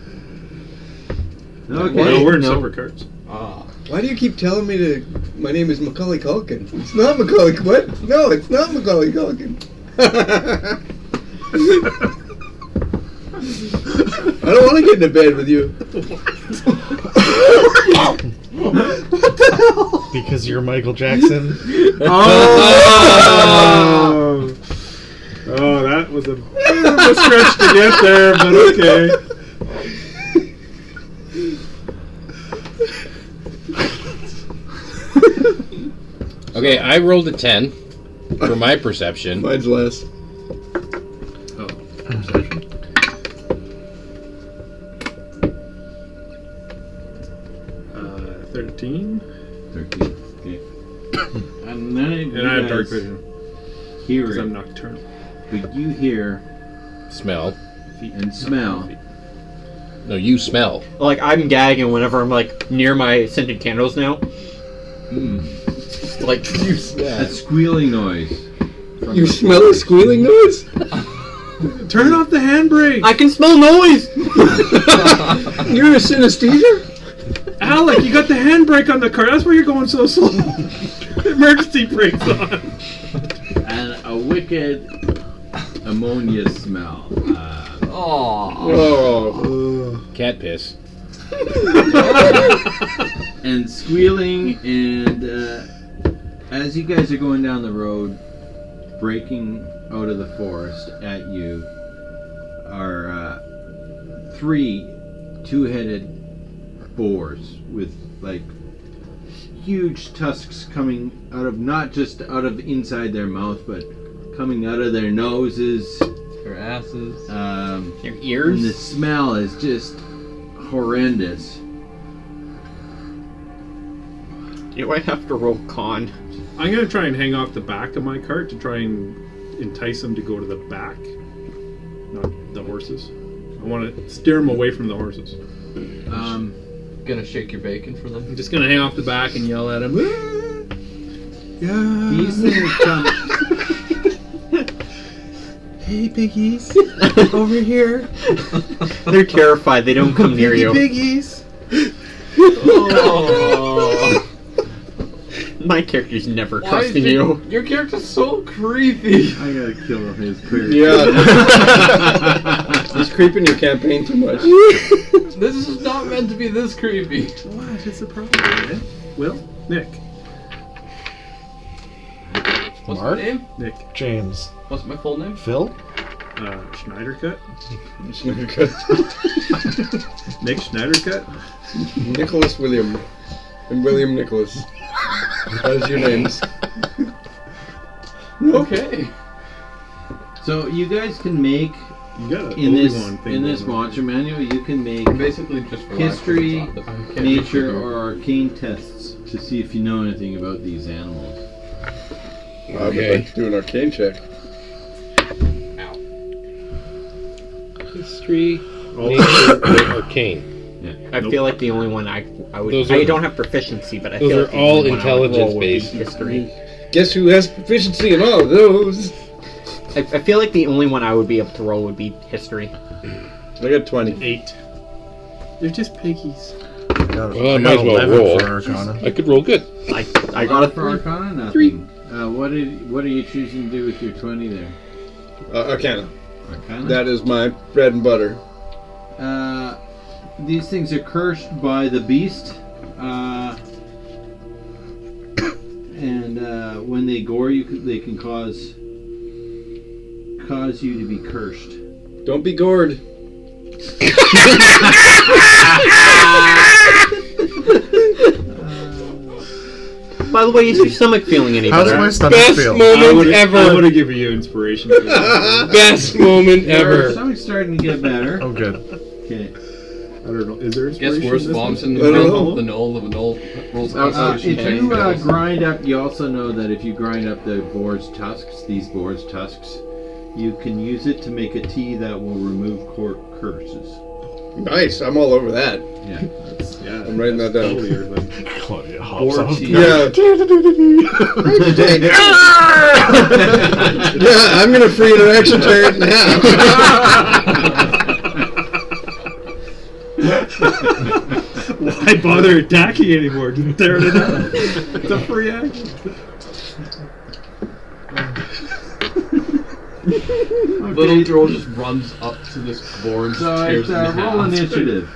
S2: Okay.
S5: no, we're in
S6: No.
S5: silver carts.
S23: Ah.
S3: Why do you keep telling me to? My name is Macaulay Culkin. It's not Macaulay. What? No, it's not Macaulay Culkin. I don't want to get into bed with you.
S8: because you're Michael Jackson.
S4: Ah!
S5: Oh! oh, that was a bit of a stretch to get there, but okay.
S4: Okay, I rolled a 10 for my perception.
S24: Mine's less.
S17: perception.
S5: Uh, 13.
S2: 13. Okay.
S5: and then
S2: you
S5: and I have dark
S2: guys
S5: vision.
S2: hear
S5: Because
S2: it.
S5: I'm nocturnal.
S2: But you hear
S4: Smell.
S2: and smell.
S4: No, you smell.
S6: Like I'm gagging whenever I'm like near my scented candles now. Just, Like you
S2: A squealing noise. from
S11: You
S2: the
S11: smell a squealing noise?
S5: Turn off the handbrake!
S6: I can smell noise.
S11: You're a synesthesia?
S5: Alec, you got the handbrake on the car. That's why you're going so slow. Emergency brakes on.
S2: and a wicked ammonia smell. Uh,
S4: Oh. Cat piss.
S2: and squealing, and uh, as you guys are going down the road, breaking out of the forest at you are uh, three two headed boars with like huge tusks coming out of not just out of inside their mouth but coming out of their noses
S6: Their asses.
S2: um,
S6: Their
S2: and the
S6: ears.
S2: smell is just horrendous.
S6: Do I have to roll con?
S5: I'm going to try and hang off the back of my cart to try and entice them to go to the back, not the horses. I want to steer them away from the horses.
S2: Um,
S17: Gonna shake your bacon for them.
S5: I'm just going to hang off the back and yell at them. Yeah.
S2: these things come.
S5: Hey, piggies. Over here.
S6: They're terrified. They don't come near you.
S5: Piggies.
S6: Oh. My character's never trusting you.
S17: Your character's so creepy.
S2: I gotta kill his career.
S11: Yeah. He's creeping your campaign too much.
S17: This is not meant to be this creepy.
S5: What is the problem, man? Will? Nick.
S17: What's
S8: Mark?
S17: my name?
S5: Nick.
S8: James.
S17: What's my full name?
S8: Phil?
S5: Uh, Schneider cut?
S11: Nicholas
S5: Nick Schneider cut?
S11: William and William Nicholas. That's your Uh, names.
S17: Okay.
S2: So you guys can make
S5: You got a
S2: in this
S5: Obi-Wan thing
S2: in this
S5: going on.
S2: monster manual. You can make
S17: Basically, just relax
S2: history,
S17: on top. I can't reach
S2: nature,
S17: you.
S2: or arcane tests to see if you know anything about these animals.
S11: I would like to do an arcane check.
S4: History.
S5: All
S4: Nature or arcane.
S6: I
S5: Nope.
S6: feel like the only one I I would
S4: Those
S6: I
S4: are-
S6: don't have proficiency, but I
S4: those
S6: feel
S4: are
S6: like the
S4: all
S6: only one I would roll would be
S4: intelligence-based.
S6: history.
S11: Guess who has proficiency in all of those?
S6: I, I feel like the only one I would be able to roll would be history.
S11: I got 20.
S5: Eight. They're just piggies.
S8: Got,
S4: Well, I might as well
S8: 11
S4: roll.
S8: For Arcana.
S4: I could roll good.
S6: I I got a
S2: for
S6: three.
S2: Arcana. Nothing.
S6: Three.
S2: Uh, what did what are you choosing to do with your twenty there?
S11: Uh, Arcana.
S2: Arcana.
S11: That is my bread and butter.
S2: Uh, these things are cursed by the beast. Uh, and uh, when they gore you, c- they can cause cause you to be cursed.
S11: Don't be gored.
S6: By the way, is your stomach feeling any
S8: How's
S6: better?
S8: my stomach
S4: Best
S8: feel?
S5: I
S4: moment
S5: would, I
S4: ever.
S5: would give you inspiration. for that.
S4: Best moment
S2: Your
S4: ever.
S2: stomach's starting to get better.
S8: Oh, good.
S2: Okay.
S5: I don't know. Is there
S17: Guess
S5: inspiration?
S17: worse
S5: in this
S17: bombs
S5: one?
S17: in
S11: I
S8: Uh,
S17: the
S11: don't
S17: middle
S11: know.
S17: of the null. The null rolls
S2: Uh,
S17: constitution
S2: if
S17: check
S2: you uh,
S17: fails.
S2: grind up, you also know that if you grind up the boar's tusks, these boar's tusks, you can use it to make a tea that will remove cor- curses.
S11: Nice. I'm all over that.
S2: Yeah.
S5: Yeah,
S11: I'm writing that down.
S5: totally your thing.
S8: Claudia hops off.
S11: Yeah. yeah, I'm gonna free interaction tear it in half.
S5: Why bother attacking anymore? Just tear it out. It's a free action.
S17: Little girl just runs up to this board.
S2: So
S17: tears
S2: it's
S17: it in
S2: uh, roll
S17: half.
S2: initiative.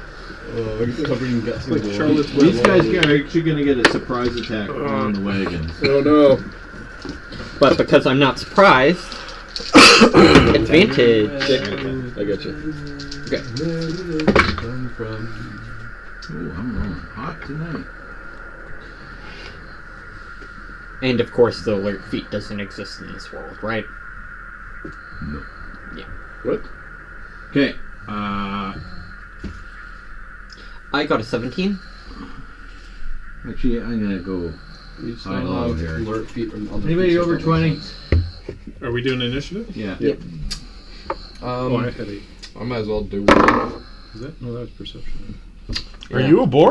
S17: Oh, it's covered in guts and
S5: Like
S17: gore.
S5: Charlotte's Web.
S2: These guys are actually going to get a surprise attack on the wagon.
S11: oh no.
S6: But because I'm not surprised, advantage.
S11: I got you.
S17: Come from-
S2: Ooh, I'm rolling hot tonight.
S6: And of course, the alert feat doesn't exist in this world, right?
S11: What?
S2: Okay. Uh,
S6: I got a 17.
S2: actually, I'm gonna go high low here.
S5: Anybody over 20? Are we doing initiative?
S2: Yeah.
S5: Yep.
S17: Um,
S5: Oh, I had eight.
S17: I might as well do one.
S5: Is that? No, that was perception.
S8: Are you a boar?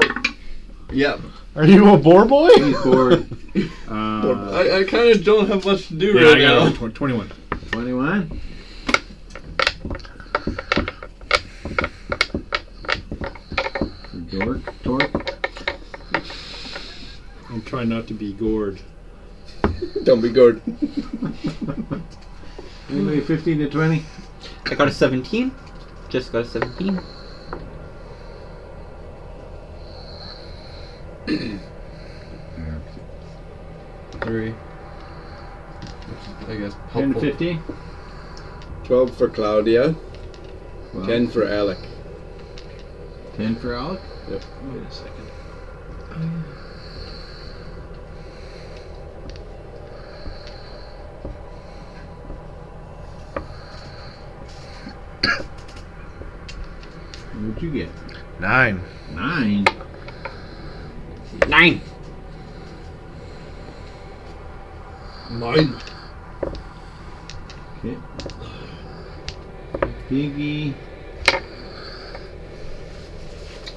S17: Yeah.
S8: Are you a boar boy?
S2: He's bored. Uh,
S17: I, I kind of don't have much to do
S5: Yeah,
S17: right
S5: I got
S17: now.
S5: over twen- 21.
S2: 21. Dork, dork.
S5: I'm trying not to be gored.
S3: Don't be gored.
S2: Anybody 15 to 20?
S6: I got a 17. Just got a 17.
S17: Three. I guess.
S2: 10 to
S17: helpful.
S2: 15?
S3: 12 for Claudia,
S2: Well,
S3: 10 for Alec.
S2: 10 for Alec?
S3: Yep.
S2: Wait a second. What'd you get?
S8: Nine.
S2: Nine.
S6: Nine.
S17: Nine.
S2: Okay. Piggy.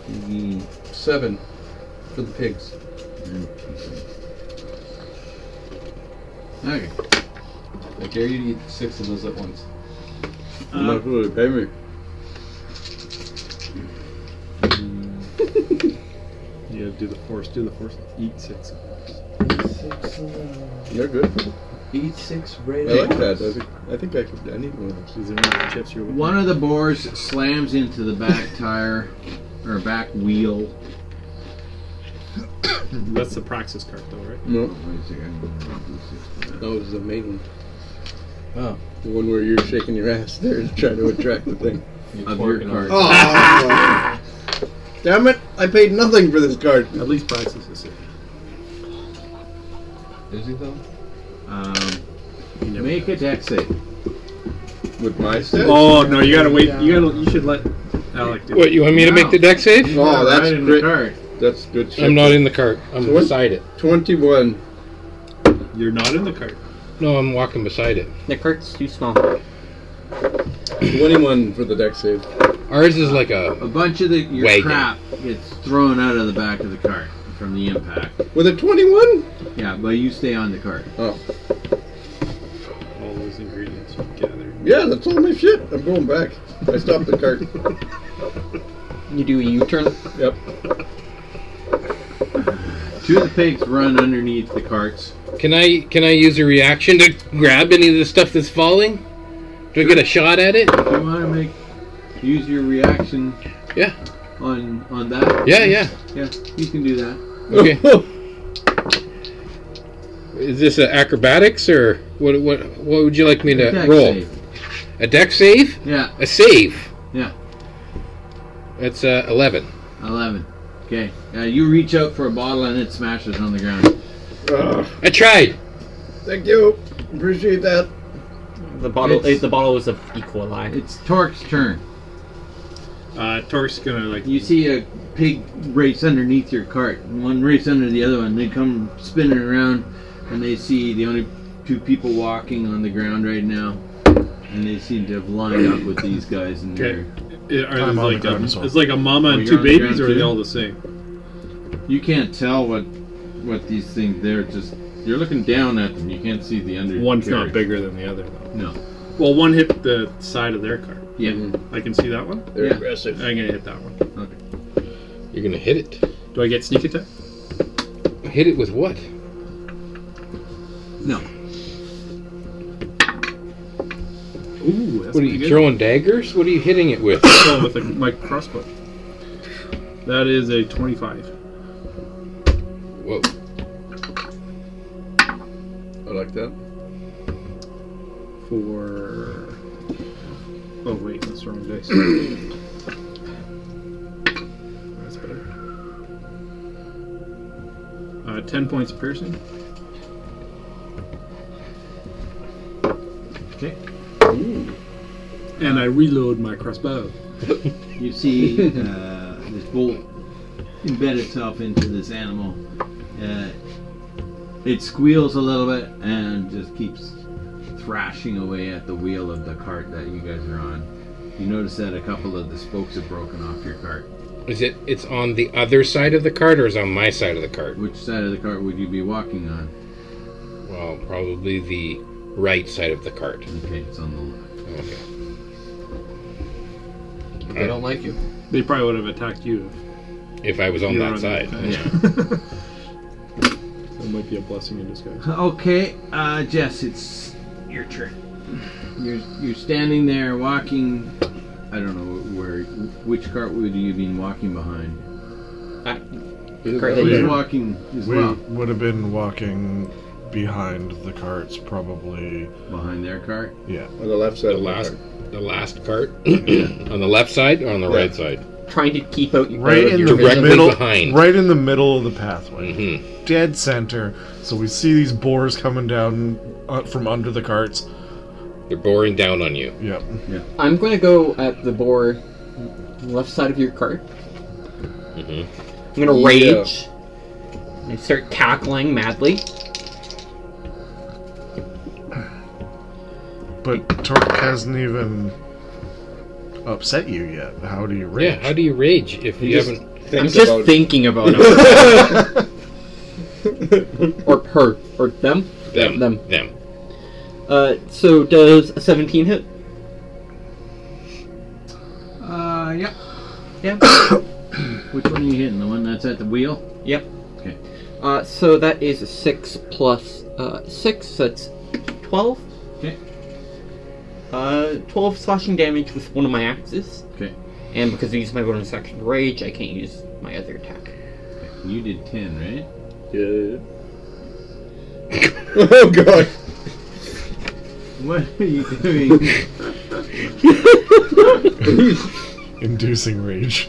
S2: Piggy.
S17: Seven for the pigs.
S2: and Piggy. Okay.
S17: I dare you to eat six of those at once.
S3: I'm not going to pay me.
S5: Yeah, do the force, do the force. Eat six.
S3: You're good.
S17: Eat six right
S3: I like that. I think I, think I could. I need one of those.
S5: Is there any chips you're
S2: One of the boars slams into the back tire or back wheel.
S5: That's the Praxis cart, though, right?
S3: No,
S2: Wait a second.
S3: no, this is the main one.
S17: Oh.
S3: The one where you're shaking your ass there trying to attract the thing.
S2: Of your card.
S3: Oh, damn it! I paid nothing for this card.
S5: At least Praxis is safe.
S17: Is he though?
S2: Um, make a deck save.
S3: With my set?
S5: Oh no, you gotta wait. You gotta. You should let Alec do.
S4: What,
S5: it.
S4: you want me to make the deck save?
S3: Oh, that's
S2: Right in the
S3: great.
S2: card.
S3: That's good. Shit.
S4: I'm not in the cart. I'm
S3: So what-
S4: beside it.
S3: Twenty-one.
S5: You're not in the cart.
S4: No, I'm walking beside it.
S6: The cart's too small.
S3: 21 for the deck save.
S4: Ours is like a.
S2: A bunch of the your
S4: Wagon.
S2: crap gets thrown out of the back of the cart from the impact.
S3: With a 21?
S2: Yeah, but you stay on the cart.
S3: Oh.
S5: All those ingredients you gathered.
S3: Yeah, that's all my shit. I'm going back. I stopped the cart.
S6: You do a U turn.
S3: Yep.
S2: Two of the pigs run underneath the carts.
S4: Can I can I use a reaction to grab any of the stuff that's falling? Do I get a shot at it?
S2: If you want to make use your reaction.
S4: Yeah.
S2: On on that.
S4: Yeah, yeah.
S2: Yeah, you can do that.
S4: Okay. Is this a acrobatics or what? What? What would you like me to
S2: Deck
S4: uh, roll?
S2: save.
S4: A deck save?
S2: Yeah,
S4: A save.
S2: Yeah.
S4: That's uh, eleven.
S2: eleven. Okay. Uh, you reach out for a bottle and it smashes on the ground.
S3: Ugh,
S4: I tried.
S3: thank you. Appreciate that.
S6: The bottle.
S2: It's-
S6: eh, the bottle was of equal lie.
S2: It's Torque's turn.
S5: Uh, Torque's gonna like.
S2: You see a pig race underneath your cart. and One race under the other one. They come spinning around, and they see the only two people walking on the ground right now, and they seem to have lined up with these guys. And
S5: Okay.
S2: they're-
S5: It, are
S8: I'm
S5: these
S8: on the
S5: like
S8: ground
S5: a,
S8: as well.
S5: it's like a mama
S2: Oh,
S5: and
S2: you're
S5: two
S2: on the
S5: babies,
S2: ground
S5: or are they
S2: too?
S5: all the same?
S2: you can't tell what what these things. They're just you're looking down at them. You can't see the under.
S5: One's not bigger than the other, though.
S2: No.
S5: Well, one hit the side of their cart.
S2: Yeah.
S5: I can see that one.
S3: They're
S2: Yeah.
S5: I'm
S3: aggressive.
S5: gonna hit that one.
S4: You're gonna hit it.
S5: Do I get sneak attack?
S4: Hit it with what?
S2: No.
S5: Ooh, that's
S4: What are
S5: pretty
S4: you
S5: good.
S4: throwing daggers? What are you hitting it with?
S5: Oh, with a, my crossbow. That is a 25.
S4: Whoa.
S3: I like that.
S5: for. Oh wait, that's the wrong dice. that's better. Uh, ten points of piercing. Okay. and I reload my crossbow.
S2: You see uh, this bolt embed itself into this animal. Uh, it squeals a little bit and just keeps thrashing away at the wheel of the cart that you guys are on. You notice that a couple of the spokes have broken off your cart.
S4: Is it? It's on the other side of the cart, or is it on my side of the cart?
S2: Which side of the cart would you be walking on?
S4: Well, probably the right side of the cart.
S2: Okay, it's on the
S4: left. Okay.
S17: They don't like you.
S5: They probably would have attacked you
S4: If I was on
S5: You
S4: that
S5: were
S4: side.
S17: That might be a blessing in disguise.
S2: Okay, uh, Jess, it's your turn. You're you're standing there walking. I don't know where, which cart would you have been walking behind?
S8: We-
S2: Who's walking as
S8: we
S2: well?
S8: would have been walking behind the carts, probably.
S2: Behind their cart?
S8: Yeah.
S3: Uh,
S13: On the left side
S4: The
S13: of the
S4: last,
S13: cart.
S4: the last cart. on the left side or on the
S13: Yeah.
S4: right side?
S6: Trying to keep out
S8: Right
S6: out of
S8: in
S6: your
S8: the
S6: vision.
S8: middle,
S4: behind.
S8: right in the middle of the pathway,
S3: Mm-hmm.
S4: Mhm.
S8: dead center. So we see these boars coming down uh, from under the carts.
S4: They're boring down on you.
S8: Yep.
S6: I'm going to go at the boar left side of your cart.
S4: hmm
S6: I'm going to rage and start cackling madly.
S8: But Torque hasn't even upset you yet. How do you
S4: Yeah.
S8: rage?
S4: How do you rage if you,
S8: just
S4: haven't?
S6: I'm
S13: Thinks
S6: just
S13: about-
S6: thinking about him. or her. Or them.
S4: Them.
S6: Them.
S4: Them.
S6: Uh, so does a 17 hit?
S2: Uh, yep.
S6: Yeah.
S2: Which one are you hitting? The one that's at the wheel?
S6: Yep.
S2: Okay.
S6: Uh, so that is a 6 plus uh, 6, so that's 12.
S2: Okay.
S6: Uh, 12 slashing damage with one of my axes.
S2: Okay.
S6: And because I use my bonus action to rage, I can't use my other attack.
S2: You did ten, right?
S13: Yeah. oh god.
S2: What are you doing?
S8: Inducing rage.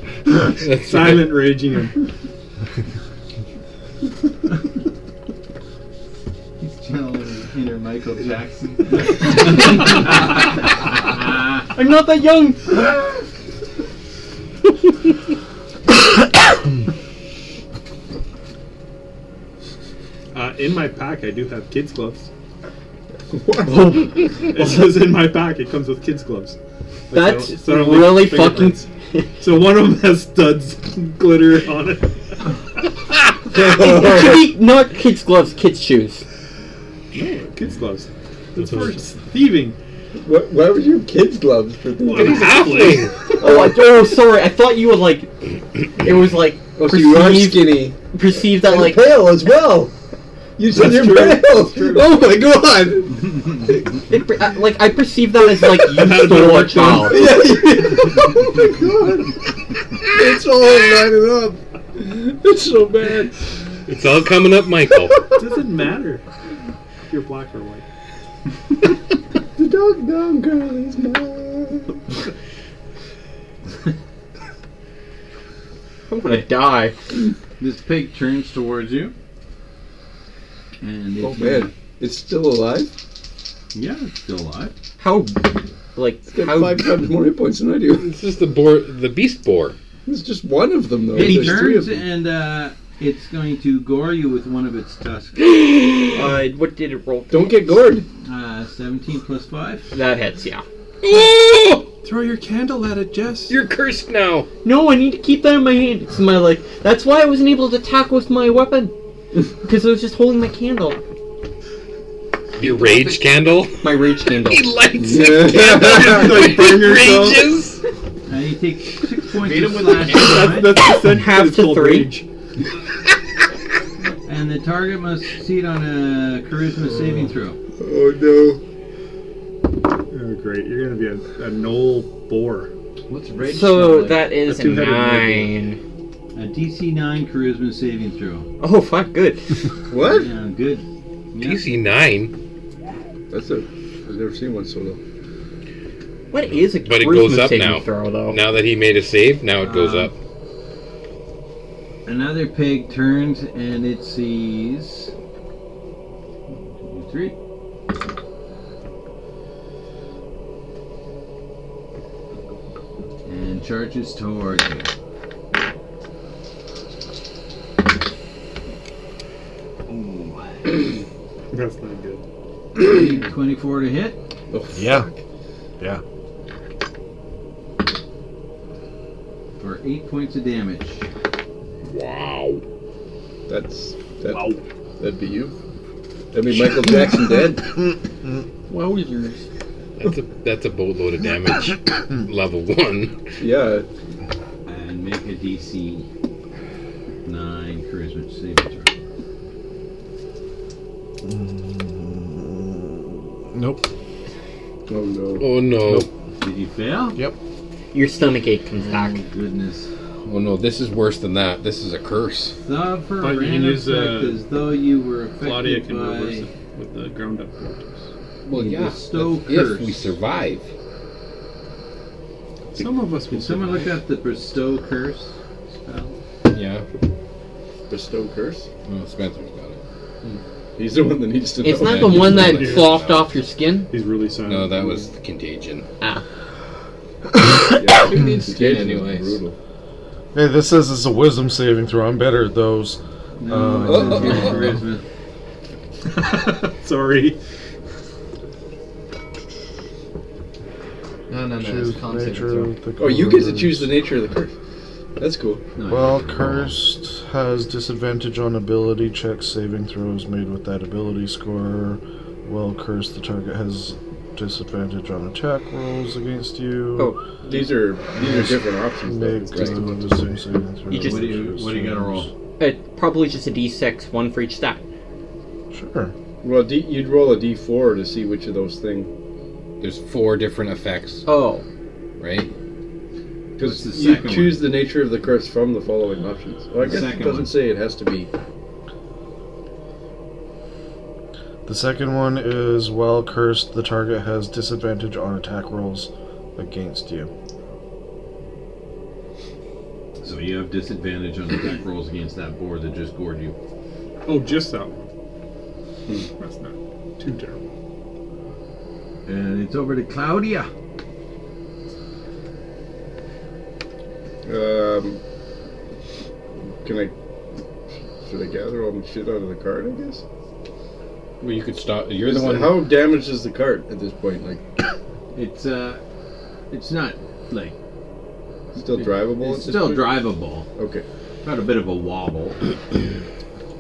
S5: silent raging him.
S2: He's channeling inner Michael Jackson.
S6: I'm not that young!
S5: Uh, in my pack, I do have kids gloves. it says in my pack it comes with kids gloves. Like,
S6: That's
S5: so- so I don't leave
S6: really fucking.
S5: fingerprints. So one of them has studs, glitter on it.
S6: Actually, not kids' gloves, kids' shoes.
S5: kids gloves. That's for thieving.
S13: What, why would you have kids' gloves for things?
S5: Exactly.
S6: Oh, I, oh, sorry. I thought you would like. It was like
S13: Oh, so you are
S6: perceived-
S13: skinny.
S6: perceived that
S13: And
S6: like
S13: pale as well. You said you're
S5: That's true. That's
S13: pale.
S5: true.
S13: Oh my god.
S6: it, per- uh, like I perceived that as like you
S5: had a bit of
S6: stole a
S5: work done.
S6: child.
S13: Yeah, you- oh my god. It's all lining up. It's so bad.
S4: It's all coming up, Michael.
S5: doesn't matter if you're black or white.
S13: The dog down girl is mine.
S6: I'm gonna die.
S2: this pig turns towards you. And it's
S13: Oh man, it's still alive.
S2: Yeah, it's still alive.
S6: How like
S13: It's got
S6: how
S13: five times more hit points than I do.
S4: This is the boar, the beast boar.
S13: It's just one of them though.
S2: It
S13: There's three of
S2: turns
S13: them.
S2: and uh, it's going to gore you with one of its tusks.
S6: uh, what did it roll?
S13: Don't get gored.
S2: Uh, 17 plus 5.
S6: That hits, yeah.
S5: Throw your candle at it, Jess.
S4: You're cursed now.
S6: No, I need to keep that in my hand. It's my like. That's why I wasn't able to attack with my weapon because I was just holding my candle,
S4: Your rage candle.
S6: my rage candle.
S4: He lights it.
S13: Like, burn yourself.
S4: Rages.
S2: Uh, you take 6 points
S14: Beat
S2: of
S14: him with a
S2: slashing
S5: That's,
S2: damage,
S5: that's essentially
S6: Half
S5: it's
S6: to
S5: called
S6: three.
S5: rage.
S2: and the target must succeed on a charisma saving throw.
S13: Oh no.
S5: Oh, great. You're going to be a, a knoll boar.
S14: What's rage? smell
S6: So
S14: like?
S6: that is
S5: A
S6: a
S5: two-headed
S6: nine.
S2: A DC 9 charisma saving throw.
S6: Oh fuck, good.
S13: What?
S2: Yeah, good. Yeah.
S4: DC nine,
S13: That's a. I've never seen one so low.
S6: What is a
S4: But it
S6: charisma
S4: goes up
S6: saving
S4: now.
S6: throw though?
S4: now that he made a save, now it goes
S2: Uh,
S4: up.
S2: Another pig turns and it sees. One, two, three. and charges toward you.
S5: That's not good.
S2: 24 to hit.
S3: Oh,
S8: yeah. Yeah.
S2: For 8 points of damage.
S3: Wow. That's that. That'd be you. That'd be Michael Jackson dead.
S6: Well, you
S4: That's a that's a boatload of damage. Level one.
S3: Yeah.
S2: And make a DC 9 charisma saving throw.
S8: Nope.
S3: Oh no.
S4: Oh no.
S2: Did you fail?
S8: Yep.
S6: Your stomach ache comes back.
S2: Goodness.
S4: Oh no. This is worse than that. This is a curse.
S2: The for
S5: But you can
S2: random
S5: use,
S2: effect
S5: uh,
S2: as though you were affected
S5: Claudia can
S2: by
S5: reverse it with the ground up quarters.
S4: Well,
S2: You
S4: yeah.
S2: bestow
S4: that's If
S2: curse.
S4: we survive.
S5: Some of us
S2: Can
S5: will
S2: someone look
S5: survive.
S2: up the bestow curse spell?
S4: Yeah.
S3: Bestow curse.
S4: Well, Oh, Spencer's got it.
S3: He's the one that needs to know.
S6: It's not
S4: Yeah,
S6: the one that
S4: yeah.
S6: sloughed off your skin.
S5: He's really silent.
S4: No, that was the contagion.
S6: Ah,
S3: Yeah,
S4: Who needs skin
S3: contagion is
S4: anyways?
S3: Brutal.
S8: Hey, this says it's a wisdom saving throw. I'm better at those.
S2: No,
S8: Uh,
S2: it's your
S4: oh, oh, oh.
S2: charisma.
S5: Sorry.
S17: No, no, no.
S8: Choose
S17: It's
S8: the
S17: con saving
S8: nature
S17: throw.
S8: of the
S3: Oh, you get to
S8: curse.
S3: choose the nature of the curse. That's cool.
S8: Well, cursed has disadvantage on ability checks, saving throws made with that ability score. Well, cursed, the target has disadvantage on attack rolls against you.
S3: Oh, these are these are different options. though.
S8: Make
S3: Just about to
S8: wisdom saving throws.
S6: just- What
S2: do you- what do you gotta roll?
S6: uh, probably just a d6, one for each stat.
S8: Sure.
S3: Well, D, you'd roll a D4 to see which of those things.
S4: There's four different effects,
S6: Oh,
S4: right?
S2: What's the
S3: Because you
S2: second
S3: choose the nature of the curse from the following options. Well, I
S2: The
S3: guess it
S2: second
S3: doesn't
S2: one.
S3: say it has to be.
S8: The second one is well cursed. The target has disadvantage on attack rolls against you.
S2: So you have disadvantage on attack rolls against that board that just gored you.
S5: Oh, just that one. That's not too terrible.
S2: And it's over to Claudia.
S3: Um, can I? Should I gather all the shit out of the card? I guess.
S4: Well, you could stop. You're
S3: Is
S4: the
S3: it-
S4: one.
S3: How damaged is the card at this point? Like
S2: It's uh, it's not like
S3: still drivable?
S2: it's
S3: at this
S2: still
S3: point?
S2: drivable.
S3: Okay.
S2: Got a bit of a wobble.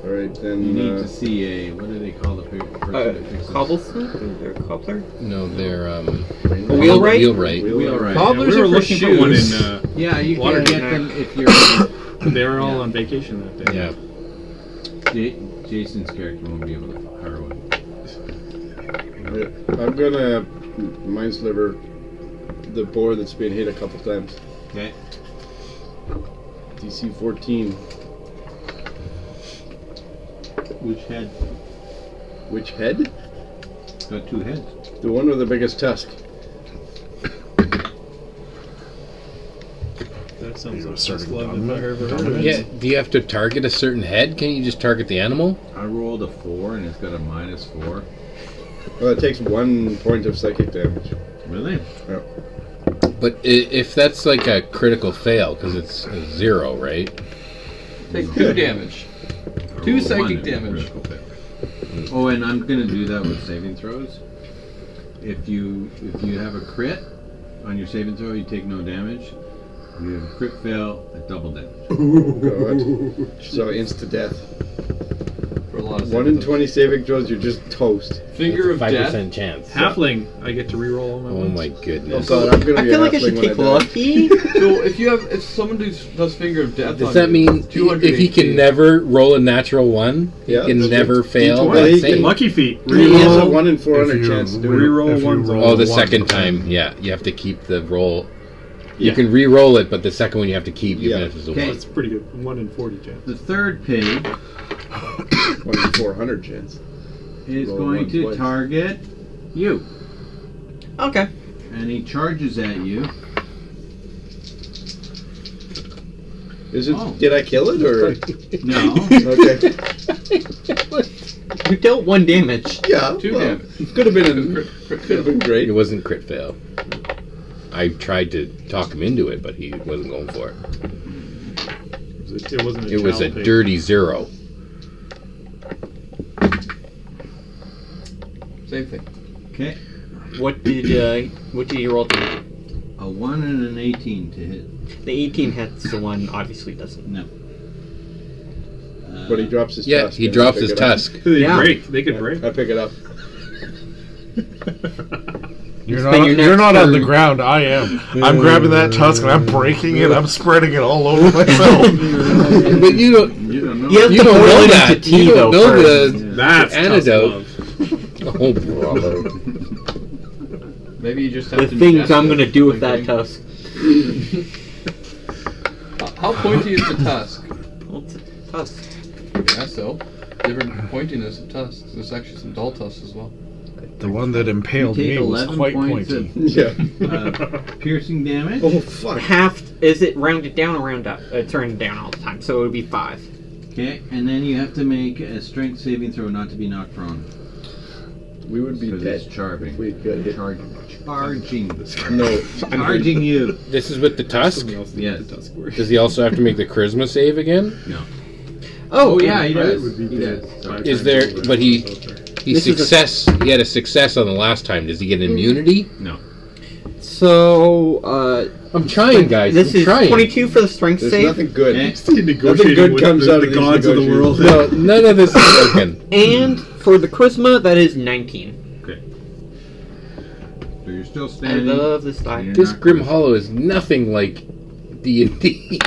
S3: All right.
S2: You
S3: Then
S2: need
S3: uh,
S2: to see a what do they call the pe- person
S6: uh,
S2: that fixes
S6: cobblestone? They're a cobbler?
S4: No, they're um.
S6: Wheelwright?
S4: Wheelwright.
S2: Wheelwright.
S5: Yeah, we
S6: Cobblers
S5: were
S6: are for
S5: looking for one in.
S6: shoes.
S5: Uh,
S2: Yeah, you
S5: Water
S2: can get
S5: tank.
S2: them if you're.
S5: they're all on vacation that day.
S4: Yeah.
S2: J- Jason's character won't be able to hire one.
S3: yeah, I'm gonna mind sliver the board that's been hit a couple times.
S2: Okay.
S3: DC 14,
S2: Which head?
S3: which head?
S2: Got two heads.
S3: The one with the biggest tusk.
S5: That sounds
S8: You
S5: like
S8: started
S5: best love if
S8: dominant-
S5: I ever heard
S8: dominance?
S5: it.
S4: Yeah. Do you have to target a certain head? Can't you just target the animal?
S2: I rolled a four and it's got a minus four.
S3: Well, it takes one point of psychic damage.
S2: Really?
S4: But i- if that's like a critical fail, because it's a zero, right?
S17: Take two damage.
S2: I
S17: Two
S2: rolled a
S17: psychic
S2: one and a
S17: damage.
S2: critical failure. Oh, and I'm gonna do that with saving throws. If you if you have a crit on your saving throw, you take no damage. If you have a crit fail, at double damage.
S3: God. So insta death.
S17: For a lot of
S3: One in 20 saving throws, you're just toast.
S17: Finger of
S4: Five
S17: death.
S4: percent chance.
S5: Halfling, I get to reroll all my
S4: Oh
S5: ones.
S4: my goodness.
S3: God, I'm gonna
S6: I
S3: be
S6: feel
S3: an
S6: like I
S3: halfling
S6: should
S3: when
S6: take
S3: die.
S6: lucky.
S17: So if you have, if someone does, does finger of death,
S4: Does
S17: on
S4: that
S17: you,
S4: mean
S17: it's 200
S4: if he can
S17: HP.
S4: never roll a natural one, he
S3: Yeah,
S4: can
S3: Oh, that's
S4: never fail?
S3: Well,
S4: that
S3: he
S4: save?
S3: can
S5: Lucky feet.
S3: He has a
S5: Reroll.
S3: 1 in 400
S8: If you
S3: chance to do it.
S5: Reroll
S8: if you
S5: ones.
S8: roll
S4: Oh, the
S8: one.
S4: second time, yeah. You have to keep the roll. You
S5: Yeah.
S4: can re-roll it, but the second one you have to keep, even
S3: Yeah.
S4: if it's a
S2: Okay.
S4: one.
S5: That's pretty good. One in forty chance.
S2: The third pig
S3: 1 in 400 chance.
S2: is
S3: Roll
S2: going
S3: one
S2: to
S3: twice.
S2: target you,
S6: Okay.
S2: and he charges at you.
S3: Is it?
S2: Oh.
S3: Did I kill it or?
S2: No,
S3: Okay.
S6: You dealt one damage.
S3: Yeah.
S17: Two
S3: well,
S17: damage.
S3: Could have been. Could have been
S4: It
S3: great.
S4: wasn't crit fail. I tried to talk him into it, but he wasn't going for it.
S5: It wasn't.
S4: It was a
S5: child thing.
S4: dirty zero.
S17: Same thing.
S2: Okay.
S6: What did uh, what did he roll? To?
S2: A one and an eighteen to hit.
S6: The eighteen hits. The one obviously doesn't.
S2: No. Uh,
S3: But he drops his
S4: Yeah,
S3: tusk.
S4: he
S3: and I
S4: drops
S3: pick
S4: his
S3: it up.
S4: tusk. They
S6: Yeah.
S5: break. They could break.
S3: I pick it up.
S8: You're
S6: Spend
S8: not,
S6: your
S8: you're
S6: next
S8: not on the
S6: turn-
S8: ground. I am. I'm grabbing that tusk and I'm breaking it. I'm spreading it all over myself.
S4: but you don't.
S14: You don't know.
S6: You have
S4: You
S6: to
S4: don't
S6: boil
S4: know
S6: it into
S4: that.
S6: tea,
S4: You don't
S6: though,
S4: know
S6: first.
S4: the,
S5: That's
S4: the antidote.
S5: Tough love.
S4: Oh, bravo.
S17: Maybe you just have
S6: The
S17: to.
S6: things
S17: ingest
S6: I'm
S17: it.
S6: gonna do with that
S17: Like,
S6: tusk.
S17: h- How pointy is the tusk?
S6: Tusk.
S17: Yeah, so different pointiness of tusks. There's actually some dull tusks as well.
S8: the one that impaled
S2: You take
S8: me was
S2: 11
S8: quite
S2: points
S8: pointy.
S3: Yeah.
S2: of uh, piercing damage.
S3: Oh fuck.
S6: Half is it rounded down or round up? Uh, It's rounded down all the time, so it would be five.
S2: Okay, and then you have to make a strength saving throw not to be knocked prone.
S3: We would be
S2: Because
S3: dead
S2: it's charging.
S3: if we got hit.
S2: Charging.
S3: No.
S2: Charging you.
S4: This is with the tusk.
S17: Somebody else
S2: Yes.
S17: did the tusk word.
S4: Does he also have to make the charisma save again?
S2: Oh, yeah, he does.
S1: would be
S2: He
S1: dead.
S2: does.
S1: Five
S4: Is
S1: times
S4: there-
S1: over.
S4: but he- He
S6: This is a-
S4: success. he had a success on the last time. Does he get immunity?
S6: So uh,
S4: I'm trying, guys.
S6: this
S4: I'm
S6: is
S4: trying.
S6: 22 for the strength
S3: There's
S6: save,
S3: nothing good.
S2: Eh?
S3: Nothing good comes out of these negotiations.
S4: No, none of this is working.
S6: and for the charisma that is 19.
S2: So you're still
S6: I
S2: standing.
S6: love this die.
S2: You're
S4: This
S2: not
S4: Grim
S2: charisma.
S4: Hollow is nothing like D and D.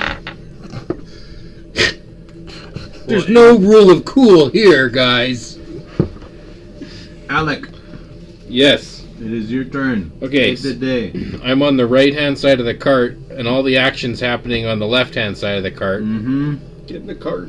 S4: There's no rule of cool here, guys.
S2: Alec,
S4: Yes.
S2: it is your turn.
S4: Okay.
S2: Save the day.
S4: I'm on the right hand side of the cart, and all the action's happening on the left hand side of the cart.
S2: Mm-hmm.
S3: Get in the cart.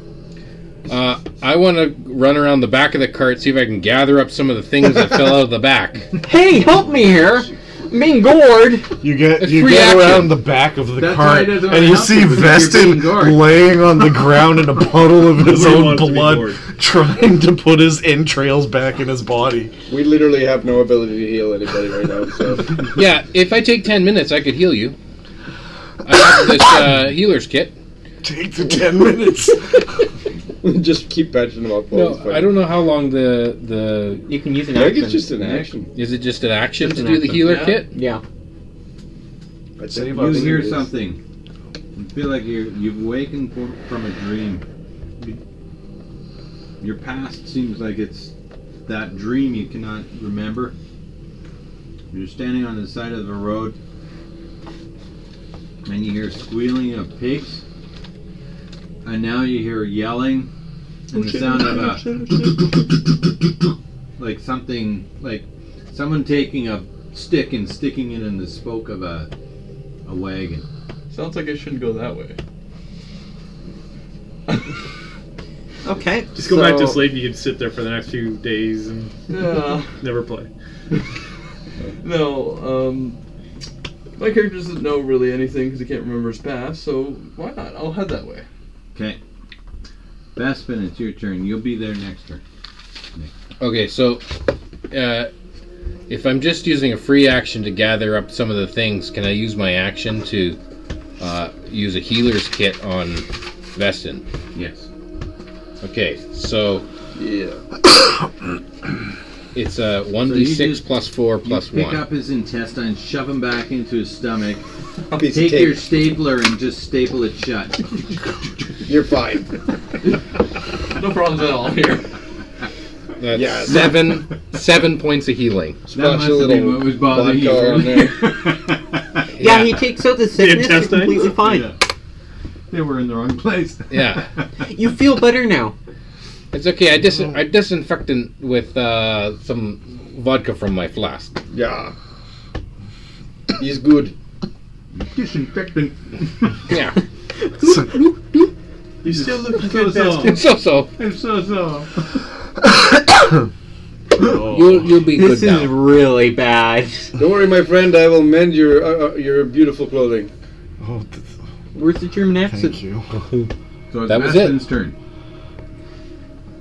S4: Uh, I want to run around the back of the cart, see if I can gather up some of the things that fell out of the back.
S6: Hey, help me here! I'm being gored!
S8: You get
S4: It's
S8: you
S4: free
S8: get
S4: action.
S8: around the back of the
S14: That's why
S8: cart
S14: it doesn't
S8: and you
S14: help
S8: see
S14: you because you're
S8: Vestin
S14: being gored.
S8: laying on the ground in a puddle of his
S5: Nobody
S8: own
S5: wants to be
S8: blood,
S5: gored.
S8: trying to put his entrails back in his body.
S3: We literally have no ability to heal anybody right now. So
S4: yeah, if I take 10 minutes, I could heal you. I have this uh, healer's kit.
S8: Take the ten minutes.
S3: just keep patching them up. while
S4: No,
S3: he's fighting.
S4: I don't know how long the the
S6: You can use an
S3: I think
S6: action.
S3: it's just an action.
S4: is it just an action
S6: Just
S4: to
S6: an
S4: do the
S6: action,
S4: healer
S17: yeah.
S4: kit?
S6: Yeah.
S3: I
S8: Save
S3: think
S8: us.
S2: You
S3: it
S2: hear
S3: is.
S2: something. You feel like you're, you've awakened from, from a dream. Your past seems like it's that dream you cannot remember. You're standing on the side of the road and you hear squealing of pigs. And now you hear yelling and the sound of a like something like someone taking a stick and sticking it in the spoke of a a wagon.
S17: Sounds like it shouldn't go that way.
S6: Okay.
S5: Just go back to
S6: so-
S5: sleep. You could sit there for the next few days and
S17: Yeah.
S5: never play.
S17: No, um, my character doesn't know really anything because he can't remember his past, so why not? I'll head that way.
S2: Okay. Bespin, it's your turn. You'll be there next turn.
S4: Okay, so uh, if I'm just using a free action to gather up some of the things, can I use my action to uh, use a healer's kit on Vestin?
S2: Yes.
S4: Okay, so
S3: Yeah.
S4: it's a
S2: you
S4: 1d6
S2: just-
S4: plus 4
S2: You
S4: plus
S2: pick
S4: 1.
S2: up his intestines, shove him back into his stomach.
S3: Piece
S2: Take
S3: of
S2: your
S3: tape.
S2: stapler and just staple it shut.
S3: You're fine.
S17: No problems at all here.
S4: That's
S3: Yeah.
S4: seven, seven points of healing.
S2: that must
S3: Splash a
S2: have been what
S3: little
S2: was bothering you.
S3: vodka on there.
S6: Yeah, he takes out the sickness. You're
S5: intestines?
S6: completely fine.
S2: Yeah. They were in the wrong place.
S4: Yeah.
S6: You feel better now.
S4: It's okay, I, dis- I disinfectant with uh, some vodka from my flask.
S3: Yeah. He's good.
S2: Disinfectant.
S4: Yeah,
S5: You still look
S2: So so.
S4: so so.
S2: I'm so so.
S4: You'll, you'll be
S6: This
S4: good
S6: is
S4: now.
S6: really bad.
S3: Don't worry, my friend. I will mend your uh, uh, your beautiful clothing.
S8: Oh, th-
S6: Where's the German accent?
S8: thank you.
S2: So it's
S4: That was it.
S2: Bespin's turn.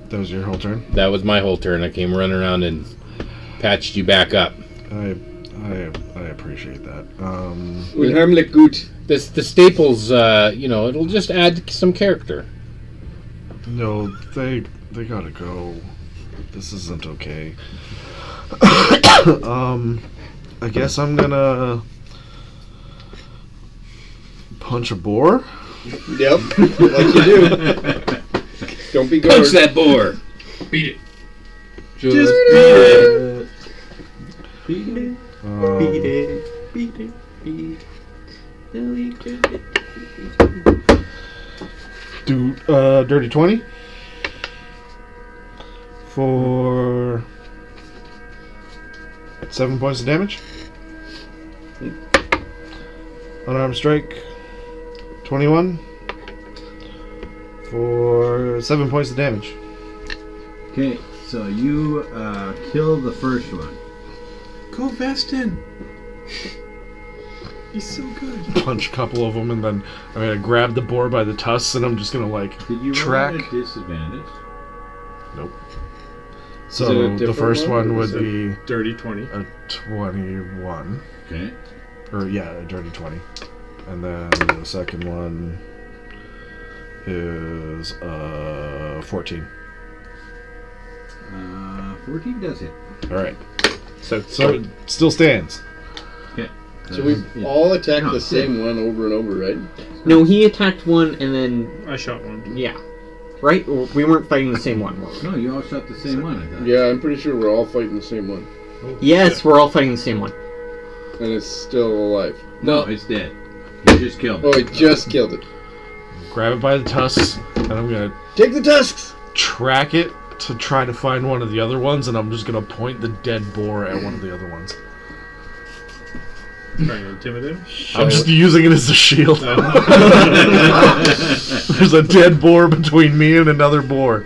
S8: That was your whole turn.
S4: That was my whole turn. I came running around and patched you back up.
S8: I I I appreciate that. Um,
S4: Wilhelmlich gut. This the staples. Uh, you know, it'll just add some character.
S8: No, they they gotta go. This isn't okay. um, I guess I'm gonna punch a boar.
S3: Yep, like you do. Don't be guard.
S4: Punch that boar. Beat it.
S17: Just
S3: Just
S2: Beat
S17: beat it.
S2: it.
S8: Um,
S6: Beat it. Beat it. Beat it. Till you get it.
S8: Do uh, dirty twenty for seven points of damage. Unarmed strike, twenty-one for seven points of damage.
S2: Okay, so you uh, kill the first one.
S5: Go Vestin. He's so good.
S8: Punch a couple of them, and then I'm gonna grab the boar by the tusks, and I'm just gonna like
S2: Did you roll
S8: track.
S2: at a disadvantage?
S8: Nope.
S2: Is it a
S8: So the
S2: different
S8: first
S2: one,
S8: one,
S2: or is
S8: would
S2: it
S8: be
S5: Dirty 20.
S8: a 21.
S2: Okay.
S8: Or, yeah, a dirty 20. And then the second one is uh, 14.
S2: Uh, 14 does hit.
S8: All right.
S4: So,
S8: So it still stands.
S3: So we
S2: Uh,
S3: all attack the same one over and over, right?
S6: No, he attacked one and then
S5: I shot one.
S6: yeah, right. Or We weren't fighting the same one, were we?
S2: No, you all shot the same one, I thought.
S3: Yeah, I'm pretty sure we're all fighting the same one,
S6: Yes, we're all fighting the same one.
S3: and it's still alive.
S2: No, it's dead. You just killed
S3: Oh,
S2: it.
S3: I just killed it.
S8: Grab it by the tusks, and I'm going to
S3: Take the tusks.
S8: track it to try to find one of the other ones, and I'm just going to point the dead boar at one of the other ones.
S5: Trying to intimidate him.
S8: I'm just using it as a shield. There's a dead boar between me and another boar.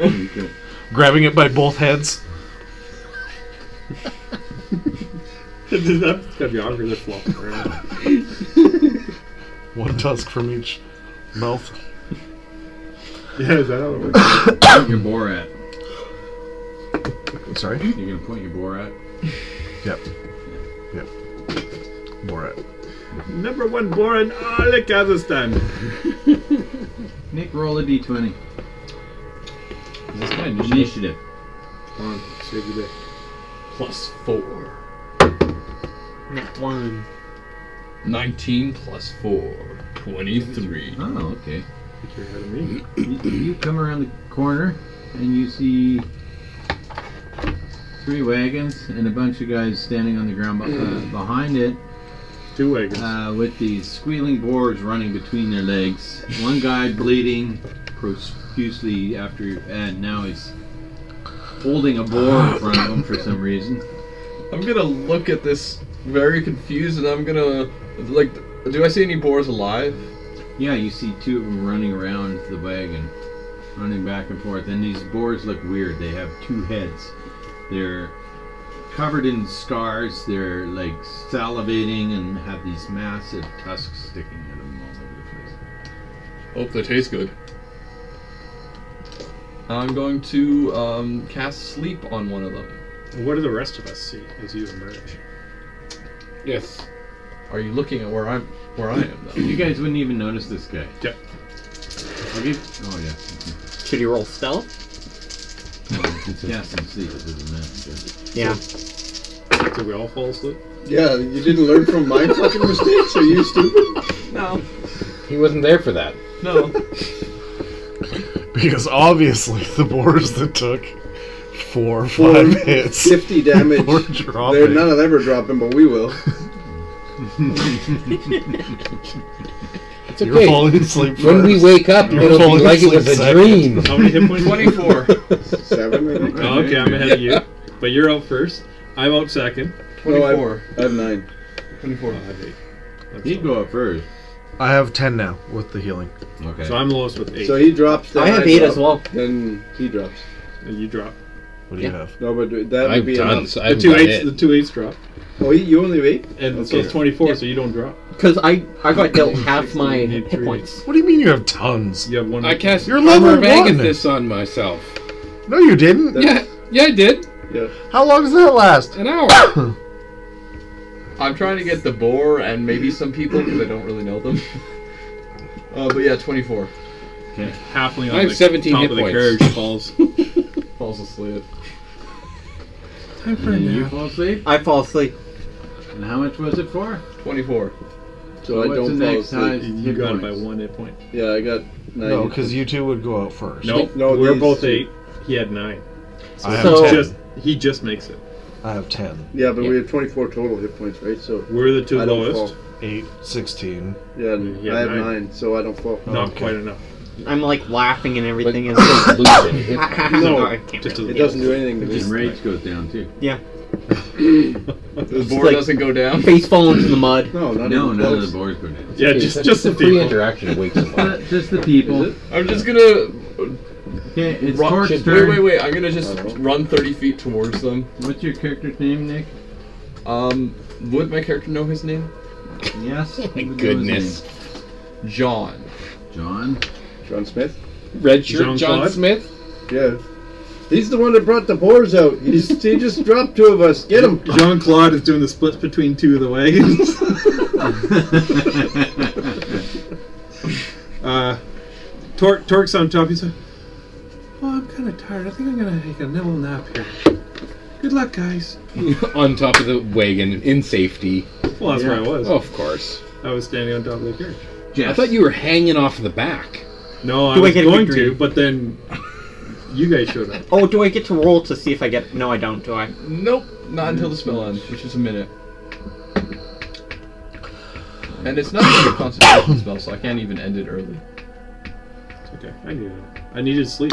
S8: Grabbing it by both heads.
S5: That's gotta be awkward. They're flopping around.
S8: One tusk from each mouth.
S5: Yeah, is that how it works?
S3: Oh.
S2: Point your boar at.
S8: Sorry?
S2: You're gonna point your boar at.
S8: Yep. Yep. Borat.
S5: Number one boar in all of Kazakhstan.
S2: Nick, roll a d20.
S17: This guy
S2: Initiative.
S5: Come on, save the day.
S17: plus four.
S6: Not one.
S17: 19 plus four. 23.
S2: Oh, okay.
S5: Think you're ahead of me.
S2: you, you come around the corner and you see three wagons and a bunch of guys standing on the ground be- uh, behind it
S5: Two wagons.
S2: uh, with these squealing boars running between their legs. One guy bleeding profusely after, and now he's holding a boar in front of him for some reason.
S17: I'm gonna look at this very confused and I'm gonna. Like, do I see any boars alive?
S2: Yeah, you see two of them running around the wagon, running back and forth. And these boars look weird. They have two heads. They're covered in scars. They're like salivating and have these massive tusks sticking out of them all over the place.
S17: Hope they taste good. I'm going to um, cast sleep on one of them.
S5: And what do the rest of us see as you emerge?
S4: Yes.
S17: Are you looking at where I'm where I am though?
S2: You guys wouldn't even notice this guy.
S5: Yep.
S2: I'll give- oh yeah.
S6: Should he roll stealth?
S2: yeah, some sleep. It doesn't matter.
S6: Yeah.
S5: Did we all fall asleep?
S3: Yeah, you didn't learn from my fucking mistakes. Are you stupid?
S17: No,
S4: He wasn't there for that.
S17: no.
S8: Because obviously the boars that took four or five hits
S3: Fifty damage.
S8: were
S3: They're
S8: dropping.
S3: none of them are dropping, but we will.
S4: It's
S8: You're
S4: okay.
S8: falling asleep
S4: When we
S8: first.
S4: wake up,
S8: You're
S4: it'll be
S8: falling
S4: like it
S8: asleep
S4: was a
S8: second.
S4: dream.
S5: How many hit points?
S17: 24.
S3: Seven. I
S26: Uh,
S3: think.
S5: Oh, okay, I'm ahead of you. But you're out first. I'm out second. Oh,
S3: No, I-
S17: 24.
S3: I have nine.
S17: 24.
S2: He'd go up first.
S8: I have ten now with the healing.
S2: Okay.
S5: So I'm lowest with eight.
S3: So he drops. then
S6: I have eight
S3: drop,
S6: as well.
S3: Then he drops.
S5: and you drop.
S8: What do you have?
S3: No, but that would
S4: I've
S3: be
S4: done.
S3: enough.
S5: The
S4: I've
S5: two
S4: done
S5: eights. The
S4: it.
S5: two eights drop.
S3: Oh, he, you only have eight?
S5: And so
S3: Okay.
S5: it's 24, so you don't drop.
S6: Because I I got dealt half
S5: Sixteen,
S6: my
S5: you need
S6: hit
S5: three.
S6: points.
S8: What do you mean you have tons?
S5: You have one.
S4: I cast
S8: You're
S4: your
S8: level
S4: level of
S8: one.
S4: Agathis on myself.
S8: No, you didn't.
S4: Yeah, yeah, I did.
S8: How long does that last?
S4: An hour.
S26: I'm trying to get the boar and maybe some people because I don't really know them. uh, but yeah, 24.
S27: Okay, halfling on
S26: I have
S27: the
S26: 17
S27: top
S26: hit
S27: of the
S26: points.
S27: carriage falls.
S26: falls asleep.
S5: Time for a
S27: You
S5: nap.
S27: fall asleep?
S6: I fall asleep.
S27: And how much was it for?
S26: 24.
S27: So
S3: I
S27: what's
S3: don't
S27: the
S3: fall
S27: next
S3: asleep.
S27: highest
S3: You
S27: hit
S3: got
S27: point?
S3: it
S27: by one hit point.
S3: Yeah, I got nine.
S8: No, because you two would go out first.
S27: Nope. No, we're both eight. He had nine. So,
S8: I have ten.
S27: just he just makes it.
S8: I have 10.
S3: Yeah, but we have 24 total hit points, right? So
S27: We're the two
S3: I don't
S27: lowest.
S3: fall.
S8: 8, 16.
S3: Yeah,
S27: Yeah,
S3: I have
S27: nine.
S3: nine. so I don't fall.
S27: Not quite enough.
S6: I'm like laughing and everything. and
S3: No,
S6: I can't
S3: just
S6: really-
S3: it doesn't do anything. to
S6: It
S3: me.
S6: just-
S28: And rage goes down too.
S6: Yeah.
S26: The boar doesn't go down.
S6: Face fall into the mud.
S3: No, not
S28: No,
S3: even
S28: none of
S3: close.
S28: the boards go down.
S5: Yeah, just just the
S4: free
S5: people.
S4: interaction wakes him up.
S2: Just the people.
S26: I'm just gonna.
S2: Okay, it's
S26: run-
S2: Torque's
S26: wait,
S2: turn.
S26: wait, wait. I'm gonna just run 30 feet towards them.
S2: What's your character's name, Nick?
S26: Um, would my character know his name?
S2: Yes.
S4: My
S2: What was
S4: goodness.
S26: John.
S28: John.
S3: John Smith?
S4: Red shirt John
S5: Jean-Claude?
S4: Smith?
S3: Yeah. He's the one that brought the boars out. He's, he just dropped two of us. Get him.
S5: Jean Claude is doing the splits between two of the wagons. uh, Tor- Torque's on top. He's like, "Oh, I'm kind of tired. I think I'm gonna take a little nap here. Good luck, guys."
S4: on top of the wagon in safety.
S5: Well, that's where I was.
S4: Of course.
S5: I was standing on top of the carriage.
S4: I thought you were hanging off the back.
S5: No, I
S6: Do I
S5: was
S6: get a
S5: going
S6: victory?
S5: to, but then you guys showed up.
S6: Oh, do I get to roll to see if I get? No, I don't. Do I?
S26: Nope, not until the spell ends, which is a minute. And it's not even a concentration spell, so I can't even end it early.
S5: It's okay, I needed. it. I needed sleep.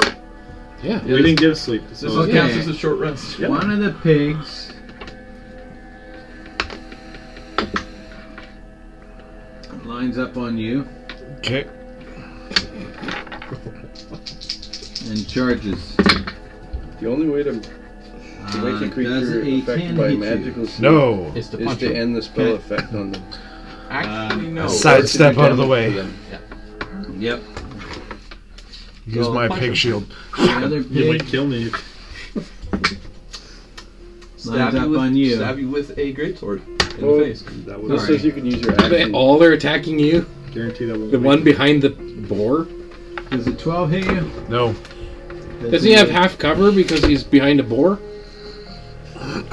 S4: Yeah.
S5: we didn't give sleep.
S26: This
S5: So
S26: is
S28: Okay.
S26: counts as a short rest.
S5: Yeah.
S2: One of the pigs. Lines up on you
S8: Okay.
S2: and charges.
S3: The only way to make
S2: Uh,
S3: a
S2: does
S3: creature
S2: a
S3: affected
S2: 10
S3: by
S2: hit you?
S3: magical sleep
S8: No.
S26: It's to
S3: is
S26: punch
S3: to
S26: him.
S3: end the spell
S2: Okay.
S3: effect on them.
S26: Actually, no.
S8: Sidestep out of the way.
S26: Yeah.
S28: Yep.
S8: Use my
S26: punch
S8: pig
S26: him.
S8: shield.
S2: The other
S5: you might
S2: pig
S5: kill me.
S2: lines up
S26: with,
S2: on you.
S26: Stab you with a greatsword in
S3: Oh.
S26: the face.
S5: That
S3: This
S5: was
S3: says you can use your
S4: Are they
S3: action.
S4: all are attacking you?
S5: guaranteed. That won't
S4: The
S5: make
S4: one
S5: it.
S4: behind the boar?
S2: Does a 12 hit you?
S8: No.
S4: Does he have half cover because he's behind a boar?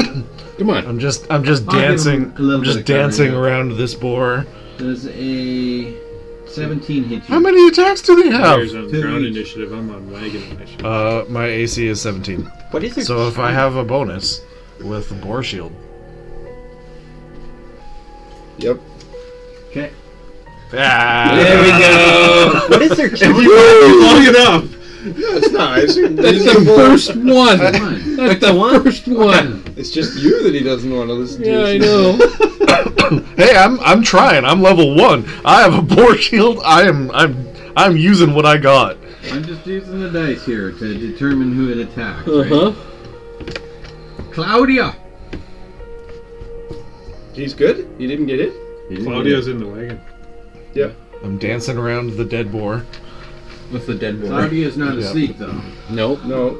S4: Come on.
S8: I'm just I'm just
S2: I'll give him
S8: dancing
S2: a little
S8: I'm
S2: bit
S8: just
S2: of cover,
S8: dancing
S2: yeah.
S8: around this boar.
S2: Does a 17 hit you?
S8: How many attacks do they
S5: Players
S8: have?
S5: on
S2: Two
S5: ground
S2: each.
S5: initiative. I'm on wagon initiative.
S8: Uh my AC is 17.
S6: What is it?
S8: So if I have a bonus with the boar shield,
S3: Yep.
S2: Okay.
S8: ah,
S6: what is their?
S5: Long enough.
S3: That's nice.
S4: That's the first one!
S28: One.
S4: That's the first one!
S3: It's just you that he doesn't want to listen to.
S4: Yeah, I know.
S8: hey, I'm I'm trying. I'm level 1. I have a boar shield. I am I'm I'm using what I got.
S2: I'm just using the dice here to determine who it attacks. right?
S4: Uh-huh.
S2: Claudia!
S3: He's good. He didn't get hit.
S5: Claudio's in the wagon.
S8: I'm dancing around the dead boar.
S26: With the dead boar.
S2: Claudia's not
S8: Yeah.
S2: asleep, though.
S4: Nope.
S3: No.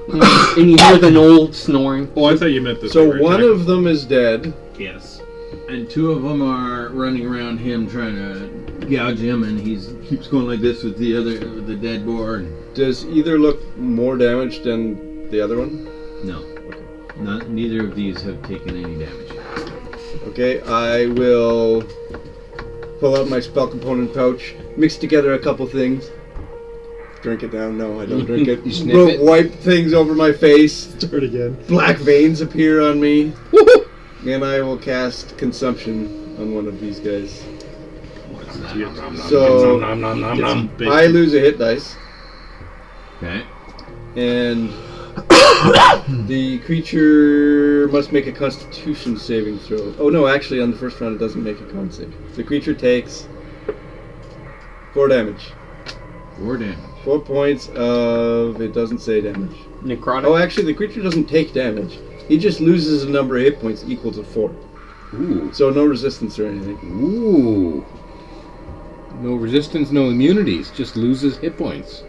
S6: and you hear the old snoring.
S5: Oh, I thought you meant the.
S3: So
S5: third
S3: one
S5: attack.
S3: of them is dead.
S2: Yes. And two of them are running around him trying to gouge him, and he's keeps going like this with the other, with the dead boar.
S3: Does either look more damaged than the other one?
S2: No. Not, neither of these have taken any damage.
S3: Okay, I will pull out my spell component pouch, mix together a couple things. Drink it down. No, I don't drink it.
S4: You sniff
S3: Ro-
S4: it?
S3: Wipe things over my face.
S5: Start again.
S3: Black veins appear on me. And I will cast consumption on one of these guys. So-
S4: Nom, nom, nom, nom,
S5: Get
S4: nom.
S5: some bacon.
S3: I lose a hit dice,
S28: Okay.
S3: and the creature must make a Constitution saving throw. Oh no, actually, on the first round it doesn't make a con save. The creature takes four damage,
S2: Four damage.
S3: four points of it doesn't say damage.
S6: Necrotic.
S3: Oh, actually, the creature doesn't take damage. He just loses a number of hit points equal to four.
S4: Ooh.
S3: So no resistance or anything.
S4: Ooh. No resistance, no immunities. Just loses hit points.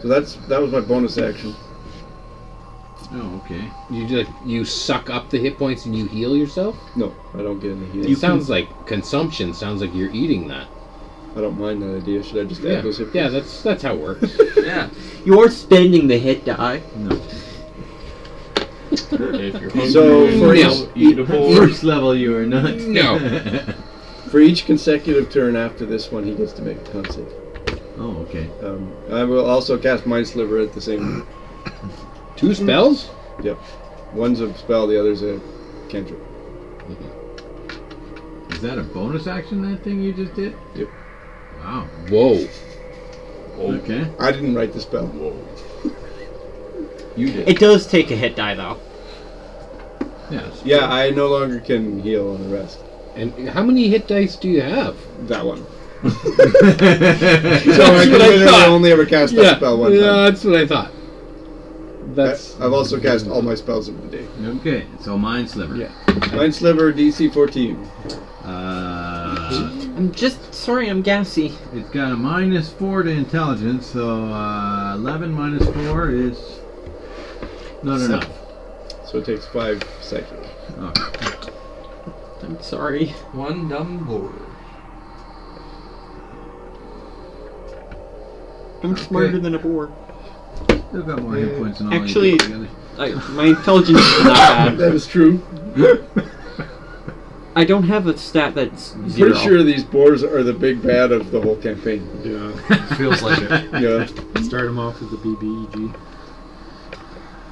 S3: So that's that was my bonus action.
S2: Oh, okay.
S4: You just you suck up the hit points and you heal yourself.
S3: No, I don't get any healing.
S4: It sounds like consumption. Sounds like you're eating that.
S3: I don't mind that idea. Should I just
S4: yeah.
S3: add those hit
S4: Yeah,
S3: points?
S4: that's that's how it works.
S6: yeah. You're spending the hit die.
S2: No.
S29: if you're
S3: So
S29: hungry,
S3: for
S29: you
S3: each,
S29: eat a bowl.
S2: First level, you are not.
S4: No.
S3: for each consecutive turn after this one, he gets to make a con save.
S2: oh, okay.
S3: Um, I will also cast Mind Sliver at the same.
S4: Two spells?
S3: Yep. One's a spell, the other's a cantrip.
S2: Is that a bonus action? That thing you just did?
S3: Yep.
S2: Wow. Oh.
S4: Whoa.
S2: Okay.
S3: I didn't write the spell.
S4: You did.
S6: It does take a hit die though.
S2: Yeah.
S3: Yeah, I no longer can heal on the rest.
S4: And how many hit dice do you have?
S3: That one.
S4: that's
S3: So I can
S4: what I
S3: literally
S4: thought.
S3: only ever cast
S4: yeah.
S3: that spell one
S4: yeah,
S3: time.
S4: that's what I thought. That's
S3: I've also cast all my spells in one day.
S2: Okay. So mind sliver.
S3: Yeah. Mind Sliver, DC 14.
S2: Uh,
S6: I'm just sorry, I'm gassy.
S2: it's got a minus four to intelligence, so uh, eleven minus four is not
S3: Seven.
S2: enough.
S3: So it takes five psychic.
S2: Okay.
S6: I'm sorry.
S17: One dumb board.
S6: I'm smarter than a boar.
S2: Still got more hit points than all
S6: Actually,
S2: you people together.
S6: I, my intelligence is not bad.
S3: That is true.
S6: I don't have a stat that's
S3: I'm
S6: zero.
S3: pretty sure these boars are the big bad of the whole campaign.
S29: Yeah, feels like it.
S3: Yeah.
S5: Start him off with the E BBEG.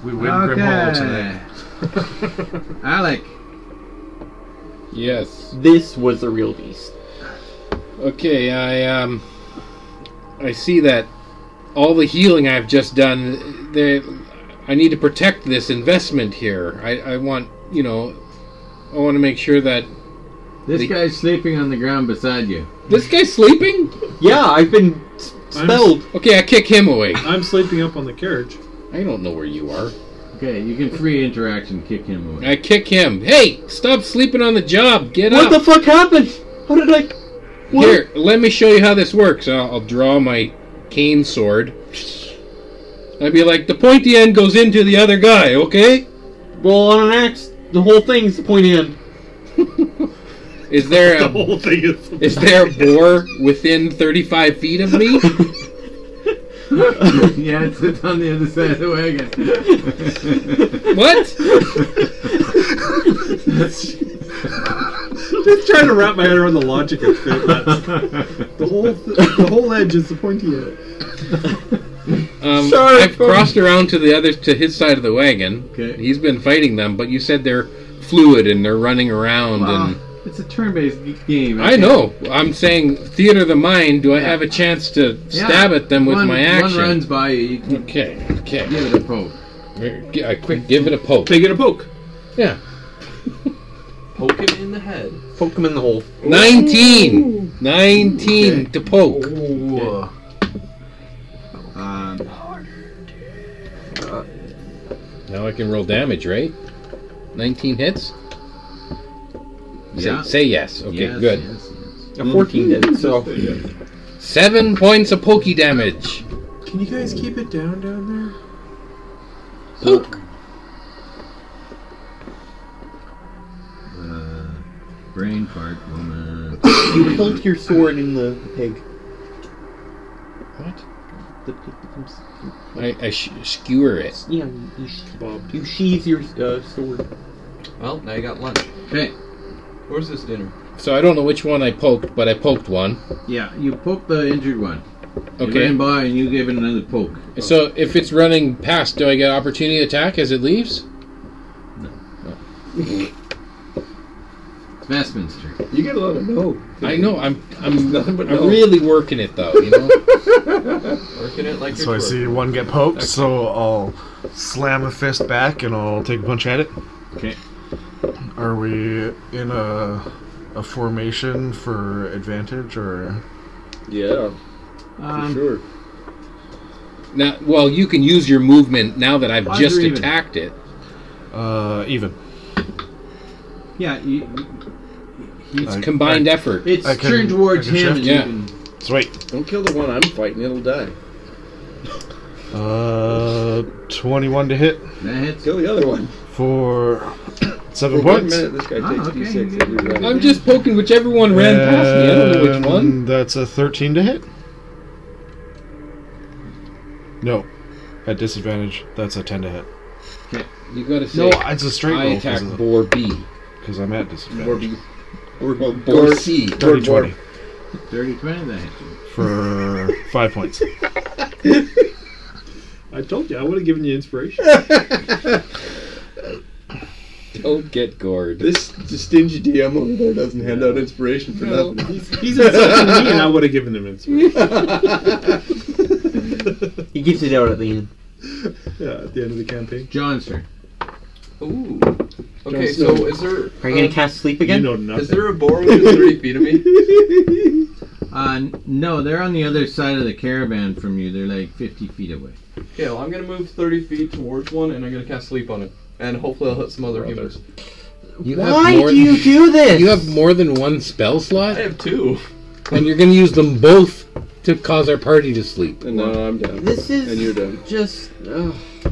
S29: We win Grim Hollow today.
S2: Alec.
S4: yes.
S6: This was the real beast.
S4: Okay, I um, I see that all the healing I've just done. There, I need to protect this investment here. I, I want you know, I want to make sure that
S2: This
S4: The-
S2: guy's sleeping on the ground beside you.
S4: this guy's sleeping.
S6: Yeah, I've been s-
S5: I'm
S6: spelled.
S4: Okay, I kick him away.
S5: I'm sleeping up on the carriage.
S4: I don't know where you are.
S2: Okay, you can free interaction kick him away.
S4: I kick him. Hey, stop sleeping on the job. Get
S6: what
S4: up.
S6: the fuck happened? How did I? What?
S4: Here, let me show you how this works. I'll, I'll draw my cane sword. I'd be like, the pointy end goes into the other guy, okay?
S6: Well, on an axe, the whole thing's pointing in.
S4: Is there
S29: The
S4: a
S29: whole thing is.
S4: is there a boar within 35 feet of me?
S2: yeah, it sits on the other side of the wagon.
S4: What?
S5: Just trying to wrap my head around the logic of it. That's- The whole, th- the whole edge is the pointy edge.
S4: Um,
S6: Sorry,
S4: I've
S6: Cody.
S4: crossed around to the other to his side of the wagon.
S2: Okay.
S4: He's been fighting them, but you said they're fluid and they're running around
S2: Wow,
S5: Ah,
S4: and
S2: it's a turn-based g- game.
S4: I know. I'm saying theater of the mind. Do I have a chance to
S2: Yeah.
S4: stab at them with
S2: one,
S4: my action?
S2: One runs by you, you can
S4: Okay. Okay.
S2: give it a poke.
S4: Gi- I quick give it a poke.
S5: They get a poke.
S4: Yeah.
S17: Poke him in the head.
S6: Poke him in the hole.
S4: 19. 19 to poke.
S12: Whoa.
S2: Um,
S4: Now I can roll damage, right? 19 hits? Say-
S2: Yeah.
S4: Say, yes. Okay,
S2: yes,
S4: good.
S2: yes, yes.
S6: A 14 did, so.
S4: Seven points of pokey damage.
S5: Can you guys keep it down down there?
S4: Poke.
S2: Uh, brain fart woman.
S6: You hilt your sword in the, the pig.
S4: What?
S6: The pig becomes.
S4: I, I sh- skewer it.
S6: Yeah, you, you, sh- you sheathe your uh, sword.
S17: Well, now you got lunch.
S2: Okay,
S17: Where's this dinner?
S4: So I don't know which one I poked, but I poked one.
S2: yeah, you poke the injured one. You
S4: Okay.
S2: ran by and you gave it another poke.
S4: So if it's running past, do I get opportunity attack as it leaves?
S2: It's Vestman's turn.
S3: You get a lot of no.
S4: I know. I'm I'm,
S3: Nothing but no.
S4: I'm really working it though. You know.
S17: Working it like
S8: So I
S17: you're
S8: see one get poked, so I'll slam a fist back and I'll take a punch at it.
S2: Okay.
S8: Are we in a a formation for advantage or
S3: Yeah, for
S2: Um,
S3: sure.
S4: now, well, you can use your movement now that I've
S2: Odds
S4: just
S2: are even.
S4: attacked it.
S8: uh even?
S2: Yeah, you,
S4: It's combined effort.
S2: it's
S8: I can-
S2: turned towards
S8: I can
S2: him.
S8: shift.
S2: And
S4: Yeah.
S2: you can,
S8: Sweet.
S3: Don't kill the one I'm fighting, it'll die.
S8: Uh, 21 to hit.
S2: That hits.
S3: Kill the other one.
S8: For seven
S3: For one
S8: points.
S3: minute, this guy Ah,
S17: Oh,
S3: takes okay. D6 every round.
S4: I'm just poking whichever one ran past me. I don't know
S8: And
S4: which one.
S8: That's a 13 to hit. No. At disadvantage, that's a 10 to hit.
S4: You gotta say.
S8: No, it's a straight
S4: I
S8: roll.
S4: attack boar B.
S8: Because I'm at disadvantage.
S4: Boar B. Or boar,
S8: Boar-
S4: C.
S8: Dirty 20.
S2: Dirty 20, that hits you.
S8: For five points.
S5: I told you I would have given you inspiration.
S4: Don't get gored.
S13: This stingy DM over there doesn't hand out inspiration for
S5: No,
S13: nothing.
S5: He's insulting me, and I would have given him inspiration.
S6: He gives it out at the end.
S5: Yeah, at the end of the campaign.
S2: John's turn.
S17: Ooh.
S6: Jon
S17: Okay,
S6: Snow.
S17: so is there?
S6: Are you gonna
S17: uh,
S6: cast sleep again?
S5: You know
S17: Is there a boar within three feet of me?
S2: Uh, n- no, they're on the other side of the caravan from you. They're like 50 feet away.
S17: Okay, well, I'm gonna move 30 feet towards one, and I'm gonna cast sleep on it, and hopefully I'll hit some other humans.
S4: You
S17: Why
S4: have more
S17: do you
S6: do this?
S4: You have more than one spell slot?
S17: I have two.
S4: And you're going to use them both to cause our party to sleep.
S13: No, I'm done.
S6: This is
S13: And you're done.
S6: just. Uh,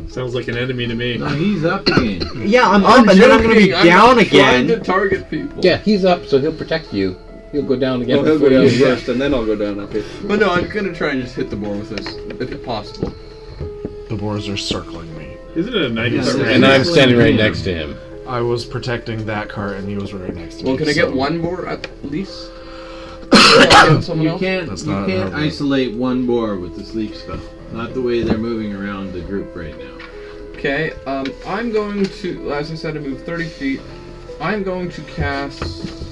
S5: Sounds like an enemy to me.
S2: No, he's up again.
S6: yeah, I'm, up and then I'm gonna be
S4: joking, I'm
S6: down
S4: not
S6: again.
S4: trying
S17: target people.
S4: Yeah, he's up, so he'll protect you. He'll go down again.
S13: Oh, he'll go
S4: before
S13: down
S4: you-
S13: first, and then I'll go down. Okay.
S17: But no, I'm gonna try and just hit the boar with this, if possible.
S8: The boars are circling me.
S5: Isn't it a night?
S17: Yeah,
S4: And I'm standing right next to him.
S8: I was protecting that cart and he was right next to me.
S17: Well, can I get
S8: so-
S17: one boar at least? Or I get someone
S2: You
S17: else?
S2: can't,
S8: That's
S2: you
S8: not
S2: can't
S8: how it works.
S2: isolate one boar with the sleep spell. Not the way they're moving around the group right now.
S17: Okay, um, I'm going to, as I said, I move 30 feet. I'm going to cast.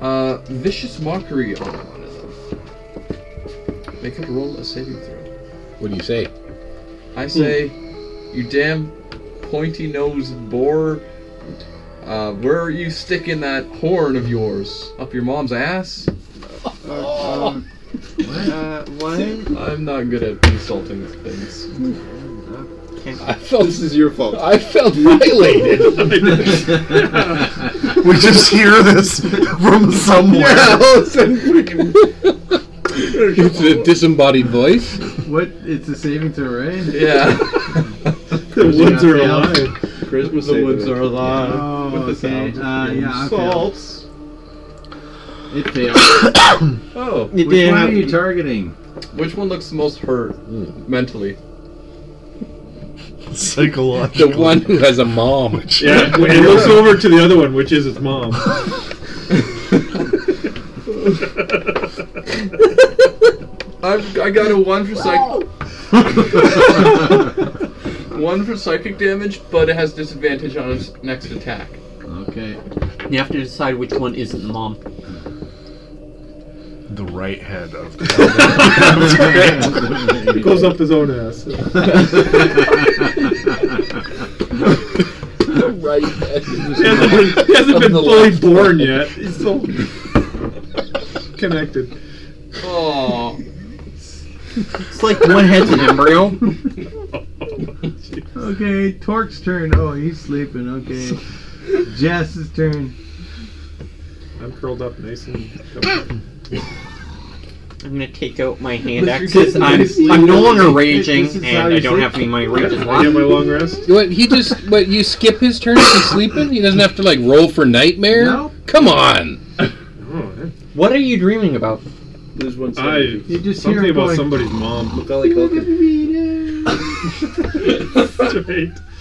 S17: Uh, Vicious Mockery oh, on one of them. They could roll a saving throw.
S4: What do you say?
S17: I say, you damn pointy nosed boar, uh, where are you sticking that horn of yours? Up your mom's ass?
S11: Uh, what?
S17: I'm not good at insulting things.
S4: I felt this is your fault. I felt violated.
S8: We just hear this from somewhere.
S4: it's a disembodied voice.
S2: What? It's a saving throw, right?
S17: Yeah.
S5: The woods are alive.
S13: Christmas.
S17: The woods are alive.
S2: Oh,
S17: With the
S2: okay.
S17: sound.
S2: Uh, yeah, I failed.
S17: Salts.
S2: It failed.
S17: Oh.
S2: Which
S6: It didn't
S2: one are
S6: happen.
S2: you targeting?
S17: Which one looks the most hurt mentally?
S4: The
S8: Psychological.
S4: one who has a mom.
S5: Yeah, it looks over to the other one, which is its mom.
S17: I've, I got a one for psychic. one for psychic damage, but it has disadvantage on its next attack.
S2: Okay.
S6: You have to decide which one isn't the mom.
S8: The right head of the.
S5: It goes up his own ass.
S4: right.
S5: He hasn't been, he hasn't been fully born yet. He's so connected.
S17: Oh,
S6: It's like one head's an embryo.
S2: Okay, Torque's turn. Oh, he's sleeping. Okay. Jess's turn.
S5: I'm curled up nice and.
S6: I'm gonna take out my hand
S5: Mr.
S6: axes. I'm,
S5: Goodness.
S6: I'm no longer
S2: This
S6: raging,
S2: is how
S6: and I
S2: you
S6: don't
S2: sleep?
S6: have any of my rages
S5: I get
S6: left.
S5: my long rest.
S4: What he just? What you skip his turn if he's sleeping? He doesn't have to like roll for nightmare.
S2: No.
S4: Come on.
S5: Oh,
S6: What are you dreaming about?
S13: Lose one.
S5: I
S13: sanity.
S2: You just hear
S5: something
S2: him
S5: about
S2: going,
S5: somebody's mom.
S13: Macaulay Culkin.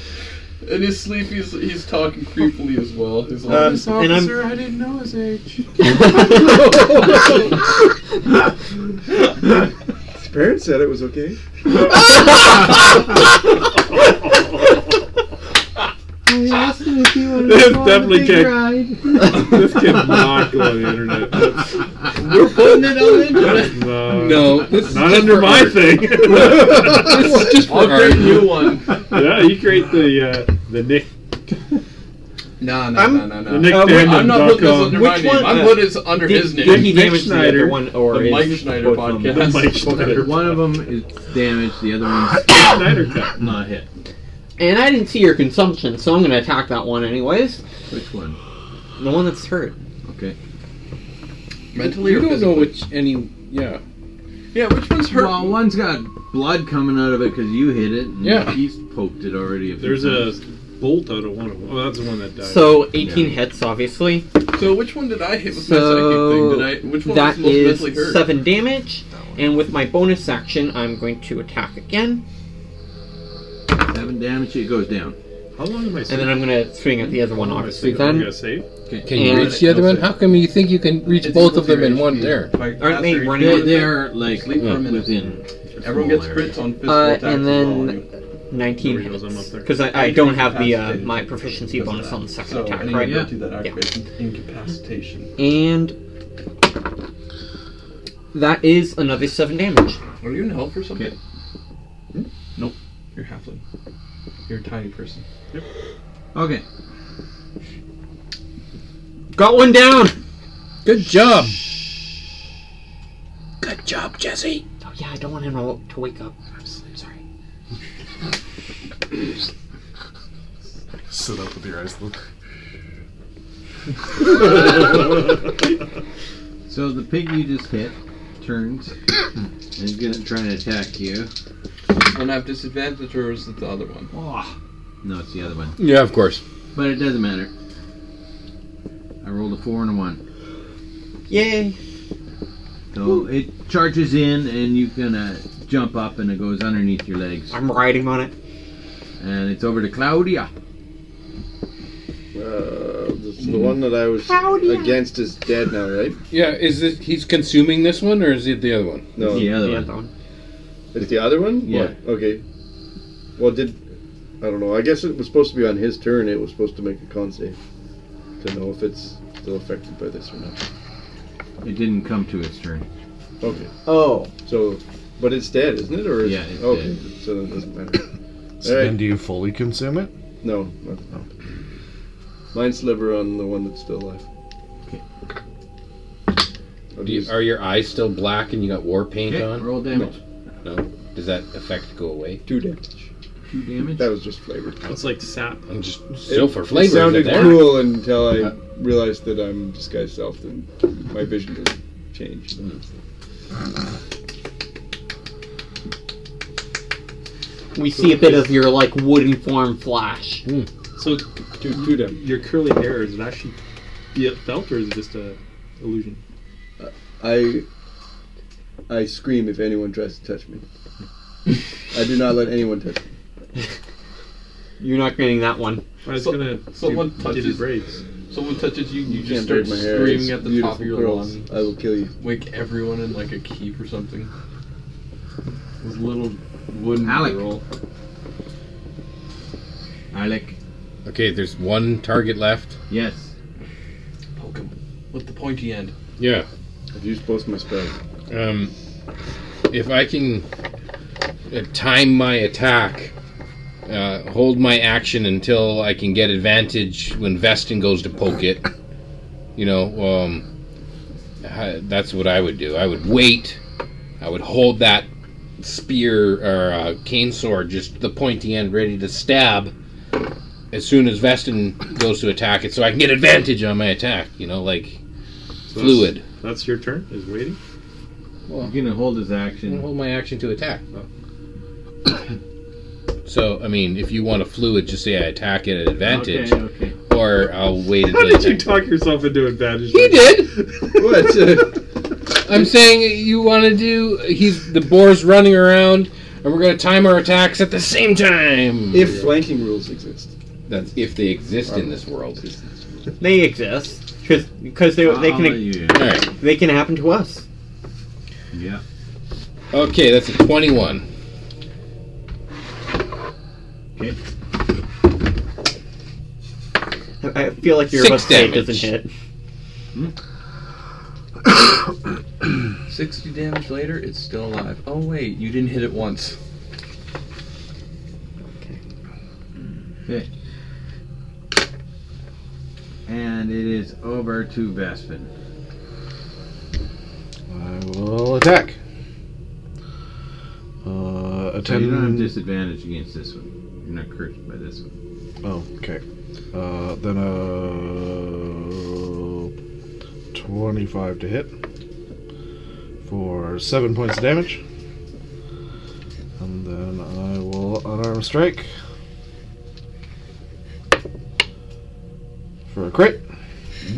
S5: Right.
S17: in his sleep, he's, he's talking creepily as well. He's like,
S6: and I'm- officer,
S5: I didn't know his age.
S13: His parents said it was okay.
S2: I asked him if he wanted
S5: That's
S2: go on a
S5: definitely
S2: big
S5: kicked.
S2: ride.
S5: this cannot go on the internet. That's,
S4: We're putting it on the
S5: that's not,
S4: No, this is
S5: Not
S4: just
S5: under
S4: for
S5: my
S4: art.
S5: thing.
S4: This is just for
S17: I'll
S4: art.
S17: create a new one.
S5: yeah, you create the uh, the Nick
S17: No, no, no, no, no.
S5: the Nick
S6: Uh, wait,
S5: Fandom
S17: I'm not
S5: dot
S17: putting this
S5: com.
S17: under my
S6: Which
S17: name.
S6: one?
S17: I'm
S6: Uh,
S17: putting this under his
S6: Did he
S17: name.
S5: Nick
S6: damage the
S5: Schneider.
S6: other one, or
S17: The
S6: is
S17: Mike Schneider
S6: both of them-
S17: podcast.
S5: Mike Schneider.
S2: One of them is damaged. The other one's
S5: Schneider cut.
S2: not hit.
S6: And I didn't see your consumption, so I'm gonna attack that one anyways.
S2: Which one?
S6: The one that's hurt.
S2: Okay.
S17: Mentally
S4: you
S17: or
S4: don't know
S17: physically?
S4: which any. Yeah.
S30: Yeah, which one's hurt?
S2: Well, one's got blood coming out of it because you hit it, and
S30: Yeah.
S2: he's poked it already. A few
S5: There's a
S2: times.
S5: bolt out of one of them. Oh, that's the one that died.
S6: So 18 hits, obviously.
S30: So which one did I hit with
S6: So
S30: my psychic thing? Did I? Which one
S6: that
S30: was most
S6: is
S30: mentally hurt?
S6: seven damage, and with my bonus action, I'm going to attack again,
S2: Seven damage, it goes down.
S5: How long am I?
S6: and then I'm going to swing at the other one,
S5: How long am I
S6: obviously.
S5: saving?
S6: Then
S5: You gotta save?
S4: Can you reach the other one? How come you think you can reach both of them in one there?
S6: Aren't they running?
S2: They, they are like uh,
S4: Sleep for a minute.
S2: within.
S30: Everyone gets crits on physical
S6: Uh,
S30: attacks.
S6: and
S30: as well.
S6: then 19
S30: Nobody knows I'm up
S6: hits
S30: there.
S6: because I, I
S30: Activate
S6: don't have the uh,
S30: incapacitated
S6: my proficiency
S30: because of
S6: bonus
S30: that.
S6: on the second
S30: so,
S6: attack,
S30: and
S6: right?
S30: You do that
S6: Yeah.
S30: activation incapacitation.
S6: And that is another seven damage.
S30: Are you in health or something? Nope. You're halfling. You're a tiny person. Yep.
S2: Okay.
S6: Got one down.
S4: Good job. Good job, Jesse.
S6: Oh yeah, I don't want him to- to wake up. I'm sorry.
S31: Sit up with your eyes look.
S2: So the pig you just hit turns and is gonna try and attack you.
S30: Does one have disadvantage or is it the other one?
S2: No, it's the other one.
S4: Yeah, of course.
S2: But it doesn't matter. I rolled a four and a one.
S6: Yay!
S2: So it charges in and you're gonna jump up and it goes underneath your legs.
S6: I'm riding on it.
S2: And it's over to Claudia.
S3: Uh, the, the one that I was against is dead now, right?
S4: Yeah, is it he's consuming this one or is it the other one?
S3: No,
S2: The other
S6: Yeah,
S2: one.
S6: that one.
S3: it's the other one.
S2: Yeah.
S3: What? Okay. Well, did I don't know. I guess it was supposed to be on his turn. It was supposed to make a con save to know if it's still affected by this or not.
S2: It didn't come to its turn.
S3: Okay.
S6: Oh.
S3: So, but it's dead, isn't it? Or is
S2: Yeah, it's
S3: okay. So then it doesn't matter.
S31: So
S3: All right.
S31: then, do you fully consume it?
S3: No, not Mine sliver on the one that's still alive.
S4: Do you, are your eyes still black and you got war paint
S2: Okay,
S4: on?
S2: roll damage.
S4: No. Does that effect go away?
S3: Two damage.
S2: Two damage.
S3: That was just flavor.
S5: It's like sap.
S4: I'm just still for
S3: It
S4: flavor. is it
S3: sounded
S4: there?
S3: cool until I realized that I'm disguised self and my vision has changed.
S6: We see a bit of your like wooden form flash.
S5: So
S3: two, two damage.
S5: Your curly hair is it actually yeah, felt or is it just a illusion?
S3: I I scream if anyone tries to touch me. I do not let anyone touch me.
S6: You're not getting that one.
S5: I was
S30: So-
S5: gonna
S30: someone
S5: do,
S30: touches-
S5: give you braids.
S30: Someone touches you, you,
S3: You
S30: just
S3: can't
S30: start
S3: break my hair.
S30: screaming
S3: It's
S30: at the top of
S3: beautiful
S30: your
S3: curls.
S30: lungs.
S3: I will kill you.
S30: Wake everyone in like a keep or something. This little wooden
S2: Alec.
S30: girl.
S2: Alec.
S4: Okay, there's one target left.
S2: Yes.
S30: Poke him with the pointy end.
S4: Yeah.
S3: I've used both my spells.
S4: Um, if I can uh, time my attack, uh, hold my action until I can get advantage when Vestin goes to poke it, you know, um, I- that's what I would do. I would wait. I would hold that spear or uh, cane sword, just the pointy end, ready to stab as soon as Vestin goes to attack it, so I can get advantage on my attack, you know, like
S5: So that's-
S4: fluid.
S5: That's, your turn. Is waiting.
S4: Well,
S2: You're gonna hold his
S4: I'm gonna
S2: action.
S4: hold my action to attack. so, I mean, if you want a fluid, just say I attack it at advantage,
S2: Okay, okay.
S4: or I'll wait
S5: How
S4: until.
S5: did you
S4: attack-
S5: talk yourself into advantage?
S4: He did.
S3: What?
S4: I'm saying you want to do. He's the boar's running around, and we're gonna time our attacks at the same time.
S3: if flanking rules exist.
S4: That's if they exist in this world.
S6: They exist because they they
S2: I'll let
S6: can
S2: you-
S4: All right.
S6: they can happen to us.
S2: Yeah.
S4: Okay, that's a twenty-one.
S2: Okay.
S6: I I feel like you're
S4: Six
S6: about to say it
S4: damage.
S6: doesn't hit.
S30: 60 damage later, it's still alive. Oh wait, you didn't hit it once.
S2: Okay. And it is over to Vespin.
S8: I will attack. Uh, a
S2: So you don't have
S8: ten.
S2: disadvantage against this one. You're not cursed by this one.
S8: Oh, okay. Uh, then a twenty-five to hit for seven points of damage. And then I will unarmed strike for a crit.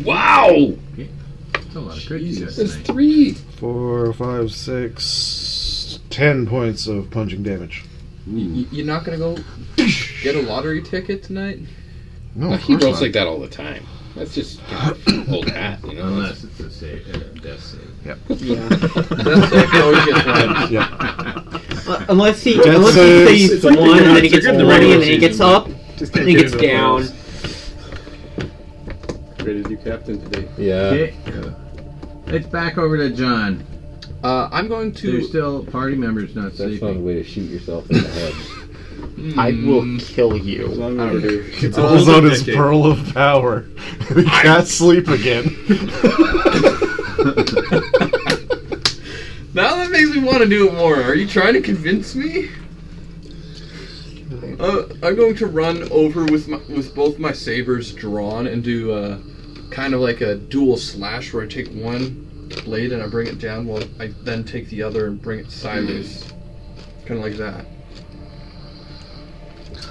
S4: Wow!
S32: That's
S30: Oh,
S32: a lot of crit success tonight.
S8: three. Four, five, six, ten points of punching damage.
S3: Y- You're not gonna go get a lottery ticket tonight?
S8: No, of
S4: he
S8: course
S4: rolls
S8: not.
S4: like that all the time. That's just old hat, you know.
S32: Unless it's a save, uh, death save.
S8: Yep.
S6: Yeah.
S3: That's like how he gets one.
S6: Uh, unless he,
S32: Death
S6: unless he
S32: saves.
S6: saves
S32: It's
S6: one
S32: like the-
S6: and then
S32: it's like
S6: he gets
S32: in
S6: one
S32: the
S6: and
S32: regular
S6: then he gets
S32: season.
S6: up
S32: Just
S6: and he
S32: get
S6: gets
S3: Hmm.
S32: it over
S6: down.
S32: with.
S33: Created new captain today.
S32: Okay. It's back over to John.
S3: Uh, I'm going to.
S2: There's still party members not
S3: That's
S2: sleeping.
S3: not
S2: a
S32: way to shoot yourself in the head.
S6: I
S3: Hmm.
S6: will kill you.
S33: I don't care.
S8: He pulls out his pearl of power. he can't sleep again.
S3: Now that makes me want to do it more. Are you trying to convince me? Uh, I'm going to run over with my, with both my sabers drawn and do uh, kind of like a dual slash where I take one blade and I bring it down while I then take the other and bring it sideways, kind of like that.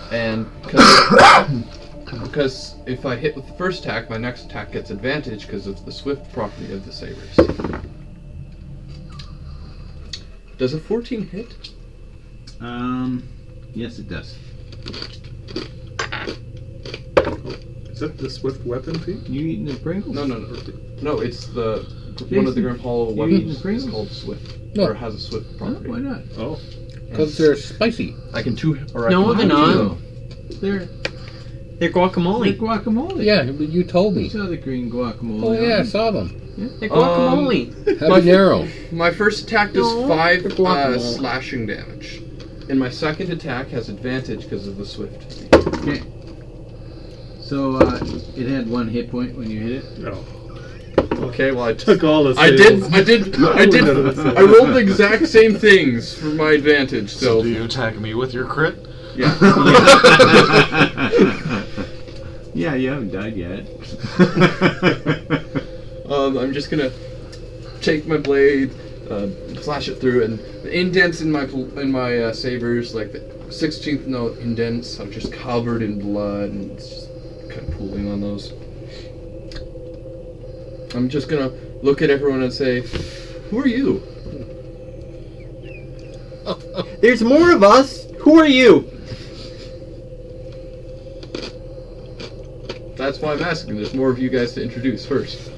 S3: And because if I hit with the first attack, my next attack gets advantage because of the swift property of the sabers. Does a 14 hit?
S2: Um, yes, it does.
S5: Is that the swift weapon thing?
S2: You eating the Pringles?
S3: No, no, no. No, it's the one of
S2: Jason,
S3: the Grim Hollow
S2: you eating
S3: weapons
S2: Pringles?
S3: is called Swift,
S2: No.
S3: or has a Swift property.
S2: why not?
S5: Oh.
S4: Because they're spicy.
S3: I can two. Or
S6: No,
S3: I can
S6: they're not.
S2: They're
S6: They're guacamole.
S2: guacamole.
S4: Yeah, but you told
S2: You
S4: me.
S2: saw the green guacamole.
S4: Oh yeah, I
S2: on-
S4: saw them.
S6: They're
S3: Um,
S6: guacamole.
S4: Habanero.
S3: My first attack does
S6: No,
S3: five
S6: they're guacamole.
S3: uh, slashing damage, and my second attack has advantage because of the Swift.
S2: Okay. So uh, it had one hit point when you hit it.
S5: No.
S3: Okay, well I
S5: Took all the
S3: I did,
S5: saves.
S3: I did,
S5: No,
S3: I did,
S5: none of the saves.
S3: I rolled the exact same things for my advantage.
S34: So do
S3: So
S34: you attack me with your crit?
S3: yeah.
S2: Yeah, you haven't died yet.
S3: Um, I'm just gonna take my blade, uh, slash it through, and the indents in my pl- in my uh, sabers, like the 16th note indents, are just covered in blood and it's just kind of pooling on those. I'm just gonna look at everyone and say, "Who are you?"
S6: There's more of us. Who are you?
S3: That's why I'm asking. There's more of you guys to introduce first.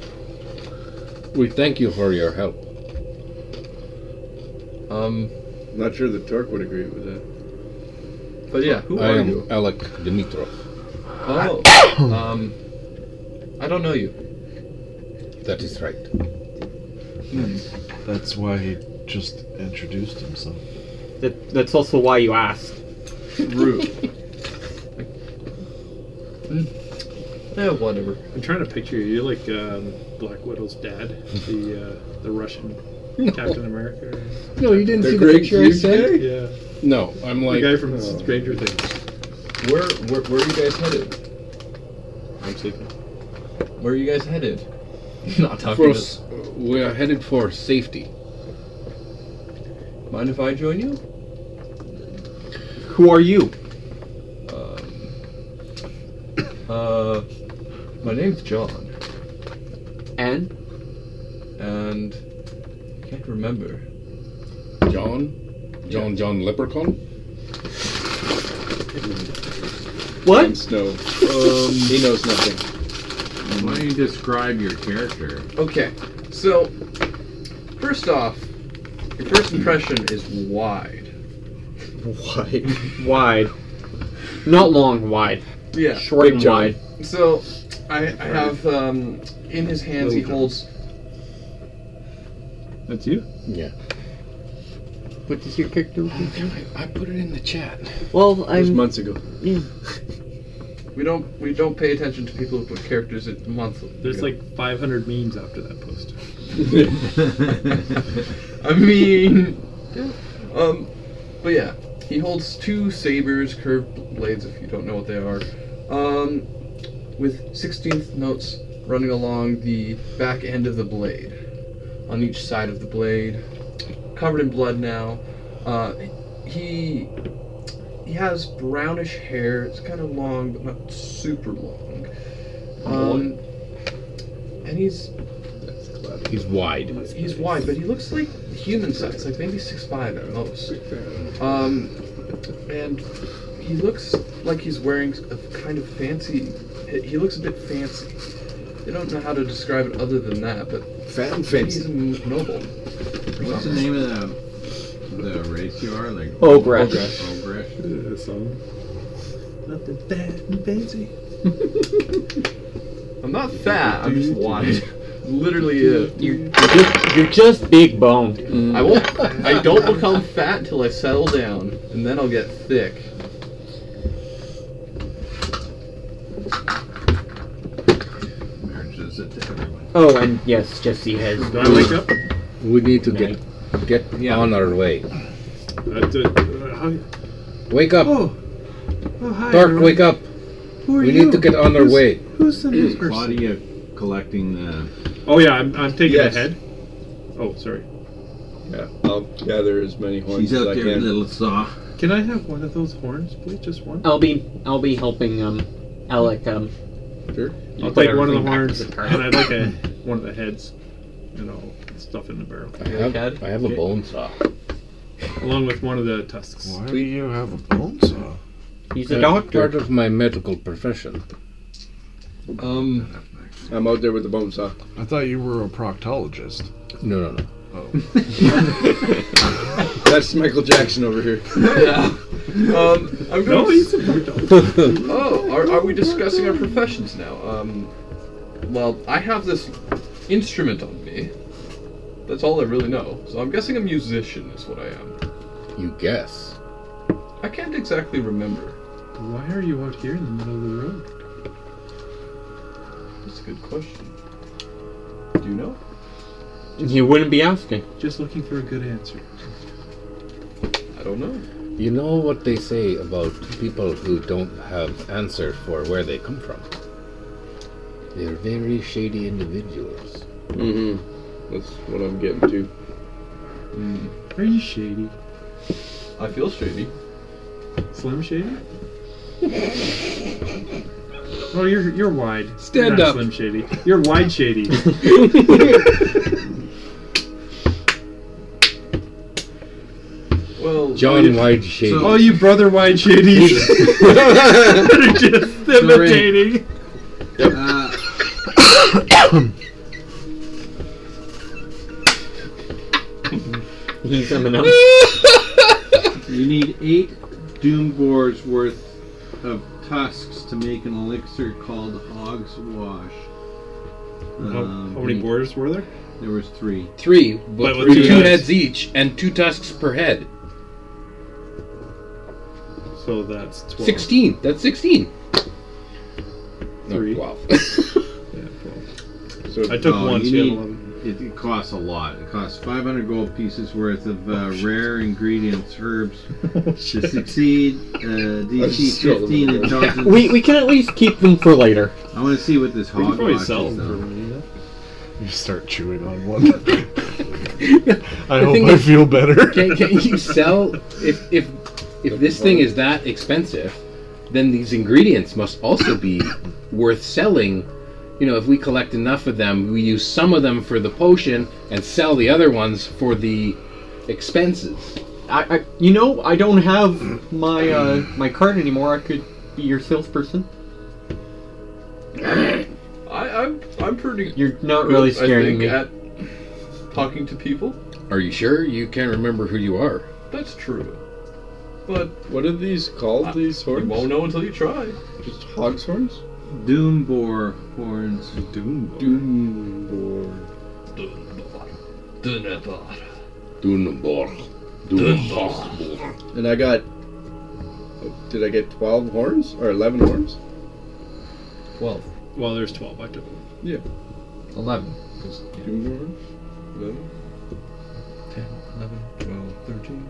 S4: We thank you for your help.
S3: Um,
S33: Not sure that Torque would agree with that.
S3: but yeah, who
S4: I
S3: are
S4: am
S3: you?
S4: Alec Dimitrov.
S3: Oh, um, I don't know you.
S4: That is right.
S8: That's why he just introduced himself.
S6: That, that's also why you asked.
S3: Rude. Yeah, Eh, whatever.
S5: I'm trying to picture you. You're like um, Black Widow's dad, the uh, the Russian Captain America.
S4: No, you didn't
S33: The
S4: see the
S33: great
S4: picture I
S33: huge
S4: sent.
S5: Yeah,
S4: No, I'm
S5: the
S4: like
S5: guy
S29: uh,
S5: from Stranger Things.
S3: Where, where, where are you guys headed?
S5: I'm sleeping.
S3: Where are you guys headed? Not
S4: for
S3: talking to.
S4: s- we are headed for safety.
S3: Mind if I join you?
S6: Who are you?
S3: Um, uh, my name's John,
S6: And
S3: and I can't remember.
S4: John, John, John Leprechaun.
S33: And
S6: what?
S33: Snow. Um, he knows nothing.
S32: Why don't you describe your character?
S3: Okay, so first off, your first impression is wide.
S6: Wide. wide. Not long, wide.
S3: Yeah.
S6: Short and wide.
S3: So I, I have um, in his hands he holds.
S5: That's you.
S4: Yeah.
S6: What is your character?
S4: I put it in the chat.
S6: Well,
S33: It was
S6: I'm.
S33: months ago.
S6: Yeah.
S3: We don't we don't pay attention to people who put characters in months.
S5: There's like 500 memes after that post.
S3: I mean, um, but yeah, he holds two sabers, curved blades. If you don't know what they are, um, with sixteenth notes running along the back end of the blade.
S17: on each side of the blade, covered in blood now. Uh, he he has brownish hair. It's kind of long, but not super long. Um, and he's
S4: He's wide.
S17: He's wide, but he looks like human size, like maybe six five at most. Um, and he looks like he's wearing a kind of fancy. He he looks a bit fancy. I don't know how to describe it other than that, but
S2: Fat and
S17: He's a noble.
S2: What's the name of the the race you are? Like
S6: Ogresh.
S2: Ogresh.
S5: Nothing fat and fancy.
S17: I'm not fat. I'm just wide. Literally it.
S6: You're just, you're just big boned.
S17: I won't. I don't become fat until I settle down, and then I'll get thick.
S2: Marriage is it to everyone.
S6: Oh, and yes, Jesse has.
S29: Do I wake up?
S4: We need to get get on our way.
S29: Uh, d- uh, how,
S4: Wake up,
S29: oh, oh, hi.
S4: Dark.
S29: everyone.
S4: Wake up.
S29: Who are
S4: We
S29: you?
S4: need to get on our
S29: Who's-
S4: way.
S29: Who's the new person?
S2: Claudia collecting the.
S29: Oh yeah, I'm, I'm taking
S3: Yes.
S29: the head. Oh, sorry.
S3: Yeah, I'll gather as many horns
S2: She's
S3: as
S2: out
S3: I
S2: there,
S3: can.
S2: little saw.
S29: Can I have one of those horns, please? Just one.
S6: I'll be I'll be helping um Alec um.
S3: Sure.
S29: I'll take one of the
S6: everything back
S29: horns,
S6: to the car.
S29: and I'd like a, one of the heads, and I'll stuff it in the barrel,
S4: I have, I have a bone saw.
S29: along with one of the tusks.
S8: Why do you have a bone saw?
S6: He's
S4: Uh,
S6: a doctor.
S4: Part of my medical profession.
S17: Um,
S3: I'm out there with the bone saw.
S8: I thought you were a proctologist. Oh.
S4: No, no, no.
S3: That's Michael Jackson over here.
S17: yeah. Um, I'm
S29: No,
S17: going.
S29: he's a bulldog.
S17: Oh, are, are we discussing our professions now? Um, well, I have this instrument on me. That's all I really know. So I'm guessing a musician is what I am.
S4: You guess.
S17: I can't exactly remember.
S29: Why are you out here in the middle of the road?
S17: That's a good question. Do you know?
S6: You wouldn't be asking.
S29: Just looking for a good answer.
S17: I don't know.
S4: You know what they say about people who don't have answer for where they come from? They're very shady individuals.
S3: Mm-hmm. That's what I'm getting to.
S29: Are you shady?
S17: I feel shady.
S29: Slim shady? Oh, you're you're wide. You're
S4: Stand
S29: not
S4: up.
S29: Slim shady. You're wide shady.
S17: Well,
S4: John Wide Shady.
S29: oh, you brother wide shadies that are just imitating.
S2: Uh,
S6: He's um, Eminem.
S2: you need eight doom boars worth of tusks to make an elixir called Hog's Wash.
S29: How,
S2: Um,
S29: how many borders were there?
S2: There was three.
S4: Three,
S29: But
S4: but
S29: with
S4: with
S29: two
S4: two
S29: heads.
S4: heads each and two tusks per head.
S29: So that's twelve.
S4: 16. That's 16.
S29: Three.
S4: No, 12.
S29: Yeah, 12.
S3: So
S29: I took
S2: Oh,
S29: one, so
S2: you
S29: you have
S2: need-
S29: eleven.
S2: It, it costs a lot. It costs 500 gold pieces worth of
S29: Oh,
S2: uh, rare ingredients, herbs to succeed. Uh, DC
S3: just stole
S2: 15
S3: them.
S2: intelligence.
S6: We we can at least keep them for later.
S2: I want to see what this
S29: We can
S2: hog
S29: probably
S2: watch is.
S29: sell them for
S2: though.
S29: money. yeah.
S8: You start chewing on one. I hope
S4: thing
S8: I
S4: is-
S8: feel better.
S4: can, can you sell if if if this thing is that expensive then these ingredients must also be worth selling you know if we collect enough of them we use some of them for the potion and sell the other ones for the expenses
S6: I, I Uh, you know I don't have my uh my card anymore. I could be your salesperson.
S17: I, I'm I'm pretty.
S6: You're not
S17: good,
S6: really
S17: I
S6: scaring
S17: think,
S6: me.
S17: At talking to people.
S4: are you sure you can't remember who you are
S17: That's true. But
S3: What are these
S29: Uh,
S3: called? These
S17: you
S3: horns?
S17: won't know until you try.
S3: Just hog's horns?
S2: Doom boar horns.
S29: Doom.
S3: Doom
S4: Dunbar. Dunbar.
S3: boar. And I got. Did I get 12 horns? Or 11 horns?
S17: Twelve.
S29: Well, there's twelve. I took.
S17: Eleven. 'cause
S3: Doom horns? 11?
S17: 10, 11, 12, 13.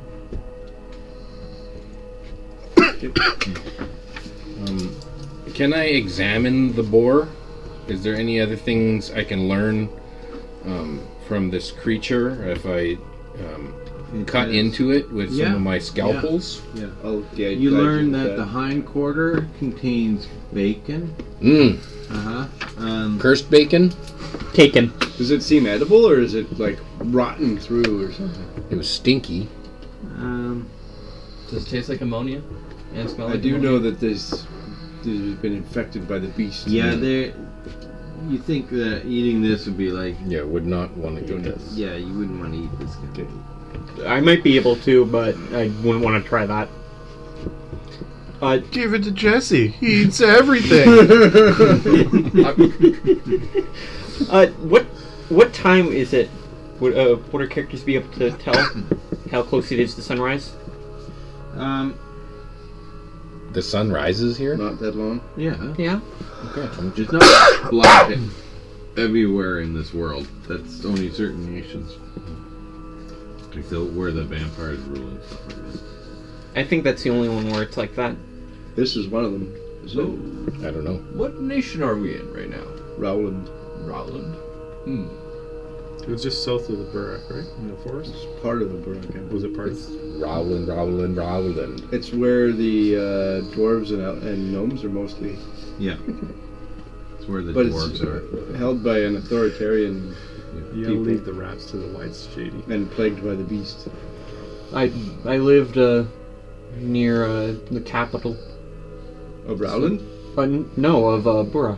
S4: Um, can I examine the boar? Is there any other things I can learn um, from this creature if I um,
S2: It
S4: cut
S2: has-
S4: into it with
S2: Yeah.
S4: some of my scalpels?
S2: Yeah.
S4: Oh, yeah,
S2: you
S4: I
S2: learn
S4: did
S2: that,
S4: that.
S2: the hind quarter contains bacon.
S4: Mm.
S2: Uh huh. Um,
S4: Cursed bacon?
S6: Taken.
S3: Does it seem edible or is it like rotten through or something?
S4: It was stinky.
S2: Um,
S17: Does it taste like ammonia? And smell
S3: I
S17: like
S3: do
S17: ammonia?
S3: know that this this has been infected by the beast.
S2: yeah, there. You think that eating this would be like?
S4: Yeah, would not want to do this.
S2: Yeah, you wouldn't want to eat this. Guy.
S6: I might be able to, but I wouldn't want to try that. Uh,
S12: Give it to Jesse. He eats everything.
S6: uh, what what time is it? Would uh, would our characters be able to tell how close it is to sunrise?
S2: Um,
S4: The sun rises here?
S3: Not that long.
S2: Yeah.
S6: Yeah.
S4: Okay. I'm
S2: There's not black everywhere in this world. That's only certain nations. Except where the vampires rule and stuff like that.
S6: I think that's the only one where it's like that.
S3: This is one of them.
S17: So,
S2: Oh.
S4: I don't know.
S17: what nation are we in right now?
S3: Rowland.
S17: Rowland. Hmm.
S29: It was just south of the Burak, right? In the forest?
S3: part of the Burak.
S29: Was it part of
S4: Rowland, Rowland, Rowland.
S3: It's where the uh, dwarves and, el- and gnomes are mostly.
S2: Yeah. It's where the
S3: but
S2: dwarves
S3: it's
S2: are.
S3: held by an authoritarian
S29: You gotta leave the rats to the whites, Shady.
S3: and plagued by the beast.
S6: I I lived uh, near uh, the capital.
S3: Of Rowland?
S6: Uh, n- no, of uh, Bura.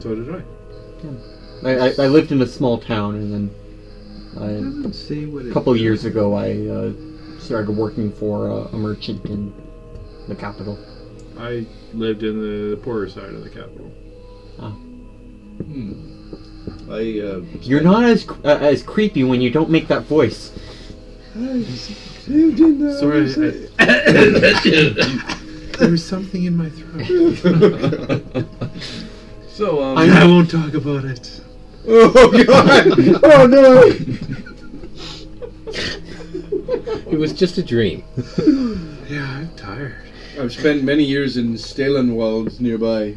S29: So did I.
S6: I, I, I lived in a small town, and then
S2: Doesn't say what
S6: I,
S2: it
S6: a couple years ago I uh, started working for uh, a merchant in the capital.
S29: I lived in the poorer side of the capital.
S3: I uh,
S6: You're not as cr- uh, as creepy when you don't make that voice.
S29: Sorry, there was something in my throat.
S17: So, um,
S29: I, I won't talk about it.
S3: Oh god! oh no!
S4: It was just a dream.
S29: Yeah, I'm tired.
S3: I've spent many years in Stalenwald nearby,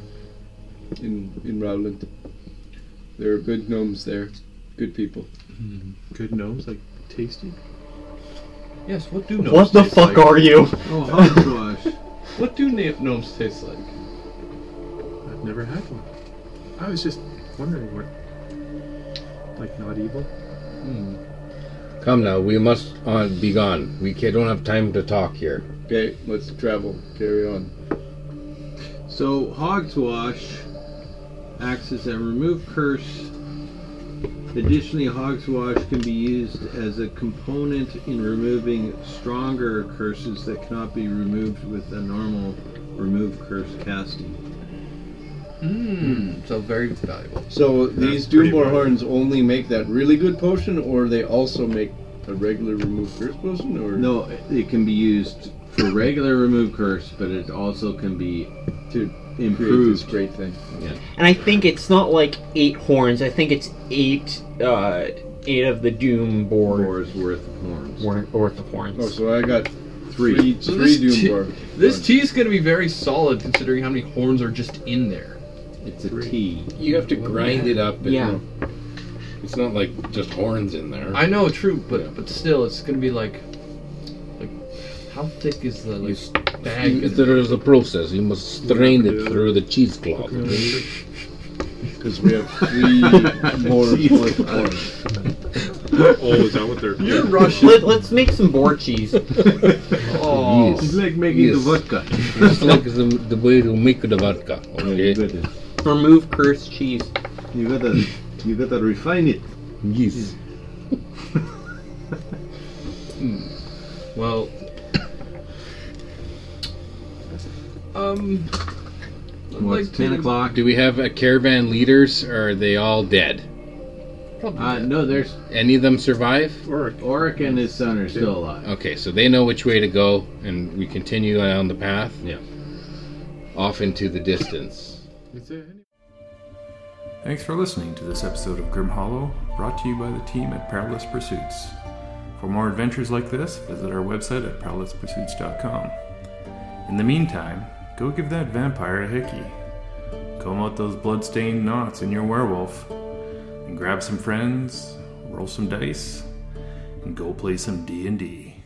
S3: in in Rowland. There are good gnomes there, good people.
S29: Good gnomes, like tasty.
S17: Yes, what do gnomes
S6: What the
S17: taste
S6: fuck
S17: like?
S6: are you?
S2: Oh, hogwash.
S17: What do na- gnomes taste like?
S29: I've never had one. I was just wondering what, like, not evil.
S4: Come now, we must uh, be gone. We ca- don't have time to talk here.
S3: Okay, let's travel. Carry on.
S2: So Hogswash acts as a remove curse. Additionally, Hogswash can be used as a component in removing stronger curses that cannot be removed with a normal remove curse casting.
S17: Hmm. So very valuable.
S3: So these
S29: pretty
S3: Doomborhorns
S29: much-
S3: horns only make that really good potion, or they also make a regular remove curse potion, or
S2: No, it can be used for regular remove curse, but it also can be
S3: to create this
S2: improved.
S3: great thing.
S2: Yeah.
S6: And I think it's not like eight horns. I think it's eight uh, eight of the doom board
S2: Boar's worth of horns.
S6: or, worth of horns.
S3: Oh, so I got
S2: Three.
S3: three,
S17: So
S3: three
S17: this, tea,
S3: Doomborg.
S17: this tea is going to be very solid considering how many horns are just in there.
S2: It's a T.
S4: You have to grind it up. And
S6: Yeah.
S4: It's not like just horns in there.
S17: I know, true, but
S4: Yeah.
S17: but still, it's going to be like, like, how thick is the
S4: You
S17: like
S4: s-
S17: bag? in there?
S4: There is a process. You must strain it through the cheesecloth.
S3: Because we have three more worth of horns.
S29: Oh, is that what they're?
S17: You're
S29: doing?
S17: Russian.
S6: Let, let's make some boar cheese.
S17: Oh,
S4: Yes.
S2: It's like making
S4: Yes.
S2: the vodka.
S4: Just like the, the way to make the vodka. Okay.
S6: Remove curse cheese.
S2: You gotta, you gotta refine it.
S4: Yes.
S17: well. Um.
S2: Well, it's
S17: like
S2: ten
S17: to-
S2: o'clock.
S4: Do we have a caravan leaders or are they all dead?
S17: Probably
S2: Uh, no, there's
S4: Any of them survive?
S29: Or
S2: Oric and his son are still alive.
S4: Okay, so they know which way to go and we continue down the path.
S2: Yeah.
S4: Off into the distance.
S29: is there any-
S1: Thanks for listening to this episode of Grim Hollow, brought to you by the team at Perilous Pursuits. For more adventures like this, visit our website at perilouspursuits.com. In the meantime, go give that vampire a hickey. Comb out those bloodstained knots in your werewolf, and grab some friends, roll some dice, and go play some D and D.